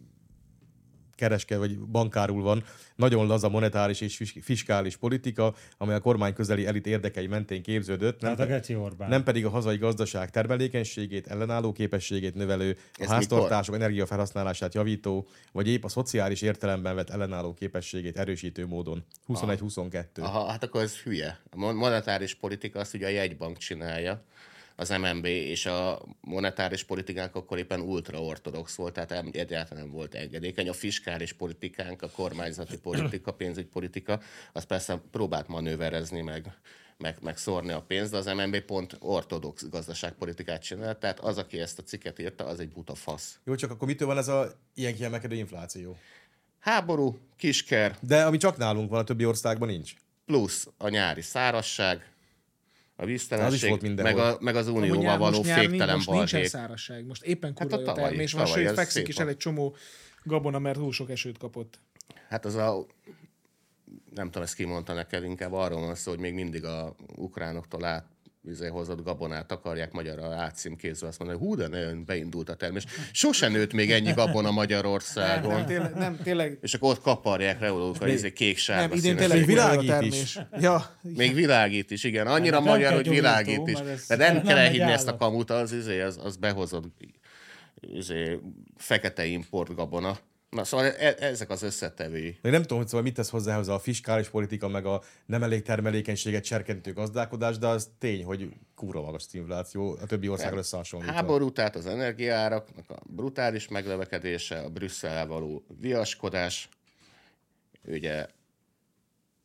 Speaker 3: kereske vagy bankárul van, nagyon laza monetáris és fis- fiskális politika, amely a kormány közeli elit érdekei mentén képződött, nem,
Speaker 4: Tehát Hát a
Speaker 3: pe-
Speaker 4: Geci Orbán.
Speaker 3: nem pedig a hazai gazdaság termelékenységét, ellenálló képességét növelő, a
Speaker 2: Ez
Speaker 3: háztartások energiafelhasználását javító, vagy épp a szociális értelemben vett ellenálló képességét erősítő módon. 21-22.
Speaker 2: Aha, hát akkor ez hülye. A mon- monetáris politika azt ugye a jegybank csinálja, az MNB, és a monetáris politikánk akkor éppen ultraortodox volt, tehát em- egyáltalán nem volt engedékeny. A fiskális politikánk, a kormányzati politika, pénzügypolitika, az persze próbált manőverezni meg meg, meg szórni a pénzt, de az MNB pont ortodox gazdaságpolitikát csinált, tehát az, aki ezt a cikket írta, az egy buta fasz.
Speaker 3: Jó, csak akkor mitől van ez a ilyen kiemelkedő infláció?
Speaker 2: Háború, kisker,
Speaker 3: De ami csak nálunk van, a többi országban nincs.
Speaker 2: plusz a nyári szárasság, a
Speaker 3: Az is
Speaker 2: víztelenség,
Speaker 3: volt
Speaker 2: meg,
Speaker 3: mindenhol.
Speaker 2: a, meg az
Speaker 1: Amúgy
Speaker 2: unióval
Speaker 1: nyár-
Speaker 2: való
Speaker 1: most nyár nincs-
Speaker 2: féktelen
Speaker 1: Most nincsen
Speaker 2: balhék.
Speaker 1: szárazság. Most éppen kurva
Speaker 2: a
Speaker 1: jó
Speaker 2: tavalyi-
Speaker 1: termés van,
Speaker 2: tavalyi,
Speaker 1: sőt
Speaker 2: ez
Speaker 1: fekszik
Speaker 2: szép
Speaker 1: is
Speaker 2: van.
Speaker 1: el egy csomó gabona, mert túl sok esőt kapott.
Speaker 2: Hát az a, nem tudom, ezt kimondta neked, inkább arról van szó, hogy még mindig a ukránoktól át izé, hozott gabonát akarják magyarra átszimkézve azt mondani, hogy hú, de nagyon beindult a termés. Sose nőtt még ennyi gabona
Speaker 1: Nem, nem,
Speaker 2: Magyarországon.
Speaker 1: tényleg, nem, tényleg
Speaker 2: És akkor ott kaparják reolókkal, izé, kék
Speaker 1: nem,
Speaker 2: sárga
Speaker 1: idén
Speaker 2: színes.
Speaker 1: tényleg
Speaker 3: Még
Speaker 1: kurva jó a
Speaker 3: világít is.
Speaker 1: termés. Ja,
Speaker 2: Még világít is, igen. Annyira
Speaker 4: Hát Nem, nem
Speaker 2: magyar,
Speaker 4: kell
Speaker 2: hogy
Speaker 4: gyógyító,
Speaker 2: világít is.
Speaker 4: mert ez-
Speaker 2: De nem
Speaker 4: nem
Speaker 2: kell
Speaker 4: egy
Speaker 2: elhinni ezt a
Speaker 4: állat.
Speaker 2: kamut, az, izé, az, az behozott izé, fekete import gabona. Na, szóval e- ezek az összetevői.
Speaker 3: Még nem tudom, hogy szóval mit tesz hozzá ez a fiskális politika, meg a nem elég termelékenységet serkentő gazdálkodás, de az tény, hogy kúra magas az infláció a többi országra összehasonlítva.
Speaker 2: Háború, tehát az energiaáraknak a brutális meglevekedése, a Brüsszellel való viaskodás, ugye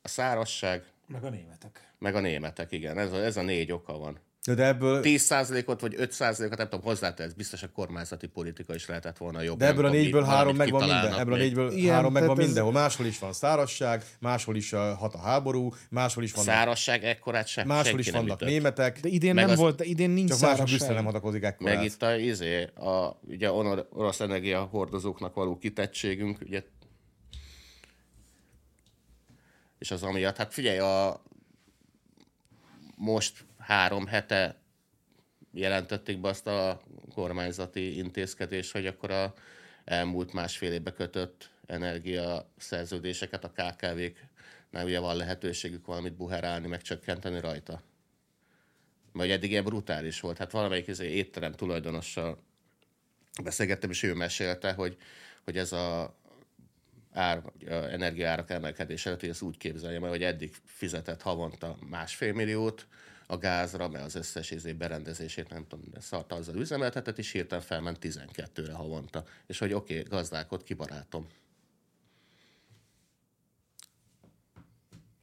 Speaker 2: a szárazság,
Speaker 4: Meg a németek.
Speaker 2: meg a németek, igen, ez a, ez a négy oka van.
Speaker 3: De- De ebből,
Speaker 2: 10%-ot vagy 5%-ot, nem tudom, hozzátehetsz, biztos a kormányzati politika is lehetett volna jobb.
Speaker 3: de
Speaker 2: nem
Speaker 3: ebből a
Speaker 2: tudom,
Speaker 3: négyből
Speaker 2: mi-
Speaker 3: három
Speaker 2: valamit
Speaker 3: megvan minden.
Speaker 2: kitalálnak
Speaker 3: Ebből a
Speaker 2: még.
Speaker 3: négyből
Speaker 1: Igen,
Speaker 3: három megvan
Speaker 1: tehát ez-
Speaker 3: mindenhol. Máshol is van szárazság, máshol is uh, hat a háború, máshol is vannak,
Speaker 2: Szárazság ekkorát sem.
Speaker 3: máshol
Speaker 2: senki
Speaker 3: is
Speaker 2: nem
Speaker 3: vannak
Speaker 2: ütött.
Speaker 3: németek,
Speaker 1: de idén
Speaker 2: Meg
Speaker 1: nem
Speaker 2: az-
Speaker 1: volt, de idén nincs
Speaker 3: csak máshol Brüsszel
Speaker 1: szárazság.
Speaker 3: nem hatakozik ekkorát.
Speaker 2: Meg itt a, izé, a, ugye onor- orosz energia hordozóknak való kitettségünk, ugye, és az amiatt, hát figyelj, a most három hete jelentették be azt a kormányzati intézkedést, hogy akkor a elmúlt másfél évbe kötött energiaszerződéseket a KKV-knál ugye van lehetőségük valamit buherálni, meg csökkenteni rajta. Vagy eddig ilyen brutális volt. Hát valamelyik izé étterem tulajdonossal beszélgettem, és ő mesélte, hogy, hogy ez a ár, a energiaárak emelkedés előtt, hogy ezt úgy képzeljem el, hogy eddig fizetett havonta másfél milliót a gázra, mert az összes izé berendezését nem tudom, de szart azzal üzemeltetett, és hirtelen felment 12-re havonta. És hogy oké, okay, gazdálkod ki barátom.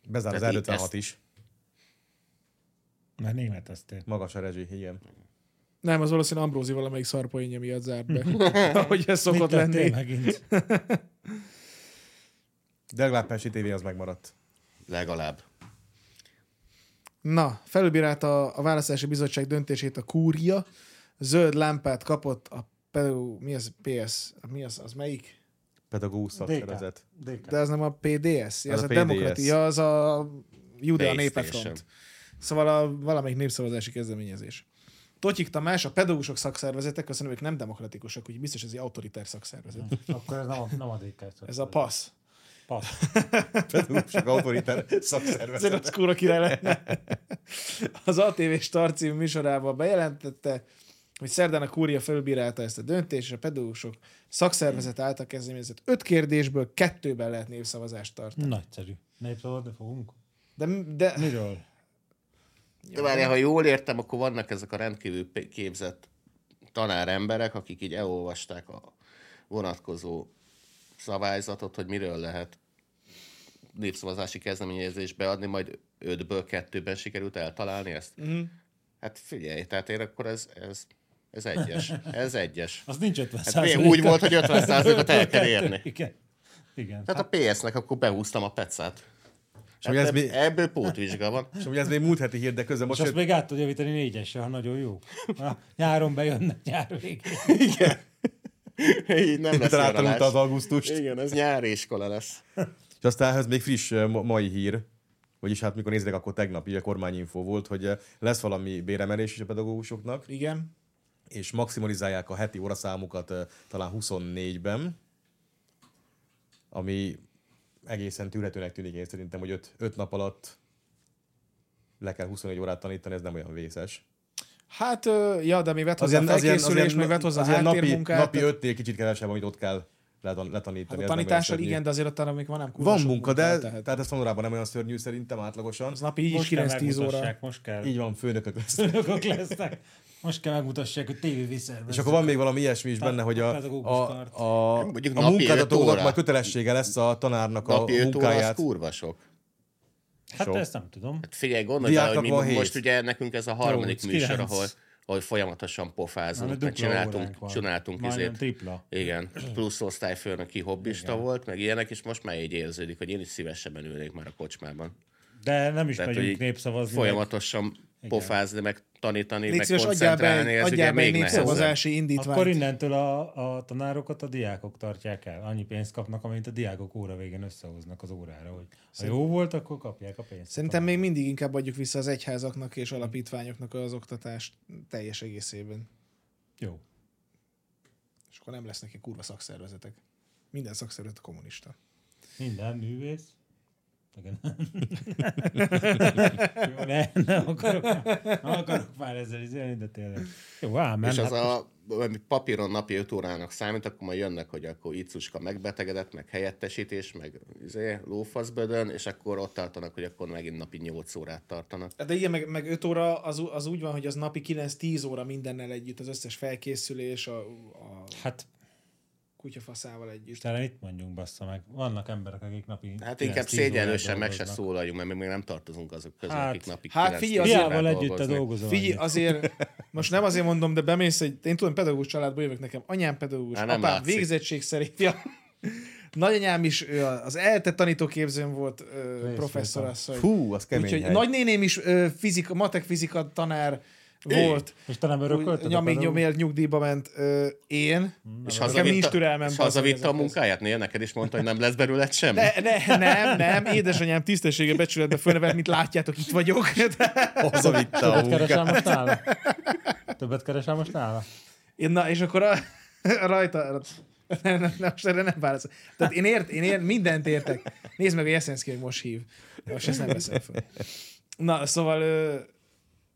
Speaker 3: Bezár az
Speaker 2: Tehát itt
Speaker 3: R56
Speaker 2: ezt-
Speaker 3: is.
Speaker 4: Már német aztán.
Speaker 3: Magas a rezsi, igen.
Speaker 1: Nem, az valószínű Ambrózi valamelyik szarpoénja miatt zárt be. Ahogy ez szokott
Speaker 4: Mit tettél
Speaker 1: lenni.
Speaker 4: megint?
Speaker 3: De legalább Pesti TV az megmaradt.
Speaker 2: Legalább.
Speaker 1: Na, felülbírálta a választási bizottság döntését a kúria, zöld lámpát kapott a pedagó, mi az PS, mi az, az melyik?
Speaker 3: Pedagógusszal
Speaker 4: DK.
Speaker 3: szervezet.
Speaker 4: DK.
Speaker 1: De az nem a PDS, az, az
Speaker 3: a
Speaker 1: a, a
Speaker 3: PDS.
Speaker 1: demokratia, az a Judea
Speaker 2: PlayStation.
Speaker 1: népefront. Szóval a valamelyik népszavazási kezdeményezés. Totyik Tamás, a pedagógusok szakszervezetek, köszönöm, ők nem demokratikusak, úgyhogy biztos ez egy autoritár szakszervezet.
Speaker 4: Akkor ez nem a, nem a DK.
Speaker 1: Ez a PASZ.
Speaker 4: Passz.
Speaker 3: Pedagógusok autoritár
Speaker 1: Ez
Speaker 3: szakszervezet.
Speaker 1: az kúra király lenne. Az ATV Star című műsorában bejelentette, hogy szerdán a kúria felbírálta ezt a döntést, és a pedagógusok szakszervezet által kezdeményezett öt kérdésből kettőben lehet népszavazást tartani.
Speaker 4: Nagyszerű. Népszavazni fogunk?
Speaker 1: De, de
Speaker 4: Miről?
Speaker 2: De várjál, ha jól értem, akkor vannak ezek a rendkívül p- képzett tanáremberek, akik így elolvasták a vonatkozó szabályzatot, hogy miről lehet népszavazási kezdeményezést beadni, majd ötből kettőben sikerült eltalálni ezt.
Speaker 3: Mhm.
Speaker 2: Mm. Hát figyelj, tehát én akkor ez, ez, ez egyes. Ez egyes.
Speaker 4: Az nincs 50
Speaker 2: Hát miért úgy volt, hogy 50%-ot el kell érni? Hát
Speaker 4: Igen. Igen.
Speaker 2: Tehát a PS-nek akkor behúztam a pecát.
Speaker 3: És hogy ez mi-
Speaker 2: Ebből pótvizsga van.
Speaker 3: És ugye ez még múlt heti hír, de közben
Speaker 4: És
Speaker 3: most
Speaker 4: azt
Speaker 3: jött,
Speaker 4: még át tud javítani négyesre, ha nagyon jó. Ha nyáron bejönnek, nyár végén.
Speaker 2: Így nem lesz
Speaker 3: rátalulta
Speaker 2: nyaralás.
Speaker 3: az augusztust.
Speaker 2: Igen, ez nyári iskola lesz.
Speaker 3: És aztán ez még friss eh, ma- mai hír, vagyis hát mikor nézitek, akkor tegnap ugye kormányinfo volt, hogy eh, lesz valami béremelés is a pedagógusoknak,
Speaker 1: igen,
Speaker 3: és maximalizálják a heti óraszámukat eh, talán 24-ben, ami egészen tűrhetőnek tűnik én szerintem, hogy öt, öt nap alatt le kell 24 órát tanítani, ez nem olyan vészes.
Speaker 1: Hát, ö, ja, de még vett hozzá a felkészülés, még vett hozzá a
Speaker 3: napi,
Speaker 1: háttérmunkát.
Speaker 3: napi ötnél kicsit kevesebb, amit ott kell letan-
Speaker 1: Hát
Speaker 3: letanítani.
Speaker 1: a
Speaker 3: ez nem olyan
Speaker 1: tanítással
Speaker 3: szörnyű.
Speaker 1: igen, de azért utána még van nem kurva
Speaker 3: Van
Speaker 1: sok
Speaker 3: munka, de
Speaker 1: tehát
Speaker 3: tehát ez tanulában nem olyan szörnyű szerintem átlagosan.
Speaker 1: az napi így is
Speaker 4: Most kell
Speaker 1: 9-10 óra.
Speaker 4: megmutassák, most kell.
Speaker 3: Így van, főnökök lesz.
Speaker 4: Önökök lesznek. Most kell megmutassák, hogy tévévé
Speaker 3: És akkor van még valami ilyesmi
Speaker 1: Hát,
Speaker 3: is benne, hogy a,
Speaker 4: pedagógus
Speaker 3: a,
Speaker 4: kart.
Speaker 3: a, a
Speaker 2: Mondjuk napi öt
Speaker 3: munkáltatónak
Speaker 2: óra.
Speaker 3: majd kötelessége lesz a tanárnak a
Speaker 2: Napi 5 óra az
Speaker 3: munkáját.
Speaker 2: kurva sok.
Speaker 4: Hát
Speaker 3: sok.
Speaker 4: ezt nem tudom.
Speaker 2: Hát figyelj, gondolj bele, hogy
Speaker 3: Diáknak
Speaker 2: mi
Speaker 3: van hét.
Speaker 2: most ugye nekünk ez a harmadik
Speaker 4: Nyolc,
Speaker 2: műsor,
Speaker 4: kilenc.
Speaker 2: ahol, ahol folyamatosan pofázunk,
Speaker 4: Már
Speaker 2: mert,
Speaker 4: dupla
Speaker 2: csináltunk,
Speaker 4: óránk van.
Speaker 2: csináltunk
Speaker 4: Majdnem
Speaker 2: izét.
Speaker 4: tripla.
Speaker 2: Igen, plusz osztályfőnöki hobbista Igen. volt, meg ilyenek, és most már így érződik, hogy én is szívesebben ülnék már a kocsmában.
Speaker 4: De nem is
Speaker 2: Tehát, hogy
Speaker 4: megyünk
Speaker 2: így
Speaker 4: népszavazni. meg-
Speaker 2: Folyamatosan pofázni, meg tanítani,
Speaker 1: Légy
Speaker 2: meg
Speaker 1: szíves, adjál be
Speaker 2: koncentrálni,
Speaker 1: egy,
Speaker 2: ez ugye
Speaker 1: adjál be egy
Speaker 2: még nehezebb.
Speaker 1: népszavazási indítványt.
Speaker 4: Akkor innentől a, a tanárokat a diákok tartják el. Annyi pénzt kapnak, amit a diákok óra végén összehoznak az órára, hogy ha jó volt, akkor kapják a pénzt.
Speaker 1: Szerintem még mindig inkább adjuk vissza az egyházaknak és alapítványoknak az oktatást teljes egészében.
Speaker 4: Jó.
Speaker 1: És akkor nem lesznek ilyen kurva szakszervezetek. Minden szakszervezet kommunista.
Speaker 4: Minden művész. Igen. jó, ne, nem akarok, már- nem akarok már ezzel izélni, de tényleg. Jó, ámen.
Speaker 2: És az
Speaker 4: hát
Speaker 2: a ami papíron napi 5 órának számít, akkor majd jönnek, hogy akkor icuska megbetegedett, meg helyettesítés, meg izé, lófaszbödön, és akkor ott tartanak, hogy akkor megint napi 8 órát tartanak.
Speaker 1: Hát De igen, meg, meg 5 óra az, ú- az úgy van, hogy az napi 9-10 óra mindennel együtt, az összes felkészülés, a, a
Speaker 4: Hát,
Speaker 1: kutyafaszával együtt.
Speaker 4: Istenem, mit mondjunk, bassza meg? Vannak emberek, akik napi...
Speaker 2: Hát
Speaker 4: 9-10
Speaker 2: inkább
Speaker 4: órát
Speaker 2: szégyenlősen meg se
Speaker 4: dolgoznak.
Speaker 2: szólaljunk, mert mi még nem tartozunk azok közé,
Speaker 4: Hát-
Speaker 2: akik napi
Speaker 1: hát
Speaker 2: 9-10
Speaker 1: figyelj,
Speaker 2: órát
Speaker 4: Fiával együtt a
Speaker 2: dolgoznak.
Speaker 4: dolgozó.
Speaker 1: Figyelj,
Speaker 4: anyag.
Speaker 1: azért most nem azért mondom, de bemész egy, én tudom, pedagógus családból jövök nekem, anyám pedagógus,
Speaker 2: Á,
Speaker 1: Há,
Speaker 2: nem
Speaker 1: apám
Speaker 2: látszik.
Speaker 1: látszik. végzettség szerint, ja. Nagyanyám is ő az ELTE tanítóképzőn volt ö, professzorasszony.
Speaker 3: Hú, az kemény
Speaker 1: Úgyhogy
Speaker 3: hely.
Speaker 1: nagynéném is ö, fizika, matek fizika tanár volt.
Speaker 4: És te nem
Speaker 1: Úgy
Speaker 4: örökölted? a
Speaker 1: Nyomig
Speaker 4: pedagógus-
Speaker 1: nyomért nyugdíjba ment ö, én.
Speaker 2: És
Speaker 1: Nekem nincs
Speaker 2: hazavitte,
Speaker 1: türelmem.
Speaker 2: és
Speaker 1: bazd meg
Speaker 2: hazavitte a
Speaker 1: ezekhez.
Speaker 2: munkáját? Néha neked is mondta, hogy nem lesz belőled semmi?
Speaker 1: Ne, ne, nem, nem, édesanyám tisztessége becsületbe fölnevelt, mint látjátok, itt vagyok.
Speaker 3: Hazavitte a
Speaker 4: Többet
Speaker 3: munkát.
Speaker 4: keresel most nála? Többet keresel most nála?
Speaker 1: Én, na, és akkor a, rajta... Nem, nem, nem, most erre nem válaszol. Tehát én, ért, én ért, mindent értek. Nézd meg, hogy Jeszenszki, hogy most hív. De Most ezt nem veszem fel. Na, szóval... Ö,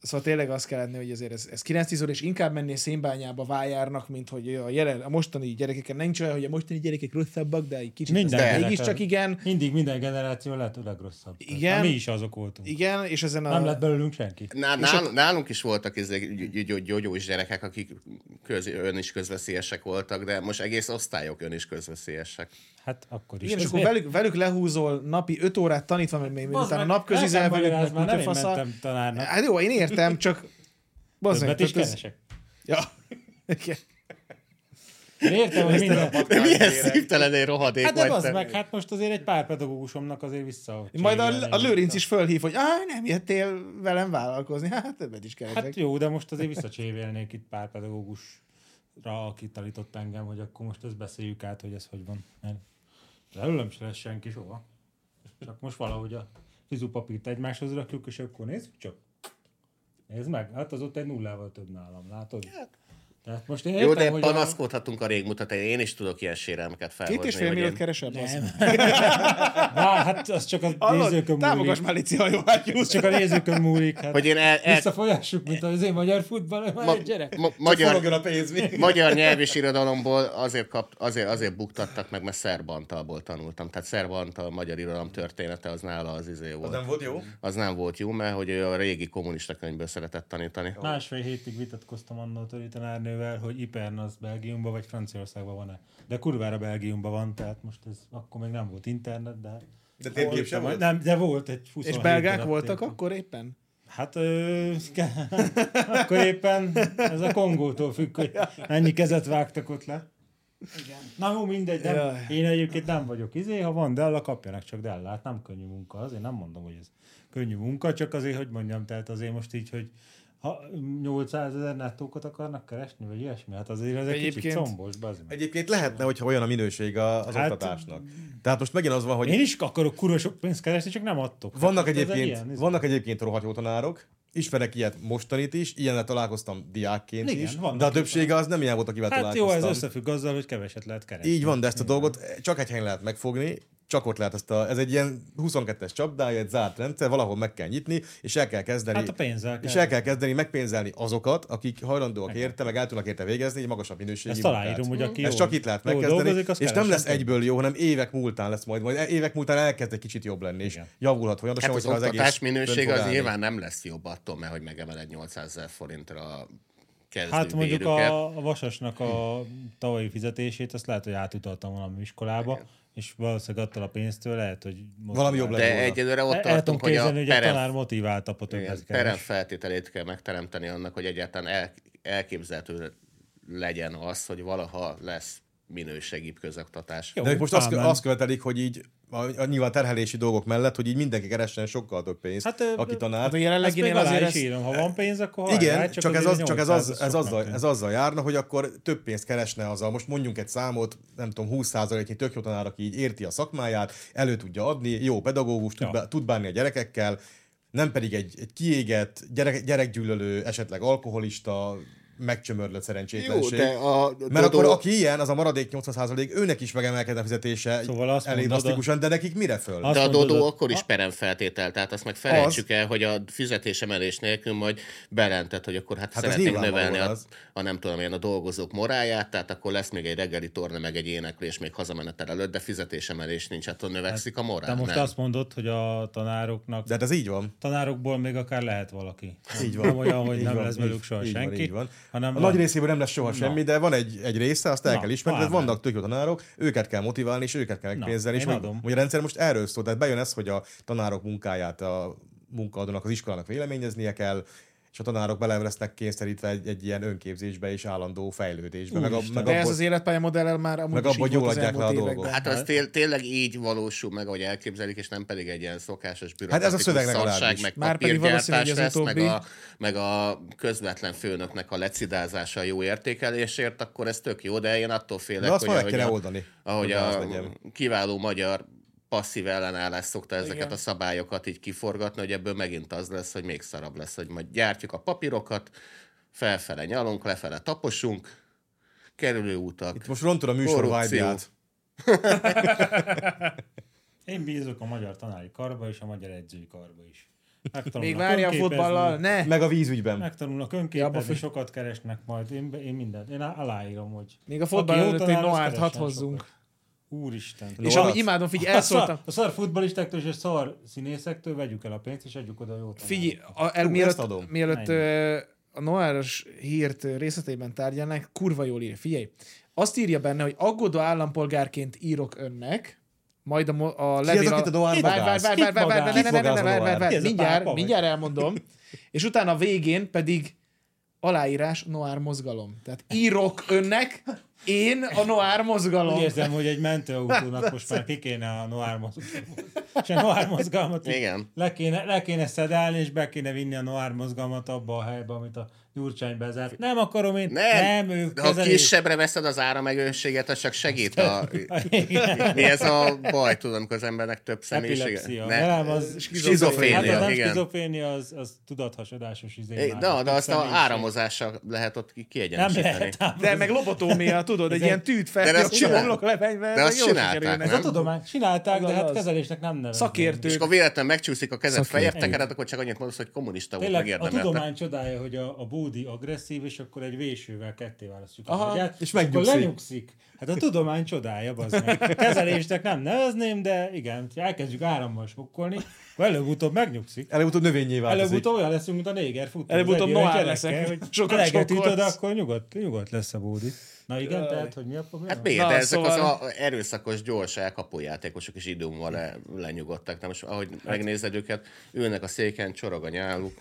Speaker 1: szóval tényleg azt kell lenni, hogy azért ez, ez 9-10 óra, és inkább mennél szénbányába vájárnak, mint hogy a, jelen, a mostani gyerekeken nincs olyan, hogy a mostani gyerekek rosszabbak, de egy kicsit
Speaker 4: Minden
Speaker 1: azért
Speaker 4: gyereken.
Speaker 1: mégiscsak igen.
Speaker 4: Mindig minden generáció lehet a legrosszabb. Tehát
Speaker 1: Igen.
Speaker 4: Mi is azok voltunk. Igen.
Speaker 1: Igen, és ezen a...
Speaker 4: Nem lett belőlünk senki.
Speaker 2: Nál, nál, nálunk is voltak izé gy- gy- gy- gyógyós gyerekek, akik köz, ön is közveszélyesek voltak, de most egész osztályok ön is közveszélyesek.
Speaker 4: Hát akkor is.
Speaker 1: Igen, és
Speaker 4: Ez
Speaker 1: akkor
Speaker 4: miért?
Speaker 1: velük, velük lehúzol napi 5 órát tanítva, mert még
Speaker 4: Bazd
Speaker 1: utána
Speaker 4: meg,
Speaker 1: napközizel
Speaker 4: nekem
Speaker 1: velük,
Speaker 4: magyarázd
Speaker 1: meg
Speaker 4: már, nem én
Speaker 1: kutyafaszal.
Speaker 4: mentem tanárnak.
Speaker 1: Hát jó, én értem, csak... Bazd meg,
Speaker 4: Többet is
Speaker 1: tehát ez-
Speaker 4: keresek.
Speaker 1: Ja. Igen.
Speaker 4: Én értem, hogy minden.
Speaker 2: Milyen szívtelen egy rohadék
Speaker 4: Hát de
Speaker 2: vagy
Speaker 4: az
Speaker 2: te.
Speaker 4: meg, hát most azért egy pár pedagógusomnak azért vissza.
Speaker 1: Majd a, a lőrinc is fölhív, hogy áh, nem jöttél velem vállalkozni, hát többet is keresek.
Speaker 4: Hát jó, de most azért visszacsérélnék itt pár pedagógusra, aki tanított engem, hogy akkor most ezt beszéljük át, hogy ez hogy van. Mert belőlem se lesz senki soha. Csak most valahogy a fizupapírt egymáshoz rakjuk, és akkor nézzük csak. Nézd meg, hát az ott egy nullával több nálam, látod?
Speaker 1: Hát.
Speaker 4: Tehát most én
Speaker 2: Jó,
Speaker 4: értem,
Speaker 2: de
Speaker 4: hogy
Speaker 2: panaszkodhatunk a régmutatóin. Én is tudok ilyen sérelmeket felhozni.
Speaker 1: Két és fél
Speaker 2: hogy
Speaker 1: milliót
Speaker 2: én-
Speaker 1: keresem? Nem.
Speaker 4: A... Na, hát az csak a nézőkön
Speaker 1: Hallod? Támogass
Speaker 4: múlik.
Speaker 1: már Lici hajóágyú.
Speaker 4: Az csak a nézőkön múlik. Hát
Speaker 2: Hogy én el, el,
Speaker 4: Visszafolyássuk, mint az én magyar futball,
Speaker 2: ma,
Speaker 4: ma... gyerek.
Speaker 2: ma,
Speaker 3: Csak
Speaker 2: magyar,
Speaker 3: forogjon a pénz, mi?
Speaker 2: magyar nyelv és irodalomból azért, kap, azért, azért buktattak meg, mert szerb Antalból tanultam. Tehát szerb Antal magyar irodalom története az nála az izé volt.
Speaker 3: Nem volt jó?
Speaker 2: Az nem volt jó, mert hogy ő a régi kommunista könyvből szeretett tanítani. Hát
Speaker 4: Másfél hétig vitatkoztam annó a töri tanárnővel, hogy Ipern az Belgiumban vagy Franciaországban van-e. De kurvára Belgiumban van, tehát most ez akkor még nem volt internet, de...
Speaker 3: De térkép sem
Speaker 4: Majd-
Speaker 3: volt?
Speaker 4: Nem, de volt egy 27
Speaker 1: És belgák
Speaker 4: darab
Speaker 1: voltak
Speaker 4: térkép.
Speaker 1: akkor éppen?
Speaker 4: Hát ö, akkor éppen ez a Kongótól függ, hogy mennyi kezet vágtak ott le. Igen. Na jó, mindegy, nem,
Speaker 1: Jaj.
Speaker 4: én egyébként nem vagyok izé, ha van Della, kapjanak csak Dellát, nem könnyű munka, azért nem mondom, hogy ez könnyű munka, csak azért, hogy mondjam, tehát azért most így, hogy ha 800 ezer nettókat akarnak keresni, vagy ilyesmi, hát azért ez egy kicsit
Speaker 1: Egyébként-
Speaker 4: combos, bazd meg.
Speaker 3: Egyébként lehetne, hogyha olyan a minőség a- az
Speaker 4: Hát-
Speaker 3: oktatásnak. Tehát most megint az van, hogy
Speaker 4: Én is akarok kurva sok pénzt keresni, csak nem adtok.
Speaker 3: Vannak
Speaker 4: Hát ez egy
Speaker 3: egyébként,
Speaker 4: ilyen, ez-
Speaker 3: vannak egyébként rohadt jó tanárok, Ismerek ilyet mostanit is, ilyennel találkoztam diákként
Speaker 4: Igen,
Speaker 3: is,
Speaker 4: vannak
Speaker 3: de a
Speaker 4: ilyen.
Speaker 3: többsége az nem ilyen volt, akivel
Speaker 4: Hát jó,
Speaker 3: találkoztam.
Speaker 4: ez összefügg azzal, hogy keveset lehet keresni.
Speaker 3: Így van, de ezt a dolgot eh, csak egy helyen lehet megfogni, csak ott lehet ezt a, ez egy ilyen 22-es csapdája, egy zárt rendszer, valahol meg kell nyitni, és el kell kezdeni.
Speaker 4: Hát a pénzzel
Speaker 3: És
Speaker 4: kell.
Speaker 3: el kell kezdeni megpénzelni azokat, akik hajlandóak érte, meg el tudnak érte végezni egy magasabb minőségű
Speaker 4: Ezt
Speaker 3: munkát.
Speaker 4: aláírom, hogy aki
Speaker 3: Ezt
Speaker 4: jól-
Speaker 3: csak itt lehet
Speaker 4: jól
Speaker 3: megkezdeni,
Speaker 4: dolgozik, az
Speaker 3: és nem
Speaker 4: keres,
Speaker 3: lesz
Speaker 4: nem?
Speaker 3: egyből jó, hanem évek múltán lesz majd, majd évek múltán elkezd egy kicsit jobb lenni, és
Speaker 4: Igen.
Speaker 3: javulhat folyamatosan,
Speaker 2: Hát az
Speaker 3: hogyha az
Speaker 2: oktatás minősége az
Speaker 3: fönt fog állni.
Speaker 2: nyilván nem lesz jobb attól, mert hogy megemeled 800 ezer forintra a kezdő
Speaker 4: Hát mondjuk
Speaker 2: bérüket.
Speaker 4: a, a Vasasnak a tavalyi fizetését, azt lehet, hogy átutaltam valami iskolába, és valószínűleg attól a pénztől lehet, hogy... most-
Speaker 3: Valami jobb lett
Speaker 2: De
Speaker 3: volna.
Speaker 2: egyelőre ott
Speaker 4: El, el tudom
Speaker 2: tartunk, hogy a
Speaker 4: képzelni, hogy a
Speaker 2: perem
Speaker 4: tanár motiváltabb a többet
Speaker 2: Igen, perem
Speaker 4: keres.
Speaker 2: feltételét kell megteremteni annak, hogy egyáltalán el, elképzelhető legyen az, hogy valaha lesz minőségibb közoktatás.
Speaker 4: Jó.
Speaker 3: De most azt,
Speaker 4: Ámen.
Speaker 3: azt követelik, hogy így a, a nyilván terhelési dolgok mellett, hogy így mindenki keressen sokkal több pénzt,
Speaker 4: Hát, ö,
Speaker 3: aki
Speaker 1: Hát
Speaker 3: tanár.
Speaker 1: a
Speaker 4: Ezt még
Speaker 1: jelenleginél
Speaker 4: alá
Speaker 1: azért
Speaker 4: is
Speaker 1: ezt,
Speaker 4: írom, ha van pénz, akkor hajrá,
Speaker 3: Igen, csak, ez,
Speaker 4: azért
Speaker 3: az, csak ez,
Speaker 4: 800
Speaker 3: az, ez,
Speaker 4: soknak
Speaker 3: azzal,
Speaker 4: tűnik.
Speaker 3: ez azzal járna, hogy akkor több pénzt keresne azzal. Most mondjunk egy számot, nem tudom, 20%-nyi tök jó tanár, aki így érti a szakmáját, elő tudja adni, jó pedagógus, tud,
Speaker 4: Ja.
Speaker 3: bá- tud bánni a gyerekekkel, nem pedig egy, egy kiégett, gyerek, gyerekgyűlölő, esetleg alkoholista, megcsömörlött szerencsétlenség.
Speaker 2: a
Speaker 3: Mert akkor aki ilyen, az a maradék 80% őnek is megemelkedne a fizetése
Speaker 4: Szóval azt
Speaker 3: elég
Speaker 4: mondod,
Speaker 3: drasztikusan, de nekik mire föl?
Speaker 4: Azt
Speaker 2: de a
Speaker 4: mondod,
Speaker 2: Dodó
Speaker 4: a-
Speaker 2: akkor is peremfeltétel, tehát azt meg felejtsük el, hogy a fizetésemelés nélkül majd bejelentett, hogy akkor hát, hát
Speaker 3: Hát az
Speaker 2: szeretnénk
Speaker 3: nyilvánvalóan
Speaker 2: növelni a,
Speaker 3: az.
Speaker 2: a, nem tudom én, a dolgozók moráját, tehát akkor lesz még egy reggeli torna, meg egy éneklés még hazamenetel előtt, de fizetésemelés nincs, attól növekszik a morál.
Speaker 4: Te most
Speaker 2: nem?
Speaker 4: azt mondod, hogy a tanároknak
Speaker 3: De hát ez így van.
Speaker 4: tanárokból még akár lehet valaki.
Speaker 3: Így van.
Speaker 4: Nem olyan, hogy
Speaker 3: Így
Speaker 4: nem
Speaker 3: van,
Speaker 4: lesz
Speaker 3: így-
Speaker 4: belőlük soha
Speaker 3: így van,
Speaker 4: senki.
Speaker 3: így van.
Speaker 4: Hanem
Speaker 3: A nagy részében nem lesz soha semmi, de van egy, egy része, azt el
Speaker 4: Na,
Speaker 3: kell ismerni, tehát
Speaker 4: ámen.
Speaker 3: vannak tök jó tanárok, őket kell motiválni, és őket kell
Speaker 4: Na,
Speaker 3: megpénzelni, és
Speaker 4: én
Speaker 3: hogy,
Speaker 4: adom.
Speaker 3: hogy a rendszer most erről szól. Tehát bejön ez, hogy a tanárok munkáját a munkaadónak, az iskolának véleményeznie kell, és a tanárok bele lesznek kényszerítve egy, egy ilyen önképzésbe és állandó fejlődésbe. Meg, a,
Speaker 4: Úristen.
Speaker 3: meg
Speaker 1: de ez
Speaker 3: abból,
Speaker 1: az életpályamodellel már amúgy
Speaker 3: Meg
Speaker 1: is
Speaker 3: abból
Speaker 1: így volt az
Speaker 3: jól adják le
Speaker 1: elmúlt
Speaker 3: a dolgot.
Speaker 1: években.
Speaker 2: Hát az té- tényleg így valósul meg, ahogy elképzelik, és nem pedig egy ilyen szokásos
Speaker 3: Hát ez a
Speaker 2: bürokratikus
Speaker 3: szöveg legalábbis.
Speaker 2: szarság, meg
Speaker 1: Már pedig valószínűleg
Speaker 2: papírgyártás lesz,
Speaker 1: ez
Speaker 2: meg
Speaker 1: utóbbi-
Speaker 2: a, meg a közvetlen főnöknek a lecidázása a jó értékelésért, akkor ez tök jó, de én attól félek,
Speaker 3: de azt
Speaker 2: hogy
Speaker 3: majd meg
Speaker 2: ahogy
Speaker 3: kéne
Speaker 2: a,
Speaker 3: oldani.
Speaker 2: ahogy
Speaker 3: hogy az
Speaker 2: a
Speaker 3: legyen.
Speaker 2: kiváló magyar passzív ellenállás szokta ezeket
Speaker 1: Igen.
Speaker 2: a szabályokat így kiforgatni, hogy ebből megint az lesz, hogy még szarabb lesz, hogy majd gyártjuk a papírokat, felfele nyalunk, lefele taposunk, kerülőutak.
Speaker 3: Itt most rontod a műsor
Speaker 2: Korrupció.
Speaker 3: vibe-ját.
Speaker 4: Én bízok a magyar tanári karba és a magyar edzői karba is. Megtanulnak
Speaker 1: Még várja a
Speaker 4: önképezni,
Speaker 1: futballal, ne!
Speaker 3: Meg a vízügyben.
Speaker 4: Megtanulnak
Speaker 1: Ja, abba
Speaker 4: önképezni,
Speaker 1: függ.
Speaker 4: sokat keresnek majd. Én, én mindent, én á- aláírom, hogy...
Speaker 1: Még a fotball
Speaker 4: aki jó
Speaker 1: előtt egy
Speaker 4: tanár, az
Speaker 1: Noárt hat
Speaker 4: keressen
Speaker 1: hozzunk.
Speaker 4: sokat. Úristen.
Speaker 1: És
Speaker 3: Noárt?
Speaker 1: amúgy imádom, figyelj,
Speaker 4: A szar,
Speaker 1: elszóltam.
Speaker 4: a szar futbalistáktól és a szar színészektől vegyük el a pénzt, és adjuk oda a jó
Speaker 1: Figyelj, a, el,
Speaker 3: Ú, ezt adom.
Speaker 1: mielőtt, mielőtt ö, a Noáros hírt ö, részletében tárgyalnánk, kurva jól ír. Figyelj, azt írja benne, hogy aggódó állampolgárként írok önnek, majd a, mo- a levél...
Speaker 3: az, akit a Noár
Speaker 1: Várj, várj, várj,
Speaker 3: bogáz?
Speaker 1: várj,
Speaker 4: Kit
Speaker 1: várj, várj, várj,
Speaker 3: Kit
Speaker 4: bogáz?
Speaker 1: várj,
Speaker 3: bogáz a
Speaker 1: várj, várj,
Speaker 3: Noár?
Speaker 1: várj,
Speaker 4: Ki ez a
Speaker 1: mindjárt,
Speaker 4: pápa vagy?
Speaker 1: mindjárt elmondom. És utána a végén pedig aláírás Noár mozgalom. Tehát írok önnek, én a Noár
Speaker 4: Úgy
Speaker 1: mozgalom.
Speaker 4: érzem, hogy egy mentőautónak
Speaker 2: Hát,
Speaker 4: most már ki kéne a Noir mozgalmat. És a Noir mozgalmat így
Speaker 2: Igen.
Speaker 4: le kéne, le kéne szedálni, és be kéne vinni a Noir mozgalmat abba a helybe, amit a Gyurcsány bezárt. Nem akarom én,
Speaker 2: Nem,
Speaker 4: nem, nem ő
Speaker 2: de ha
Speaker 4: kezelés.
Speaker 2: kisebbre veszed az áramegőnséget, az csak segít a...
Speaker 4: Igen.
Speaker 2: Mi ez a baj, tudom, amikor az embernek több személyisége?
Speaker 4: Epilepsia.
Speaker 2: Ne.
Speaker 4: Ne. Nem, az
Speaker 2: Skizofrénia,
Speaker 4: Hát az nem
Speaker 2: igen.
Speaker 4: skizofrénia, az, az tudathasodásos izé.
Speaker 2: É,
Speaker 4: már.
Speaker 2: de, de azt a
Speaker 4: Személyiség.
Speaker 2: áramozással lehet ott ki-
Speaker 4: Nem
Speaker 2: kiegyenesíteni.
Speaker 4: lehet ám.
Speaker 1: De meg lobotómia, tudod, egy ilyen tűt
Speaker 2: De
Speaker 1: fel,
Speaker 2: ezt
Speaker 1: a
Speaker 2: csinál-
Speaker 1: csiboglok levenyben,
Speaker 2: de
Speaker 1: meg
Speaker 2: azt
Speaker 1: jól
Speaker 2: csinálták,
Speaker 1: sikerülnek.
Speaker 2: nem?
Speaker 4: Ez a tudomány. Csinálták, de
Speaker 1: Igaz,
Speaker 4: hát
Speaker 1: az.
Speaker 4: kezelésnek nem nevezik.
Speaker 1: Szakértők.
Speaker 2: És akkor véletlenül megcsúszik a kezed
Speaker 3: Szakértők.
Speaker 2: fejértekered, akkor csak annyit mondasz, hogy kommunista volt,
Speaker 4: Tényleg a
Speaker 2: megérdemeltek.
Speaker 4: tudomány csodája, hogy a, a bódi agresszív, és akkor egy vésővel ketté választjuk
Speaker 1: Aha,
Speaker 4: a agyát,
Speaker 3: és
Speaker 4: akkor
Speaker 3: megnyugszik.
Speaker 4: lenyugszik. Hát a tudomány csodája, bazd meg. Kezelésnek nem nevezném, de igen, ha elkezdjük árammal sokkolni, akkor előbb-utóbb megnyugszik.
Speaker 3: Előbb-utóbb növényé változik.
Speaker 4: Előbb-utóbb olyan leszünk, mint a néger futó.
Speaker 1: Előbb-utóbb
Speaker 4: Az egyenlő
Speaker 1: Noár
Speaker 4: gyerekkel,
Speaker 1: leszek.
Speaker 4: hogy
Speaker 1: Sokat
Speaker 4: eleget
Speaker 1: sokkolsz.
Speaker 4: ütöd, akkor nyugodt, nyugodt lesz a bódi. Na igen, tehát, hogy mi a probléma?
Speaker 2: Hát miért?
Speaker 1: Na,
Speaker 2: de ezek az
Speaker 1: szóval-
Speaker 2: a erőszakos, gyors elkapó játékosok is időmmel le, lenyugodtak. Nem, most ahogy megnézed őket, ülnek a széken, csorog a nyáluk.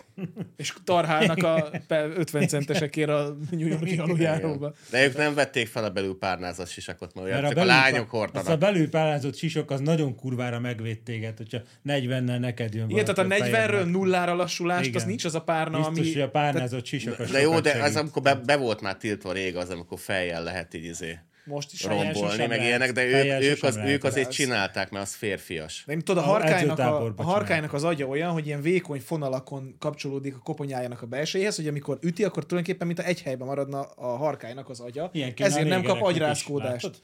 Speaker 1: És tarhálnak a pe- 50 centesekért a New Yorki aluljáróba.
Speaker 2: De ők nem vették fel a belül párnázas sisakot, mert,
Speaker 4: Mert
Speaker 2: mert csak a,
Speaker 4: belül-
Speaker 2: lányok
Speaker 4: Az a
Speaker 2: hordanak.
Speaker 4: belül pálázott sisok, az nagyon kurvára megvéd téged, hogyha 40-nel neked jön
Speaker 1: Igen, tehát a
Speaker 4: valaki fejedbe.
Speaker 1: 40-ről nullára lassulást, az
Speaker 4: Igen.
Speaker 1: nincs az a párna,
Speaker 4: Biztos,
Speaker 1: ami...
Speaker 4: hogy a párnázott sisak a
Speaker 2: De jó,
Speaker 4: sokat
Speaker 2: de az,
Speaker 4: segít.
Speaker 2: amikor be, be volt már tiltva rég az, amikor fejjel lehet így izé.
Speaker 6: most is helyen
Speaker 2: rombolni,
Speaker 6: sosem
Speaker 2: meg
Speaker 6: lehet.
Speaker 2: ilyenek, de ők,
Speaker 4: Helyen
Speaker 2: ők,
Speaker 4: sosem
Speaker 2: az,
Speaker 4: lehet.
Speaker 2: ők azért
Speaker 6: Ez-
Speaker 2: csinálták, mert az férfias.
Speaker 1: De tudod, a
Speaker 4: A
Speaker 1: harkánynak, a, a
Speaker 4: edzőtáborba
Speaker 1: harkánynak az agya olyan, hogy ilyen vékony fonalakon kapcsolódik a koponyájának a belsejéhez, hogy amikor üti, akkor tulajdonképpen mint egy helyben maradna a harkánynak az agya.
Speaker 6: Ilyen kéne a
Speaker 1: Ezért nem kap
Speaker 6: négereknek is,
Speaker 1: agyrázkódást.
Speaker 6: látod?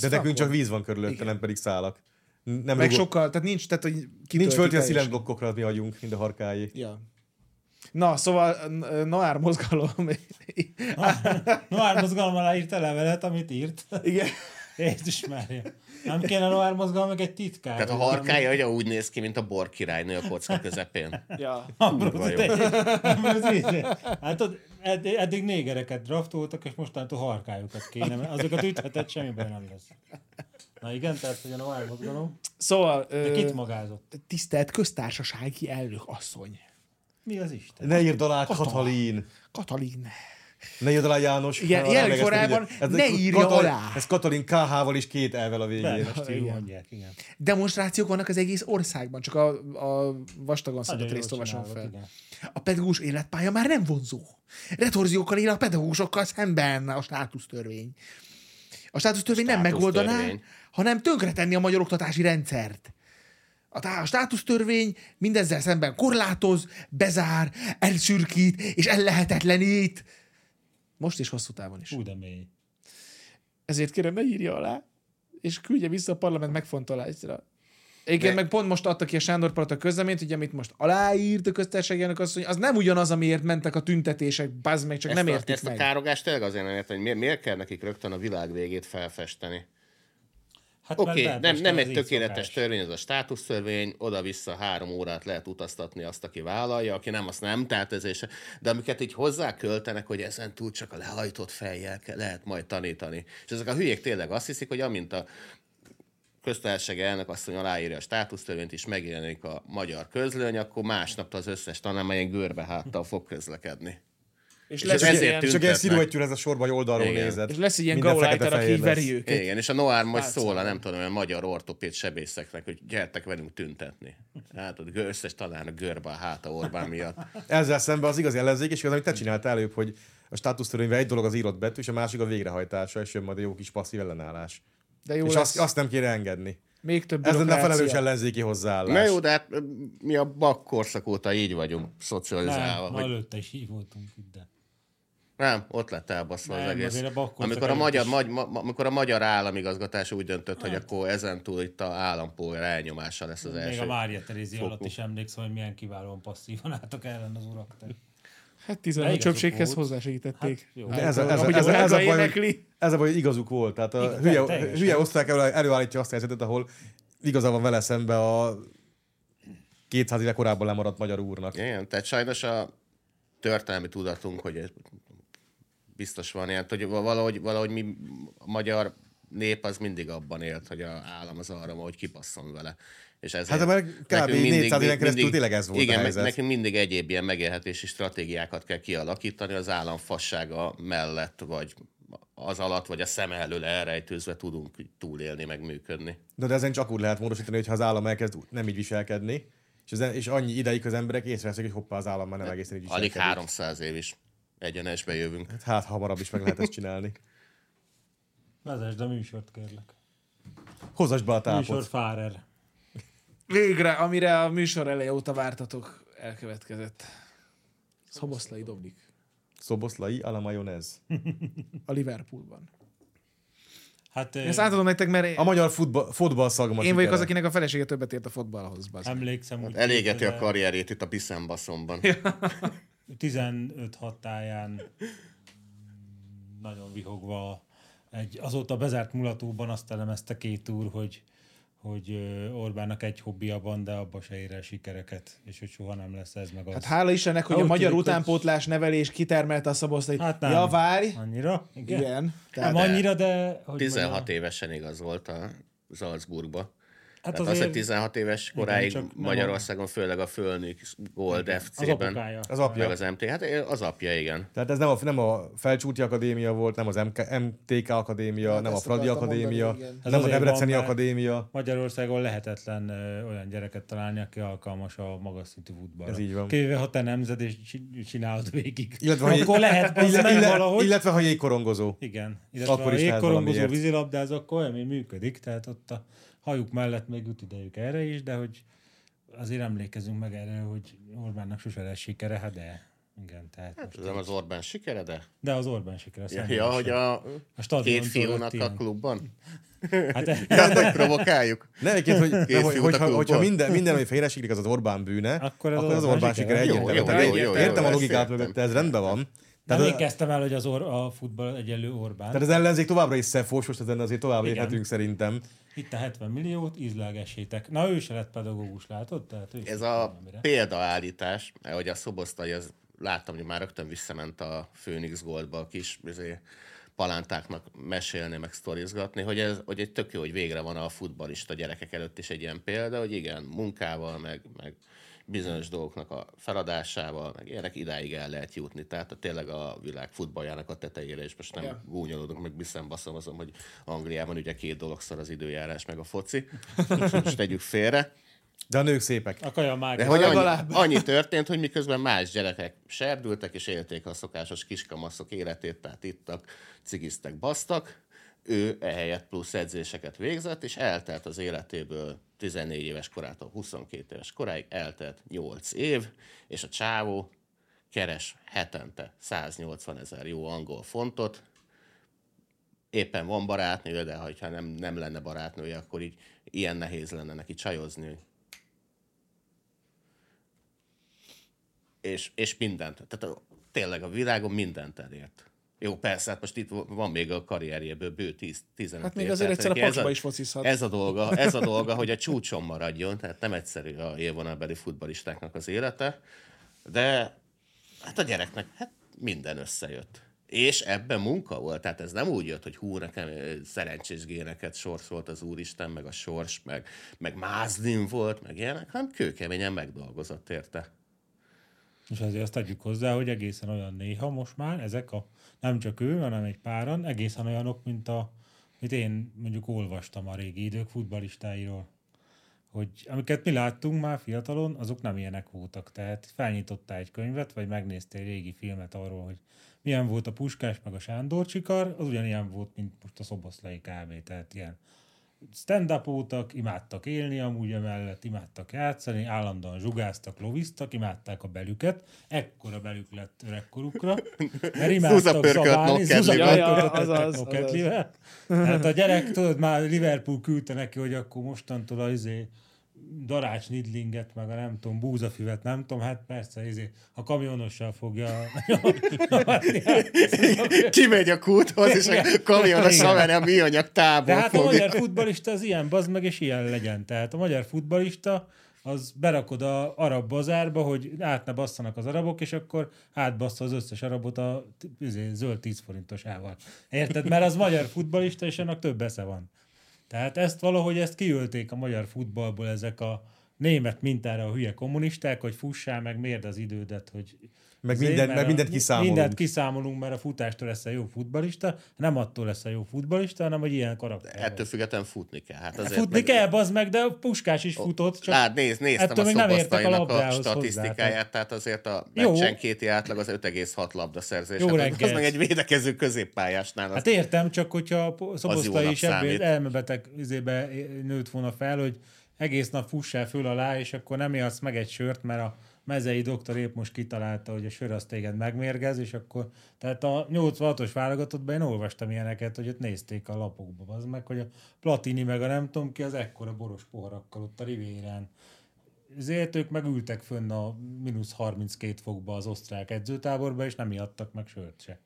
Speaker 3: De nekünk csak víz van körülötte, nem pedig szálak. N- Nem
Speaker 1: Meg
Speaker 3: rugó-
Speaker 1: sokkal, tehát nincs, tehát hogy
Speaker 3: Nincs
Speaker 1: kitölti
Speaker 3: fölti a
Speaker 1: teljesen.
Speaker 3: szilent blokkokra, mi agyunk, mint a harkáé.
Speaker 1: Ja. Na, szóval n- Noár mozgalom.
Speaker 4: Ah. Noár mozgalom alá írt a levelet, amit írt.
Speaker 1: Igen.
Speaker 4: Jézus Mária. Nem kéne a Noár mozgalomnak egy titkár.
Speaker 2: Tehát a harkája agya úgy néz ki, mint a bor királynő a kocka közepén.
Speaker 1: Ja.
Speaker 2: Kurva jó.
Speaker 4: Hát tudod, edd- eddig négereket draftoltak, és mostantól harkájukat kéne, mert azokat ütheted, semmi baj nem lesz. Na igen, tehát hogy a Noár mozgalom.
Speaker 1: Szóval,
Speaker 4: De
Speaker 1: ö,
Speaker 4: kit magázott?
Speaker 1: tisztelt köztársasági elnök asszony,
Speaker 4: Mi az Isten?
Speaker 3: Ne írd alá, Katalin!
Speaker 1: Katalin.
Speaker 3: Ne írd alá, János!
Speaker 1: Igen,
Speaker 3: Ne
Speaker 1: ilyen
Speaker 3: alá, meg ezt
Speaker 1: formában
Speaker 3: ugye- ez-
Speaker 1: ne
Speaker 3: ez
Speaker 1: írja
Speaker 3: Katalin-
Speaker 1: alá.
Speaker 3: Ez Katalin KH-val is két elvel a végén.
Speaker 4: Most így
Speaker 1: igen.
Speaker 4: mondják, igen.
Speaker 1: Demonstrációk vannak az egész országban, csak a, a vastagon
Speaker 4: Nagyon
Speaker 1: szabad
Speaker 4: jól
Speaker 1: részt olvasom
Speaker 4: csinálod,
Speaker 1: fel.
Speaker 4: igen.
Speaker 1: A pedagógus életpálya már nem vonzó. Retorziókkal él a pedagógusokkal szemben a státusztörvény. A státusztörvény nem
Speaker 2: Státusztörvény.
Speaker 1: megoldaná, hanem tönkretenni a magyar oktatási rendszert. A, tá- a státusztörvény mindezzel szemben korlátoz, bezár, elszürkít és ellehetetlenít. Most is hosszú távon is.
Speaker 4: Hú, de mély.
Speaker 1: Ezért kérem, ne írja alá, és küldje vissza a parlament megfontolásra. Igen,
Speaker 2: De-
Speaker 1: meg pont most adta ki a Sándor Palota közleményt, ugye, amit most aláírt a köztársasági elnök asszony, az nem ugyanaz, amiért mentek a tüntetések, bazd meg, csak
Speaker 2: Ezt
Speaker 1: nem
Speaker 2: a-
Speaker 1: értik
Speaker 2: Ezt a
Speaker 1: meg.
Speaker 2: károgást tényleg azért nem értem, hogy miért, miért kell nekik rögtön a világ végét felfesteni.
Speaker 4: Hát
Speaker 2: Oké,
Speaker 4: mert
Speaker 2: okay, nem,
Speaker 4: Budapest
Speaker 2: nem
Speaker 4: az
Speaker 2: egy
Speaker 4: így
Speaker 2: tökéletes
Speaker 4: szokás.
Speaker 2: törvény, ez a státusztörvény, oda-vissza három órát lehet utaztatni azt, aki vállalja, aki nem, azt nem, tehát ez is, de amiket így hozzá költenek, hogy ezen túl csak a lehajtott fejjel ke- lehet majd tanítani. És ezek a hülyék tényleg azt hiszik, hogy amint a köztársaság elnök asszony aláírja a státusztörvényt, és megjelenik a magyar közlöny, akkor másnap az összes tanulmányen görbe háttal fog közlekedni.
Speaker 1: És,
Speaker 2: és
Speaker 1: lesz,
Speaker 2: ez
Speaker 1: egy
Speaker 2: ezért
Speaker 1: ilyen,
Speaker 2: tűnt-
Speaker 3: Csak ilyen
Speaker 2: Tüntetnek.
Speaker 3: sziluettjúra ez a sorba oldalról
Speaker 2: Igen.
Speaker 3: nézed.
Speaker 1: és lesz egy ilyen
Speaker 3: Minden
Speaker 1: gaulájter,
Speaker 3: fekete
Speaker 1: aki
Speaker 3: fehér
Speaker 1: így
Speaker 3: lesz.
Speaker 1: veri őket.
Speaker 2: Igen, és a Noár most szól a nem tudom, olyan magyar ortopéd sebészeknek, hogy gyertek velünk tüntetni. Hát ott gö- összes talán görbe a háta Orbán miatt.
Speaker 3: Ezzel szemben az igazi ellenzék, és igaz, amit te csináltál előbb, hogy a státusztörvényben egy dolog az írott betű, és a másik a végrehajtása, és jön majd egy jó kis passzív ellenállás.
Speaker 1: De jó
Speaker 3: és
Speaker 1: lesz,
Speaker 3: azt, azt nem kéne engedni.
Speaker 1: még több
Speaker 3: Ez lenne a felelős
Speaker 1: bürokrácia.
Speaker 3: ellenzéki hozzáállás.
Speaker 2: Na jó, de hát ö, mi a bak korszak óta így vagyunk szocializálva.
Speaker 4: Nem,
Speaker 2: Nem,
Speaker 4: ma
Speaker 2: hogy...
Speaker 4: előtte is így voltunk itt, de...
Speaker 2: nem ott lett elbaszva az
Speaker 4: Nem,
Speaker 2: egész.
Speaker 4: azért a Bak korszak
Speaker 2: Amikor a,
Speaker 4: előtt
Speaker 2: magyar,
Speaker 4: is- Hát.
Speaker 2: magy, ma, ma- amikor a magyar államigazgatás úgy döntött, hogy akkor ezentúl itt a állampolgár elnyomása lesz az
Speaker 4: Még
Speaker 2: első.
Speaker 4: a Mária Terézi
Speaker 2: fokú.
Speaker 4: alatt is emlékszem, hogy milyen kiválóan passzívan álltak ellen az urak. Tehát.
Speaker 1: Hát 15
Speaker 4: Igazuk
Speaker 1: csöpséghez
Speaker 4: volt.
Speaker 1: hozzásegítették.
Speaker 4: Hát jó.
Speaker 1: Hát,
Speaker 3: De ez, a, ez, a,
Speaker 1: ahogy az
Speaker 3: ez, a, ez, a
Speaker 1: belga
Speaker 3: baj,
Speaker 1: énekli.
Speaker 3: hogy, ez a baj, hogy igazuk volt. Tehát a
Speaker 4: Igen,
Speaker 3: hülye,
Speaker 4: teljesen.
Speaker 3: hülye osztrák elő- előállítja azt a helyzetet, ahol igaza van vele szembe a 200 éve korábban lemaradt magyar úrnak.
Speaker 2: Igen, tehát sajnos a történelmi tudatunk, hogy ez biztos van ilyen, hogy valahogy, valahogy mi a magyar nép az mindig abban élt, hogy a állam az arra, van, hogy kipasszon vele. És ezért
Speaker 3: Hát, mert kb.
Speaker 2: nekünk
Speaker 3: 400 éven keresztül
Speaker 2: mindig-
Speaker 3: tényleg ez volt a
Speaker 2: igen, meg-
Speaker 3: helyzet.
Speaker 2: nekünk mindig egyéb ilyen megélhetési stratégiákat kell kialakítani az állam fassága mellett, vagy az alatt, vagy a szem elől elrejtőzve tudunk túlélni, meg működni.
Speaker 3: De, de ezen csak úgy lehet módosítani, hogyha az állam elkezd nem így viselkedni, és, az, és annyi ideig az emberek észreveszik, hogy hoppá, az állam már nem egészen így
Speaker 2: Alig hát.
Speaker 3: viselkedik.
Speaker 2: 300 év is egyenesbe jövünk.
Speaker 3: Hát hamarabb is meg lehet ezt csinálni.
Speaker 4: Vezesd a műsort, kérlek.
Speaker 3: Hozasd be a
Speaker 4: Műsor
Speaker 3: tápot.
Speaker 4: Fárer.
Speaker 1: Végre, amire a műsor eleje óta vártatok, elkövetkezett. Szoboszlai Dobnik.
Speaker 3: Szoboszlai a la majonez.
Speaker 1: A Liverpoolban.
Speaker 4: Hát
Speaker 1: Én ezt
Speaker 4: eh,
Speaker 1: átadom nektek, mert
Speaker 3: A magyar futball, futball szagma
Speaker 1: én vagyok az,
Speaker 3: sikere.
Speaker 1: akinek a felesége többet ért a fotballhoz. bazd
Speaker 4: Hát,
Speaker 1: meg.
Speaker 4: emlékszem, hogy
Speaker 2: Elégeti a
Speaker 4: 2000
Speaker 2: karrierjét itt a Piszembaszomban.
Speaker 4: 15 hatáján nagyon vihogva egy azóta bezárt mulatóban azt elemezte két úr, hogy, hogy ö, Orbánnak egy hobbija van, de abba se ér el sikereket, és hogy soha nem lesz ez meg az.
Speaker 1: Hát hála Istennek, hogy a
Speaker 4: Ahogy
Speaker 1: magyar
Speaker 4: tudjuk, hogy-
Speaker 1: utánpótlás nevelés kitermelte a szoboszlait.
Speaker 4: Hát
Speaker 1: Ja, várj!
Speaker 4: Annyira? Igen. Hát,
Speaker 1: Igen.
Speaker 4: Nem
Speaker 1: Tehát
Speaker 4: annyira, de... Hogy hát
Speaker 2: 16
Speaker 4: mondjam,
Speaker 2: évesen igaz volt a Salzburgba.
Speaker 4: Hát
Speaker 2: Hát az, hogy
Speaker 4: azért
Speaker 2: 16 éves koráig
Speaker 4: csak nem a-
Speaker 2: Magyarországon, főleg a Fölnök Gold
Speaker 4: az
Speaker 2: FC-ben.
Speaker 4: apukája.
Speaker 3: Az apja.
Speaker 2: Meg az MT, hát az apja, igen.
Speaker 3: Tehát ez nem a, nem a Felcsúti Akadémia volt, nem az MK, MTK Akadémia,
Speaker 1: Hát
Speaker 3: nem a
Speaker 1: ezt
Speaker 3: Fradi
Speaker 1: akartam
Speaker 3: Akadémia,
Speaker 1: mondani, igen.
Speaker 4: Ez
Speaker 3: nem a
Speaker 4: azért
Speaker 3: Debreceni
Speaker 4: van, mert-
Speaker 3: Akadémia.
Speaker 4: Magyarországon lehetetlen ö, olyan gyereket találni, aki alkalmas a magas szintű futballra.
Speaker 3: Ez így van.
Speaker 4: Kivéve, ha te nemzed és csi- csinálod végig.
Speaker 3: Illetve, ha jég-
Speaker 4: akkor lehet, az
Speaker 3: ille-
Speaker 4: meg
Speaker 3: ille-
Speaker 4: valahogy.
Speaker 3: illetve ha jégkorongozó.
Speaker 4: Igen. Illetve
Speaker 3: Akkor
Speaker 4: akkor
Speaker 3: is
Speaker 4: is a
Speaker 3: lehet
Speaker 4: jégkorongozó
Speaker 3: valamiért.
Speaker 4: vízilabdáz, akkor olyan, ami működik, tehát ott a hajuk mellett még jut idejük erre is, de hogy azért emlékezünk meg erre, hogy Orbánnak sose lesz sikere, hát de igen, tehát most.
Speaker 2: Tudom, az Orbán sikere, de...
Speaker 4: De az Orbán sikere.
Speaker 2: Ja,
Speaker 4: szerintem
Speaker 2: ja
Speaker 4: is.
Speaker 2: hogy a
Speaker 4: A stadion
Speaker 2: két fiúnak
Speaker 4: tudott
Speaker 2: a
Speaker 4: ilyen.
Speaker 2: klubban?
Speaker 4: Hát e-
Speaker 2: Hát, hogy provokáljuk.
Speaker 3: Ne egyébként, hogy,
Speaker 2: Készült
Speaker 3: hogy,
Speaker 2: a
Speaker 3: hogyha,
Speaker 2: klubból.
Speaker 3: hogyha minden, minden, ami félre siklik, az az Orbán bűne, akkor
Speaker 4: Akkor
Speaker 3: az,
Speaker 4: az
Speaker 3: akkor az
Speaker 4: Orbán
Speaker 3: Orbán
Speaker 4: sikere.
Speaker 3: sikere
Speaker 4: Jó, Hát-
Speaker 3: egyértelmű.
Speaker 2: jó,
Speaker 3: Tehát
Speaker 2: jó, jó, jó,
Speaker 3: Értem a
Speaker 2: ezt
Speaker 3: logikát
Speaker 2: értem.
Speaker 3: mögötte, ez rendben van.
Speaker 4: nem
Speaker 3: Tehát
Speaker 4: én
Speaker 3: a,
Speaker 4: kezdtem el, hogy az or- a futball egyenlő Orbán.
Speaker 3: tehát az ellenzék továbbra is szefós, most ezen azért tovább
Speaker 4: Igen.
Speaker 3: léphetünk szerintem.
Speaker 4: Itt a 70 milliót, ízlelgessétek. Na, ő se lett pedagógus, látod? Tehát ő se
Speaker 2: Ez
Speaker 4: lett
Speaker 2: a
Speaker 4: valamire.
Speaker 2: példaállítás, mert hogy a szobosztai, az láttam, hogy már rögtön visszament a Phoenix Goldba a kis izé, palántáknak mesélni, meg sztorizgatni, hogy, ez, hogy egy tök jó, hogy végre van a futbalista gyerekek előtt is egy ilyen példa, hogy igen, munkával, meg, meg bizonyos dolgoknak a feladásával, meg ilyenek idáig el lehet jutni. Tehát a, tényleg a világ futballjának a tetejére, és most nem yeah. gúnyolódok, meg biztosan baszom azon, hogy Angliában ugye két dolog szar az időjárás, meg a foci. Most tegyük félre.
Speaker 3: De a nők szépek.
Speaker 4: A kaja már.
Speaker 2: De hogy annyi,
Speaker 1: Legalább.
Speaker 2: annyi történt, hogy miközben más gyerekek serdültek, és élték a szokásos kiskamaszok életét, tehát ittak, cigiztek, basztak, ő ehelyett plusz edzéseket végzett, és eltelt az életéből 14 éves korától 22 éves koráig, eltelt 8 év, és a csávó keres hetente 180 ezer jó angol fontot, éppen van barátnője, de ha nem, nem lenne barátnője, akkor így ilyen nehéz lenne neki csajozni, hogy és, és mindent. Tehát a, tényleg a világon mindent elért. Jó, persze, hát most itt van még a karrierjéből bő 10, 15
Speaker 1: Hát még
Speaker 2: év,
Speaker 1: azért
Speaker 2: tehát
Speaker 1: egyszer a
Speaker 2: neki ez
Speaker 1: paksba is focizhat.
Speaker 2: Ez a, dolga, ez a dolga, hogy a csúcson maradjon, tehát nem egyszerű a élvonalbeli futbalistáknak az élete, de hát a gyereknek hát minden összejött. És ebben munka volt, tehát ez nem úgy jött, hogy hú, nekem ö, szerencsés géneket sorsolt az Úristen, meg a sors, meg, meg mázlin volt, meg ilyenek, hanem kőkeményen megdolgozott érte.
Speaker 4: És azért azt tegyük hozzá, hogy egészen olyan néha most már ezek a, nem csak ő, hanem egy páran, egészen olyanok, mint a, amit én mondjuk olvastam a régi idők futbalistáiról. Hogy amiket mi láttunk már fiatalon, azok nem ilyenek voltak. Tehát felnyitottál egy könyvet, vagy megnéztél régi filmet arról, hogy milyen volt a Puskás meg a Sándor Csikar, az ugyanilyen volt, mint most a Szoboszlai kb. Tehát ilyen stand-up voltak, imádtak élni amúgy emellett, imádtak játszani, állandóan zsugáztak, loviztak, imádták a belüket, ekkora belük lett öregkorukra, mert imádtak
Speaker 2: Zuzapörkölt
Speaker 4: zabálni,
Speaker 2: nokedlivel.
Speaker 1: Ja, ja,
Speaker 4: zuzapörkölt
Speaker 1: azaz,
Speaker 4: tettek
Speaker 1: azaz.
Speaker 4: nokedlivel. Tehát a gyerek, tudod, már Liverpool küldte neki, hogy akkor mostantól az izé, darács nidlinget, meg a nem tudom, búzafüvet, nem tudom, hát persze, izé, a kamionossal fogja
Speaker 2: Kimegy a kúthoz, és a kamion a
Speaker 4: Igen.
Speaker 2: savere a műanyag
Speaker 4: De
Speaker 2: tábor
Speaker 4: hát a
Speaker 2: fogja.
Speaker 4: magyar futbalista az ilyen, bazd meg, és ilyen legyen. Tehát a magyar futbalista az berakod a arab bazárba, hogy át ne basszanak az arabok, és akkor átbassza az összes arabot a t- izé, zöld 10 forintosával. Érted? Mert az magyar futbalista, és annak több esze van. Tehát ezt valahogy ezt kiölték a magyar futballból ezek a német mintára a hülye kommunisták, hogy fussál meg, mérd az idődet, hogy
Speaker 3: Meg
Speaker 4: Azért,
Speaker 3: minden-
Speaker 4: mert
Speaker 3: meg
Speaker 4: a-
Speaker 3: mindent kiszámolunk.
Speaker 4: Mindent kiszámolunk, mert a futástól lesz a jó futbalista, nem attól lesz a jó futbalista, hanem hogy ilyen karakter. van.
Speaker 2: Ettől függetlenül futni kell. Hát azért
Speaker 4: Futni
Speaker 2: meg-
Speaker 4: kell, bazd meg, de a Puskás is futott, csak
Speaker 2: Lát, néz, néztem
Speaker 4: ettől
Speaker 2: a
Speaker 4: még nem értek a
Speaker 2: szobosztainak a,
Speaker 4: labdához
Speaker 2: statisztikáját,
Speaker 4: hozzá.
Speaker 2: tehát azért a
Speaker 4: Jó.
Speaker 2: meccsenkéti átlag az 5,6 labda szerzés.
Speaker 4: Jó
Speaker 2: Hát
Speaker 4: reggelt.
Speaker 2: Az meg egy védekező középpályásnál. Az
Speaker 4: Hát értem, csak hogyha a po- Szobosztai
Speaker 2: jónak
Speaker 4: is ebből
Speaker 2: számít.
Speaker 4: elmebeteg izébe nőtt volna fel, hogy egész nap fussál föl alá, és akkor nem ihatsz meg egy sört, mert a mezei doktor épp most kitalálta, hogy a sör az téged megmérgez, és akkor, tehát a 86-os válogatottban én olvastam ilyeneket, hogy ott nézték a lapokba, az meg, hogy a Platini meg a nem tudom ki, az ekkora boros poharakkal ott a rivérán ezért ők megültek fönn a mínusz 32 fokba az osztrák edzőtáborba, és nem ihattak meg sört se.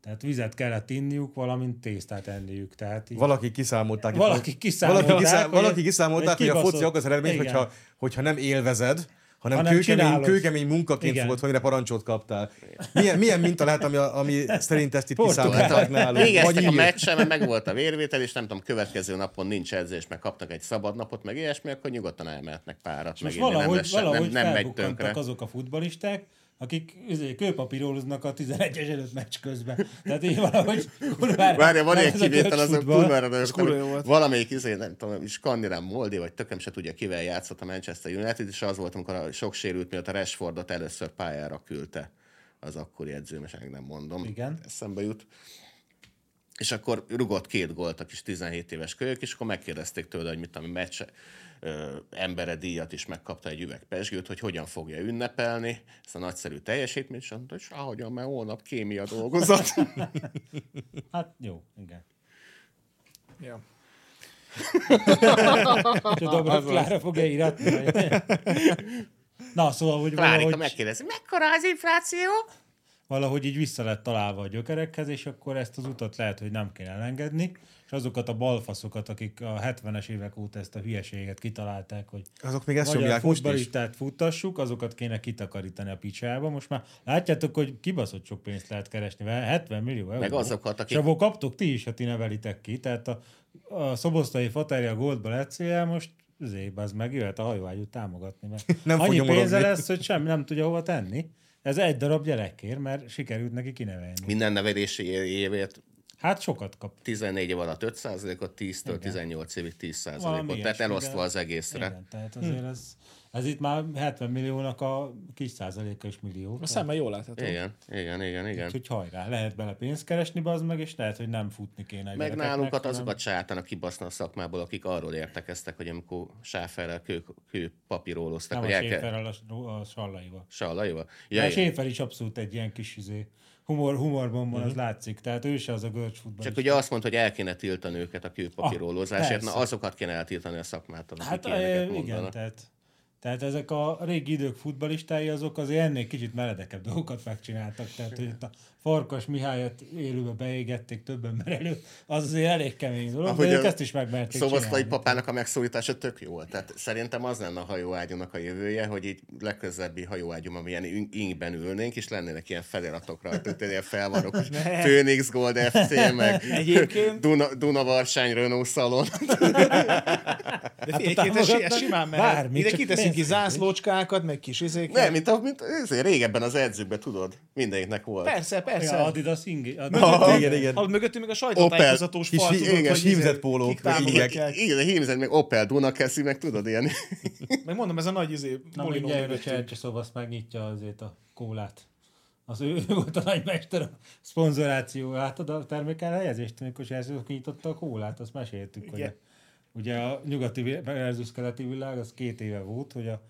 Speaker 4: Tehát vizet kellett inniuk, valamint tésztát enniük. Tehát így...
Speaker 3: Valaki kiszámolták.
Speaker 4: Valaki kiszámolták,
Speaker 3: Valaki, kiszá,
Speaker 4: hogy-
Speaker 3: valaki kiszámolták, hogy
Speaker 4: hogy
Speaker 3: a
Speaker 4: kibaszott-
Speaker 3: foci akkor az eredmény,
Speaker 4: Igen.
Speaker 3: hogyha, hogyha nem élvezed, hanem,
Speaker 4: Hanem
Speaker 3: hanem kőkemény,
Speaker 4: csinálod.
Speaker 3: kőkemény munkaként
Speaker 4: Igen.
Speaker 3: fogod fogni, mire parancsot kaptál. Milyen, milyen minta lehet, ami, ami szerint ezt itt
Speaker 4: Portugál.
Speaker 3: kiszámolták nálunk?
Speaker 2: Végeztek a
Speaker 3: ír.
Speaker 2: meccsen, mert meg volt a vérvétel, és nem tudom, következő napon nincs edzés, meg kapnak egy szabad napot, meg ilyesmi, akkor nyugodtan elmehetnek párat, meg
Speaker 4: Most
Speaker 2: innen, nem,
Speaker 4: valahogy,
Speaker 2: lesz, se- nem,
Speaker 4: valahogy
Speaker 2: nem megy tönkre.
Speaker 4: felbukkantak azok a futbalisták, akik izé, kőpapíróloznak a 11-es előtt meccs közben. Tehát így valahogy... kurvára-
Speaker 2: Várja, van
Speaker 4: már
Speaker 2: ilyen
Speaker 4: ez a
Speaker 2: kivétel,
Speaker 4: görcs
Speaker 2: azok
Speaker 4: futball.
Speaker 2: kurvára de
Speaker 1: kurva jó volt.
Speaker 2: valamelyik izé, nem tudom, Skandinám Moldi, vagy tököm se tudja, kivel játszott a Manchester United, és az volt, amikor a sok sérült miatt a Rashfordot először pályára küldte az akkori edzőm, és ennek nem mondom.
Speaker 4: Igen.
Speaker 2: Eszembe jut. És akkor rugott két gólt a kis 17 éves kölyök, és akkor megkérdezték tőle, hogy mit a meccs ö, embere díjat is megkapta egy üveg pesgőt, hogy hogyan fogja ünnepelni ezt a nagyszerű teljesítményt, és mondta, hogy ahogyan, mert holnap kémia dolgozott.
Speaker 4: Hát jó, igen.
Speaker 1: Ja.
Speaker 4: És a Dobrev Klára fogja íratni. vagy- Na, szóval, hogy
Speaker 2: Klárika
Speaker 4: valahogy,
Speaker 2: megkérdezi, mekkora az infláció?
Speaker 4: valahogy így vissza lett találva a gyökerekhez, és akkor ezt az utat lehet, hogy nem kéne elengedni, és azokat a balfaszokat, akik a 70-es évek óta ezt a hülyeséget kitalálták, hogy
Speaker 3: Azok még ezt
Speaker 4: magyar
Speaker 3: nyomják most is.
Speaker 4: futballistát futtassuk, azokat kéne kitakarítani a picsába. Most már látjátok, hogy kibaszott sok pénzt lehet keresni, mert 70 millió euró.
Speaker 2: azokat, akik-
Speaker 4: És abból kaptok ti is, ha ti nevelitek ki. Tehát a, a szobosztai faterja a Goldba lecél, most azért, az meg jöhet a hajóágyút támogatni, mert
Speaker 3: Nem
Speaker 4: nem
Speaker 3: fog
Speaker 4: annyi
Speaker 3: nyomorogni.
Speaker 4: pénze lesz, hogy sem nem tudja hova tenni. Ez egy darab gyerekkér, mert sikerült neki kinevelni.
Speaker 2: Minden nevelési évért
Speaker 4: Hát sokat kap.
Speaker 2: 14 év alatt 5%-ot, 10-től 18 évig 10%-ot.
Speaker 4: Valami
Speaker 2: Tehát
Speaker 4: ilyesmi,
Speaker 2: elosztva
Speaker 4: de-
Speaker 2: az egészre.
Speaker 4: Igen, tehát azért ez, ez itt már 70 milliónak a kis százaléka is millió.
Speaker 1: A
Speaker 4: Tehát-
Speaker 1: szemmel jól látható.
Speaker 2: Igen, igen, igen, igen.
Speaker 4: Úgyhogy hajrá, lehet bele pénzt keresni, bazd meg, és lehet, hogy nem futni kéne. a
Speaker 2: Meg
Speaker 4: gyerekeknek,
Speaker 2: nálunkat
Speaker 4: hanem-
Speaker 2: azokat sátának kibaszna a szakmából, akik arról értekeztek, hogy amikor sáferrel kő, kő papíróloztak,
Speaker 4: Nem
Speaker 2: hogy
Speaker 4: a
Speaker 2: el kell...
Speaker 4: Séferrel, a, a Sallaival.
Speaker 2: Sallaival?
Speaker 4: Ja,
Speaker 2: Ja,
Speaker 4: a
Speaker 2: igen.
Speaker 4: Séfer is abszolút egy ilyen kis izé, humor, humorban van, az látszik. Tehát ő se az a görcs futball.
Speaker 2: Mhm. Csak ugye azt mondta, hogy el kéne tiltani őket a kőpapírólozásért. Na
Speaker 4: Ah, persze.
Speaker 2: azokat kéne eltiltani a szakmától,
Speaker 4: hát
Speaker 2: akik
Speaker 4: ö,
Speaker 2: ilyeneket
Speaker 4: igen,
Speaker 2: mondanak.
Speaker 4: tehát, tehát ezek a régi idők futbalistái azok azért ennél kicsit meredekebb dolgokat megcsináltak. Tehát, hogy itt a Farkas Mihályat élőbe beégették több ember előtt, az azért elég kemény dolog,
Speaker 2: Ahogy
Speaker 4: de ők
Speaker 2: a
Speaker 4: ezt is megmerték
Speaker 2: Szoboszlai
Speaker 4: csinálni.
Speaker 2: papának a megszólítása tök jó volt. Tehát szerintem az lenne a hajóágyúnak a jövője, hogy így legközelebbi hajóágyum, amilyen ing- ingben ülnénk, és lennének ilyen feliratok rajta, tehát ilyen felvarok, hogy Phoenix Gold FC, meg
Speaker 1: Egyébként-
Speaker 2: Duna, Dunavarsány Renault szalon.
Speaker 1: De figyelj, hát egyébként ez
Speaker 4: támogatnak
Speaker 1: simán mehet.
Speaker 4: bármit,
Speaker 1: Ide
Speaker 4: csak
Speaker 1: kiteszünk ki
Speaker 4: pénzt
Speaker 1: zászlócskákat, meg kis izéket.
Speaker 2: Nem, mint, a, mint ezért régebben az edzőkben, tudod, mindegyiknek volt.
Speaker 1: Persze, persze.
Speaker 4: Ja,
Speaker 1: Ja,
Speaker 4: Adidas ingi.
Speaker 1: mögöttünk,
Speaker 3: igen, igen.
Speaker 1: Ott mögöttünk még a sajtótájékozatós
Speaker 3: Opel.
Speaker 1: fal,
Speaker 3: Kis-
Speaker 1: tudod,
Speaker 2: igen,
Speaker 1: hogy
Speaker 3: hímzett
Speaker 1: izé-
Speaker 3: pólók,
Speaker 1: kik
Speaker 3: meg ingek.
Speaker 1: támogatják.
Speaker 2: Igen, de hímzed meg Opel Dunakeszi, meg tudod, ilyen
Speaker 1: Meg mondom, ez a nagy izé,
Speaker 4: Na
Speaker 1: molinó
Speaker 4: mindjárt a
Speaker 1: mögöttünk.
Speaker 4: Csercse szobasz megnyitja azért a kólát. Az ő, ő volt a nagymester a szponzoráció. Látod a termékel helyezést, amikor Csercse kinyitotta a kólát, azt meséltük, hogy
Speaker 1: Igen.
Speaker 4: a- ugye a nyugati vi- versus keleti világ az két éve volt, hogy a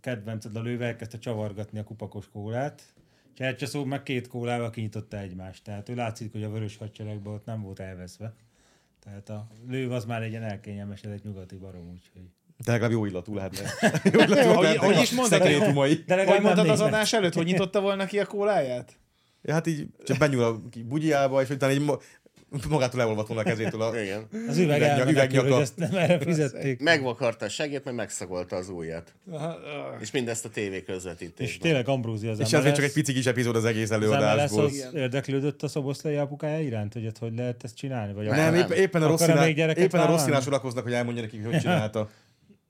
Speaker 4: kedvenced a lőve elkezdte csavargatni a kupakos kólát, Csercse szó meg két kólával kinyitotta egymást, tehát ő látszik, hogy a vörös hadseregben ott nem volt elveszve. Tehát a lőv az már egy ilyen elkényelmesedett nyugati barom, úgyhogy...
Speaker 3: De legalább jó illatú lehetne. Jó illatú
Speaker 1: Ahogy-
Speaker 3: lehetne.
Speaker 1: ahogy is mondtad,
Speaker 3: Szekrénytumai.
Speaker 4: De
Speaker 1: Hogy mondtad
Speaker 4: nem
Speaker 1: az
Speaker 4: német.
Speaker 1: adás előtt, hogy nyitotta volna ki a kóláját?
Speaker 3: Ja, hát így csak benyúl a ki- bugyiába, és utána így mo- magától elolvat volna a kezétől a
Speaker 2: Igen.
Speaker 4: Az üveg
Speaker 3: Üvegnya-
Speaker 4: elmenekül,
Speaker 3: üvegnyaka.
Speaker 4: hogy ezt nem erre fizették.
Speaker 2: Megvakarta a segét, mert megszagolta az ujját.
Speaker 1: Aha,
Speaker 2: És mindezt a tévé
Speaker 4: És
Speaker 2: közvetítésben.
Speaker 4: tényleg Ambrózi az
Speaker 3: És ez még
Speaker 4: MLS.
Speaker 3: csak egy pici kis epizód az egész
Speaker 4: Az MLS
Speaker 3: előadásból.
Speaker 4: az érdeklődött a szoboszlai apukája iránt, hogy ott hogy lehet ezt csinálni? Vagy
Speaker 3: Nem, épp, éppen a
Speaker 4: Akar-e
Speaker 3: rosszinál,
Speaker 4: még gyereket
Speaker 3: éppen a
Speaker 4: vállalni?
Speaker 3: rosszinál sorakoznak, hogy elmondja nekik, hogy hogy csinálta.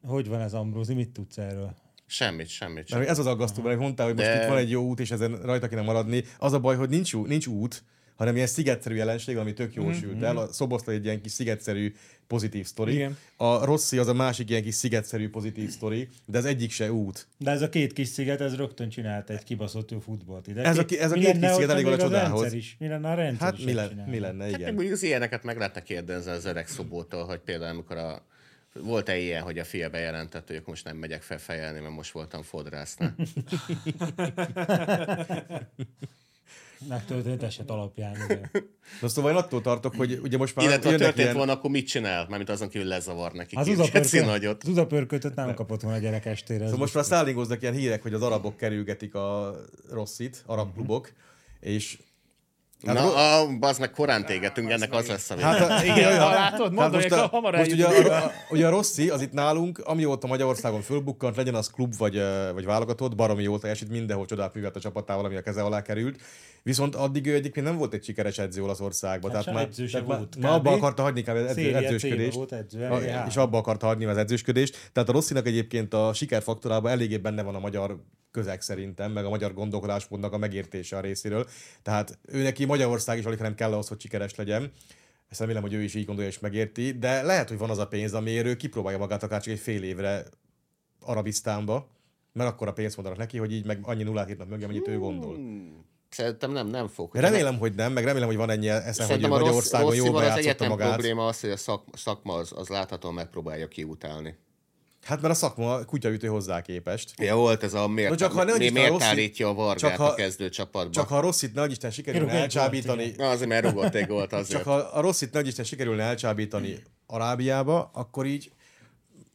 Speaker 4: Hogy van ez Ambrózi, mit tudsz erről?
Speaker 2: Semmit, semmit.
Speaker 3: Mert
Speaker 2: semmit.
Speaker 3: ez az aggasztó, mert mondtál, hogy most
Speaker 2: De-
Speaker 3: itt van egy jó út, és ezen rajta kéne maradni. Az a baj, hogy nincs, ú- nincs út, hanem ilyen szigetszerű jelenség, ami tök jól sült el. A szoboszlai egy ilyen kis szigetszerű pozitív sztori.
Speaker 1: Igen.
Speaker 3: A Rossi az a másik ilyen kis szigetszerű pozitív sztori, de ez egyik se út.
Speaker 4: De ez a két kis sziget, ez rögtön csinált egy kibaszott jó futballt ide.
Speaker 3: Ez a ki- ez a
Speaker 4: Mi
Speaker 3: két
Speaker 4: lenne,
Speaker 3: kis sziget
Speaker 4: hogyha
Speaker 3: elég
Speaker 4: még
Speaker 3: a
Speaker 4: az
Speaker 3: csodához.
Speaker 4: rendszer is? Mi lenne a rendszer
Speaker 3: Hát
Speaker 4: is
Speaker 3: mi,
Speaker 4: ezt
Speaker 3: le,
Speaker 4: csinálni?
Speaker 3: mi lenne,
Speaker 2: Hát meg
Speaker 3: igen.
Speaker 2: mondjuk az ilyeneket meg lehetne kérdezni az öreg szobótól, hogy például amikor a volt-e ilyen, hogy a fia bejelentett, hogy akkor most nem megyek felfejelni, mert most voltam fodrásznál.
Speaker 4: Megtörtént eset alapján. igen.
Speaker 3: Na szóval én attól tartok, hogy ugye most már
Speaker 2: Illetve ha
Speaker 3: jönnek
Speaker 2: történt
Speaker 3: ilyen...
Speaker 2: volna, akkor mit csinál? Mármint azon kívül lezavar neki
Speaker 4: Az
Speaker 2: két geci nagyot.
Speaker 4: uzapörköt, az uzapörkötöt nem kapott volna a gyerek estére. ez
Speaker 3: Szóval most már szállingoznak ilyen hírek, hogy Hát az arabok kerülgetik a rosszit, arab klubok, és
Speaker 2: Na, a, bazd meg korán tégetünk, ennek az lesz a vége.
Speaker 3: Hát,
Speaker 1: Igen, ha látod,
Speaker 3: Tehát
Speaker 1: mondom, hogy
Speaker 3: a-
Speaker 1: akkor hamar
Speaker 3: most ugye
Speaker 1: eljutunk.
Speaker 3: a, a, ugye a Rossi, az itt nálunk, amióta Magyarországon fölbukkant, legyen az klub vagy, ö, vagy válogatott, baromi jól teljesít, mindenhol csodát művelt a csapatával, ami a keze alá került. Viszont addig ő egyébként nem volt egy sikeres edző Olaszországban. Tehát,
Speaker 4: Hát sem
Speaker 3: már,
Speaker 4: edző se
Speaker 3: tehát már-
Speaker 4: volt,
Speaker 3: már abba
Speaker 4: kb.
Speaker 3: akarta hagyni kb. edző-
Speaker 4: Széria
Speaker 3: edzősködést.
Speaker 4: címe volt, edző,
Speaker 3: A-
Speaker 4: elé
Speaker 3: és
Speaker 4: három.
Speaker 3: abba akarta hagyni az edzősködést. Tehát a Rosszinak egyébként a sikerfaktorában eléggé benne van a magyar közeg szerintem, meg a magyar gondolkodásmódnak a megértése a részéről. Tehát ő neki Magyarország is alig nem kell ahhoz, hogy sikeres legyen. Ezt remélem, hogy ő is így gondolja és megérti, de lehet, hogy van az a pénz, amiért ő kipróbálja magát akár csak egy fél évre Arabisztánba, mert akkor a pénzt mondanak neki, hogy így meg annyi nullát írnak mögé, amennyit ő gondol.
Speaker 2: Hmm. Szerintem nem, nem fog.
Speaker 3: Remélem, hogy nem, meg remélem, hogy van ennyi esze, hogy ő
Speaker 2: Szerintem a rossz,
Speaker 3: Magyarországon jól
Speaker 2: rosszival az
Speaker 3: bejátszotta
Speaker 2: egyetlen
Speaker 3: magát.
Speaker 2: probléma az, hogy a szakma, szakma az, az láthatóan megpróbálja kiutálni.
Speaker 3: Hát mert a szakma kutyaütő hozzá képest.
Speaker 2: Ja, volt ez a miért,
Speaker 3: Na csak ha ne, hogy
Speaker 2: mi,
Speaker 3: Isten
Speaker 2: miért
Speaker 3: Rossi-
Speaker 2: állítja a vargát
Speaker 3: csak ha-
Speaker 2: a kezdő csapatba.
Speaker 3: Csak ha a rossz itt nagy Isten sikerül
Speaker 4: Kirúg egy
Speaker 3: elcsábítani,
Speaker 2: Na, azért mert rugott egy gólt azért.
Speaker 3: csak ha a rossz itt nagy Isten sikerülne elcsábítani Arábiába, akkor így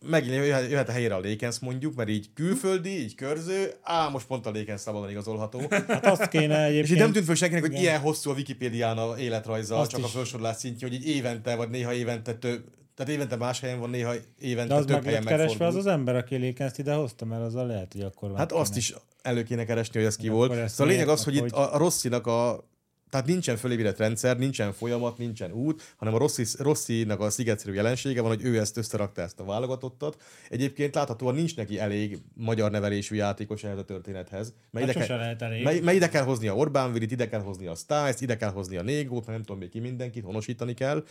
Speaker 3: megint jöhet, jöhet a helyére a Lékensz mondjuk, mert így külföldi, így körző, á, most pont a Lékensz szabadon igazolható.
Speaker 4: Hát azt
Speaker 3: És
Speaker 4: kéne
Speaker 3: így nem
Speaker 4: egyébként,
Speaker 3: tűnt föl senkinek, hogy
Speaker 4: Igen.
Speaker 3: ilyen hosszú a Wikipédián a életrajza,
Speaker 4: Azt
Speaker 3: csak a
Speaker 4: is.
Speaker 3: felsorolás szintje, hogy így évente, vagy néha évente több, tehát évente más helyen van, néha
Speaker 4: de
Speaker 3: évente
Speaker 4: az
Speaker 3: több
Speaker 4: meg
Speaker 3: helyen
Speaker 4: lett keresve
Speaker 3: megfordul.
Speaker 4: az az ember, aki lékenzt ide hozta, mert azzal lehet, hogy akkor van.
Speaker 3: Hát azt is elő kéne keresni, hogy ez ki
Speaker 4: Akkor
Speaker 3: volt.
Speaker 4: ezt
Speaker 3: Szóval a lényeg
Speaker 4: miért,
Speaker 3: az, hogy itt
Speaker 4: akkor
Speaker 3: a, a rosszinak a tehát nincsen fölébredett rendszer, nincsen folyamat, nincsen út, hanem a Rossi, Rosszinak a szigetszerű jelensége van, hogy ő ezt összerakta, ezt a válogatottat. Egyébként láthatóan nincs neki elég magyar nevelésű játékos ehhez a történethez. Mert
Speaker 4: Hát
Speaker 3: ide,
Speaker 4: sose
Speaker 3: kell,
Speaker 4: lehet elég.
Speaker 3: mert, mert ide kell hozni a Orbán Vilit, ide kell hozni a Stiles, ide kell hozni a Négót, meg nem tudom még ki mindenkit, honosítani kell.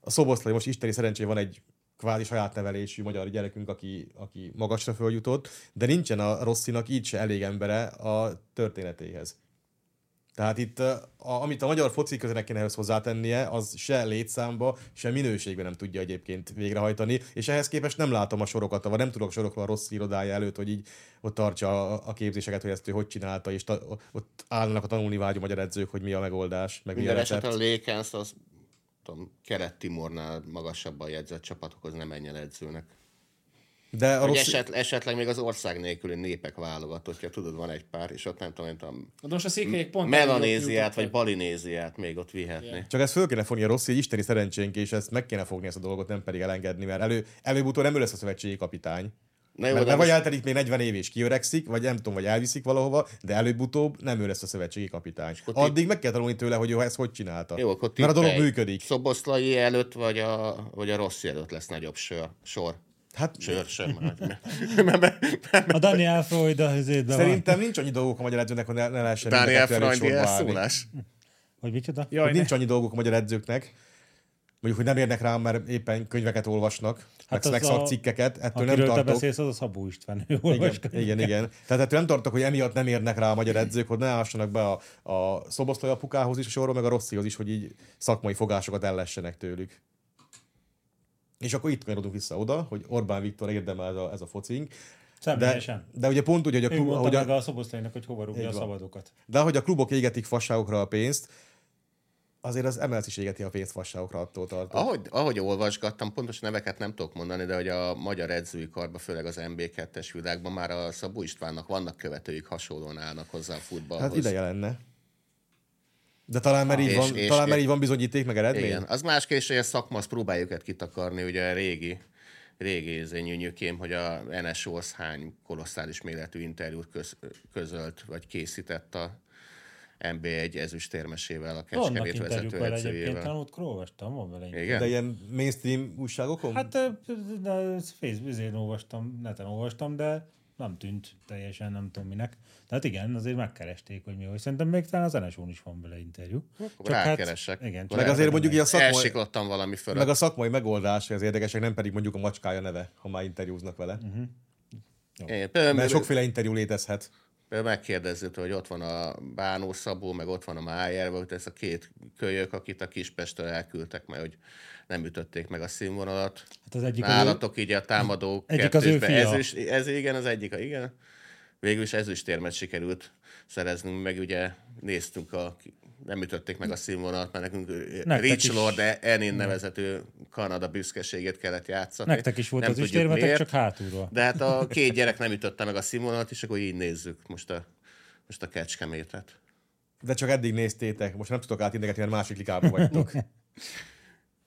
Speaker 3: A Szoboszlai most isteni szerencsé van egy kvázi saját nevelésű magyar gyerekünk, aki, aki magasra följutott, de nincsen a Rosszinak így se elég embere a történetéhez. Tehát itt, ö, a, amit a magyar foci közének kéne ehhez hozzátennie, az se létszámba, se minőségben nem tudja egyébként végrehajtani, és ehhez képest nem látom a sorokat, vagy nem tudok sorokról a rossz irodája előtt, hogy így ott tartsa a, a képzéseket, hogy ezt ő hogy csinálta, és ta, ott állnak a tanulni vágyó magyar edzők, hogy mi a megoldás, meg mi
Speaker 2: Minden
Speaker 3: a
Speaker 2: esetre
Speaker 3: recept.
Speaker 2: a Lakers az tudom, keret Timornál magasabban jegyzett csapatokhoz nem menjen edzőnek.
Speaker 3: De a
Speaker 2: Vagy
Speaker 3: rossz...
Speaker 2: eset, esetleg még az ország nélküli népek válogatottja, tudod, van egy pár, és ott nem tudom, nem tudom
Speaker 1: Na, de most a székelyek pont...
Speaker 2: Melanéziát vagy
Speaker 1: elég jók
Speaker 2: Balinéziát még ott vihetni.
Speaker 3: Csak ezt föl kéne fogni a rossz, hogy isteni szerencsénk, és ezt meg kéne fogni ezt a dolgot, nem pedig elengedni, mert elő, előbb-utóbb nem ő lesz a szövetségi kapitány.
Speaker 2: Na de
Speaker 3: Mert, mert vagy
Speaker 2: most-
Speaker 3: eltelik még 40 év és kiöregszik, vagy nem tudom, vagy elviszik valahova, de előbb-utóbb nem ő lesz a szövetségi kapitány.
Speaker 2: akkor ti-
Speaker 3: Addig meg kell tanulni tőle, hogy ő ezt hogy csinálta.
Speaker 2: Jó, akkor
Speaker 3: mert a dolog
Speaker 2: tippelj.
Speaker 3: működik.
Speaker 2: Szoboszlai előtt, vagy a, vagy a rossz előtt lesz nagyobb sör. Sor.
Speaker 3: Hát
Speaker 2: Sör, sör. már.
Speaker 4: A Daniel Freud a hüzétben van.
Speaker 3: szerintem nincs annyi dolgok a magyar edzőnek, hogy ne, ne lehessen
Speaker 2: Daniel
Speaker 3: mind a kettő elé
Speaker 2: Freund
Speaker 3: sorba állni.
Speaker 2: szólás.
Speaker 4: Hogy micsoda?
Speaker 1: Jaj,
Speaker 3: Hogy
Speaker 1: ne.
Speaker 3: nincs annyi dolgok a magyar edzőknek, mondjuk, hogy nem érnek rá, mert éppen könyveket olvasnak, hát
Speaker 4: az
Speaker 3: meg, meg
Speaker 4: a-
Speaker 3: szakcikkeket, ettől nem
Speaker 4: Akiről te
Speaker 3: tartok.
Speaker 4: beszélsz, az a Szabó István. Ő
Speaker 3: Igen,
Speaker 4: olvasgat.
Speaker 3: igen, igen. Tehát ettől nem tartok, hogy emiatt nem érnek rá a magyar edzők, hogy ne ássanak be a, a szoboszlai apukához is a sorról, meg a rosszihoz is, hogy így szakmai fogásokat ellessenek tőlük. És akkor itt kanyarodunk vissza oda, hogy Orbán Viktor érdemel ez a, ez a focink. De,
Speaker 4: Személyesen.
Speaker 3: de ugye pont úgy, hogy a
Speaker 4: Ő
Speaker 3: klub,
Speaker 4: mondta
Speaker 3: ahogy
Speaker 4: meg
Speaker 3: a,
Speaker 4: a szoboszlainak, hogy hova rúgja a
Speaker 3: van.
Speaker 4: szabadokat.
Speaker 3: de ahogy a klubok égetik fasságokra a pénzt, azért az MLS is égeti a pénzt fasságokra attól tartok.
Speaker 2: Ahogy, ahogy olvasgattam, pontos neveket nem tudok mondani, de hogy a magyar edzői karban, főleg az MB2-es világban már a Szabó Istvánnak vannak követőik, hasonlóan állnak hozzá a futballhoz.
Speaker 3: Hát ideje lenne. De talán már, így,
Speaker 2: Ah, és-
Speaker 3: van,
Speaker 2: és-
Speaker 3: talán már
Speaker 2: és-
Speaker 3: így van bizonyíték meg eredmény.
Speaker 2: Igen, az más kérdés, hogy a szakma, azt próbáljuk őket kitakarni, ugye a régi régi nyűnyökém, hogy a NSO az hány kolosszális méretű interjút köz, közölt, vagy készített a MB1 ezüstérmesével, a
Speaker 4: Vannak
Speaker 2: Kecskemét vezető
Speaker 4: interjúkkal egyébként,
Speaker 2: edzőjével.
Speaker 4: hanem ott olvastam, van vele egy-
Speaker 3: De
Speaker 2: Igen?
Speaker 3: ilyen mainstream újságokon?
Speaker 4: Hát ö, de Facebookon olvastam, neten olvastam, de nem tűnt teljesen, nem tudom minek. Tehát igen, azért megkeresték, hogy mi hogy. Szerintem még talán az NSO-n is van vele interjú. Csak
Speaker 2: rákeresek.
Speaker 4: Hát, igen, csak
Speaker 3: meg
Speaker 4: hát
Speaker 3: azért mondjuk így a szakmai,
Speaker 2: Elsiklottam valami fölött.
Speaker 3: meg a szakmai megoldás, az érdekesek, nem pedig mondjuk a macskája neve, ha már interjúznak vele.
Speaker 2: Mhm.
Speaker 3: Uh-huh.
Speaker 2: É, például-
Speaker 3: Mert sokféle interjú létezhet.
Speaker 2: Például megkérdezzük, hogy ott van a Bánó Szabó, meg ott van a Májer, vagy ott ez a két kölyök, akit a Kispestől elküldtek, mert hogy nem ütötték meg a színvonalat.
Speaker 4: Hát az egyik az ő-
Speaker 2: Nálatok így a támadó
Speaker 4: Egyik az ő
Speaker 2: kettősbe.
Speaker 4: fia.
Speaker 2: Ez, is, ez igen, az egyik, a- igen. Végül is ezüstérmet sikerült szereznünk, meg ugye néztünk a nem ütötték meg a színvonalat, mert nekünk
Speaker 4: Nektek
Speaker 2: Rich
Speaker 4: is.
Speaker 2: Lord e- Enin nevezető Kanada büszkeségét kellett játszani.
Speaker 4: Nektek is volt
Speaker 2: Nem
Speaker 4: az
Speaker 2: tudjuk
Speaker 4: üstérmetek,
Speaker 2: miért.
Speaker 4: csak hátulról.
Speaker 2: De hát a két gyerek nem ütötte meg a színvonalat, és akkor így nézzük most a, most a kecskemétet.
Speaker 3: De csak eddig néztétek, most nem tudok átindegetni, mert másik likába vagytok.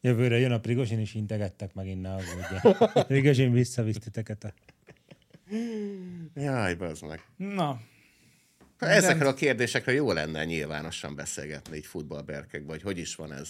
Speaker 4: Jövőre jön a Prigozsin, és integettek meg innen aggódja. Prigozsin visszavisz titeket a...
Speaker 2: Jaj, bazd meg.
Speaker 1: Na,
Speaker 2: Ha Ezekről a kérdésekről jó lenne nyilvánosan beszélgetni így futballberkekben, hogy hogy is van ez.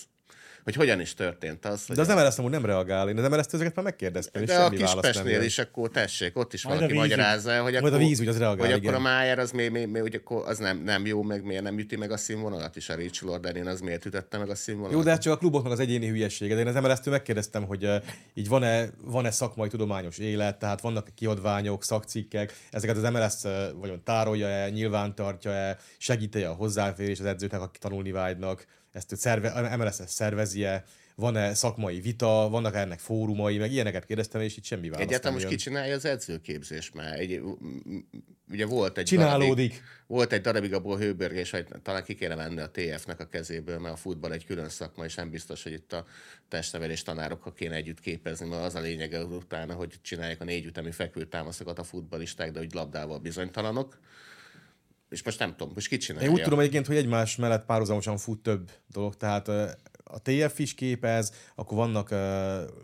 Speaker 2: Hogy hogyan is történt az, hogy
Speaker 3: De az MLS amúgy nem reagál. Én az MLS ezeket már megkérdeztem, és
Speaker 2: De a
Speaker 3: semmi választ nem
Speaker 2: kispestnél
Speaker 3: jön.
Speaker 2: is akkor tessék, ott is
Speaker 4: Majd
Speaker 2: valaki
Speaker 4: a vízügy.
Speaker 2: magyarázza, el, hogy
Speaker 3: Majd
Speaker 2: akkor,
Speaker 3: a vízügy, az reagál,
Speaker 2: hogy akkor
Speaker 3: igen.
Speaker 2: a Májer az, mi, mi, mi, hogy akkor az nem, nem jó, meg miért nem üti meg a színvonalat, és a Rich Lordanin az miért ütötte meg a színvonalat.
Speaker 3: Jó, de ez csak a kluboknak az egyéni hülyesége. De én az mls megkérdeztem, hogy eh, így van-e, van-e szakmai tudományos élet, tehát vannak kiadványok, szakcikkek, ezeket az MLS eh, vagyon tárolja-e, nyilvántartja-e, segíti-e a hozzáférés az edzőknek, akik tanulni vágynak, ezt ő szerve, MLS -e szervezi-e, van-e szakmai vita, vannak ennek fórumai, meg ilyeneket kérdeztem, és itt semmi választ
Speaker 2: Egyáltalán
Speaker 3: nem
Speaker 2: most
Speaker 3: jön.
Speaker 2: kicsinálja az edzőképzés már. Egy, ugye volt egy
Speaker 3: Csinálódik.
Speaker 2: Darabig, volt egy darabig abból hőbörgés, hogy talán ki kéne venni a TF-nek a kezéből, mert a futball egy külön szakma, és nem biztos, hogy itt a testnevelés tanárokkal kéne együtt képezni, mert az a lényege utána, hogy csinálják a négy ütemű fekvő támaszokat a futballisták, de úgy labdával bizonytalanok. És most nem tudom, most ki
Speaker 3: Én
Speaker 2: csinálja?
Speaker 3: úgy tudom egyébként, hogy egymás mellett párhuzamosan fut több dolog, tehát ö, a TF is képez, akkor vannak, ö,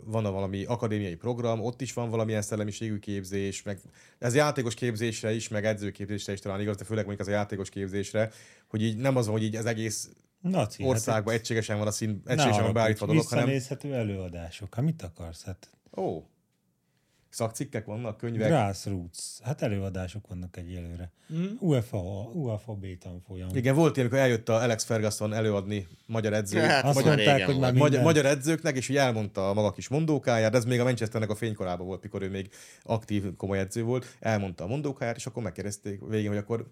Speaker 3: van a valami akadémiai program, ott is van valamilyen szellemiségű képzés, meg ez játékos képzésre is, meg edzőképzésre is talán igaz, de főleg mondjuk az a játékos képzésre, hogy így nem az van, hogy így az egész
Speaker 4: Naci, hát
Speaker 3: országban egységesen van a szín,
Speaker 4: ne
Speaker 3: egységesen van
Speaker 4: haragudj,
Speaker 3: beállítva a dolog, hanem
Speaker 4: Visszanézhető előadások. Hát mit akarsz? Hát
Speaker 3: ó, szakcikkek vannak, könyvek,
Speaker 4: grassroots. Hát előadások vannak egyelőre. Mm. UEFA, UEFA B tanfolyam.
Speaker 3: Igen, volt ilyen, amikor eljött a Alex Ferguson előadni magyar edző.
Speaker 2: Hát, az
Speaker 4: Azt
Speaker 2: már régen
Speaker 4: mondták, hogy már
Speaker 2: volt.
Speaker 3: magyar,
Speaker 4: minden...
Speaker 3: magyar edzőknek, és így elmondta a maga kis mondókáját, de ez még a Manchesternek a fénykorában volt, mikor ő még aktív, komoly edző volt, elmondta a mondókáját, és akkor megkérdezték végén, hogy akkor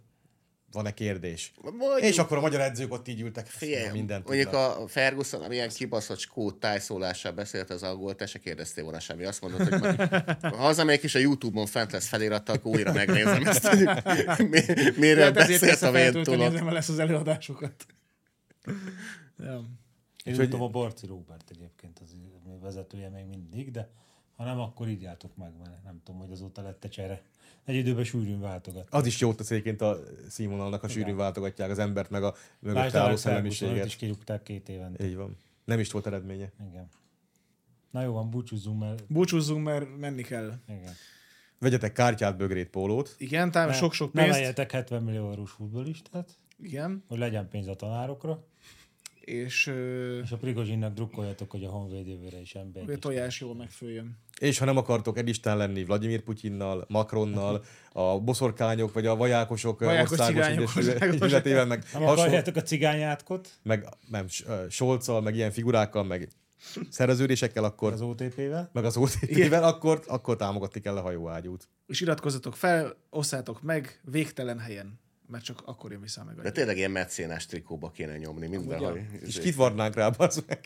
Speaker 3: van-e kérdés.
Speaker 2: Mondjuk-
Speaker 3: és akkor a magyar edzők ott így ültek,
Speaker 2: Figyelj,
Speaker 3: Figyelj, mindent
Speaker 2: mondjuk
Speaker 3: tudnak.
Speaker 2: a Ferguson, amilyen kibaszott skót tájszólással beszélt az angol, te se kérdeztél volna semmi. Azt mondod, hogy majd, ha hazamegyek és a Youtube-on fent lesz felirat, akkor újra megnézem ezt, hogy mi, miről
Speaker 1: lehet ezért
Speaker 2: beszélt
Speaker 1: ezt
Speaker 2: a
Speaker 1: a feltölteni,
Speaker 2: véntulot.
Speaker 1: nem lesz az előadásokat. Ja.
Speaker 4: Én hogy... tudom, a Barci Róbert egyébként az ő vezetője még mindig, de ha nem, akkor így álltok meg vele. Nem tudom, hogy azóta lett-e csere. Egy időben sűrűn váltogat.
Speaker 3: Az is jót tesz egyébként a színvonalnak, a sűrűn váltogatják az embert, meg a mögött
Speaker 4: Lásd
Speaker 3: álló
Speaker 4: Alex Ferguson, őt
Speaker 3: szellemiséget.
Speaker 4: is kirúgták két évente.
Speaker 3: Így van. Nem is volt eredménye.
Speaker 4: Igen. Na jó, van, búcsúzzunk, mert
Speaker 1: Búcsúzzunk, mert menni kell.
Speaker 4: igen.
Speaker 3: Vegyetek kártyát, bögrét, pólót.
Speaker 1: Igen, tám sok-sok
Speaker 4: Ne
Speaker 1: pénzt.
Speaker 4: legyetek 70 millió eurós futbolistát,
Speaker 1: Igen,
Speaker 4: hogy legyen pénz a tanárokra,
Speaker 1: és ö,
Speaker 4: és a Prigozsinnak drukkoljatok, hogy a Honvéd jövőre is ember.
Speaker 1: a tojás jól megfőjön.
Speaker 3: És ha nem akartok elistán lenni Vladimir Putyinnal, Macronnal, a boszorkányok vagy a vajákosok ö,
Speaker 1: Vajákos
Speaker 3: országos
Speaker 1: cigányok,
Speaker 3: egyesület-
Speaker 1: országos-
Speaker 3: egyesületével, meg,
Speaker 4: Nem
Speaker 3: hasonló,
Speaker 4: akarjátok a cigányátkot
Speaker 3: meg nem, S- ö, Solccal, meg ilyen figurákkal, meg szereződésekkel, akkor,
Speaker 4: az OTP-vel,
Speaker 3: meg az OTP-vel, akkor, akkor támogatni kell a hajóágyút.
Speaker 1: És iratkozzatok fel, osszátok meg végtelen helyen, mert csak akkor jön vissza meg.
Speaker 2: De tényleg ilyen mecénás trikóba kéne nyomni mindenhol.
Speaker 3: És kit varnánk rá, az meg.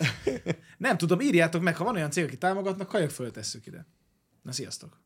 Speaker 1: Nem tudom, írjátok meg, ha van olyan cég, aki támogatnak, kajak föltesszük ide. Na, sziasztok!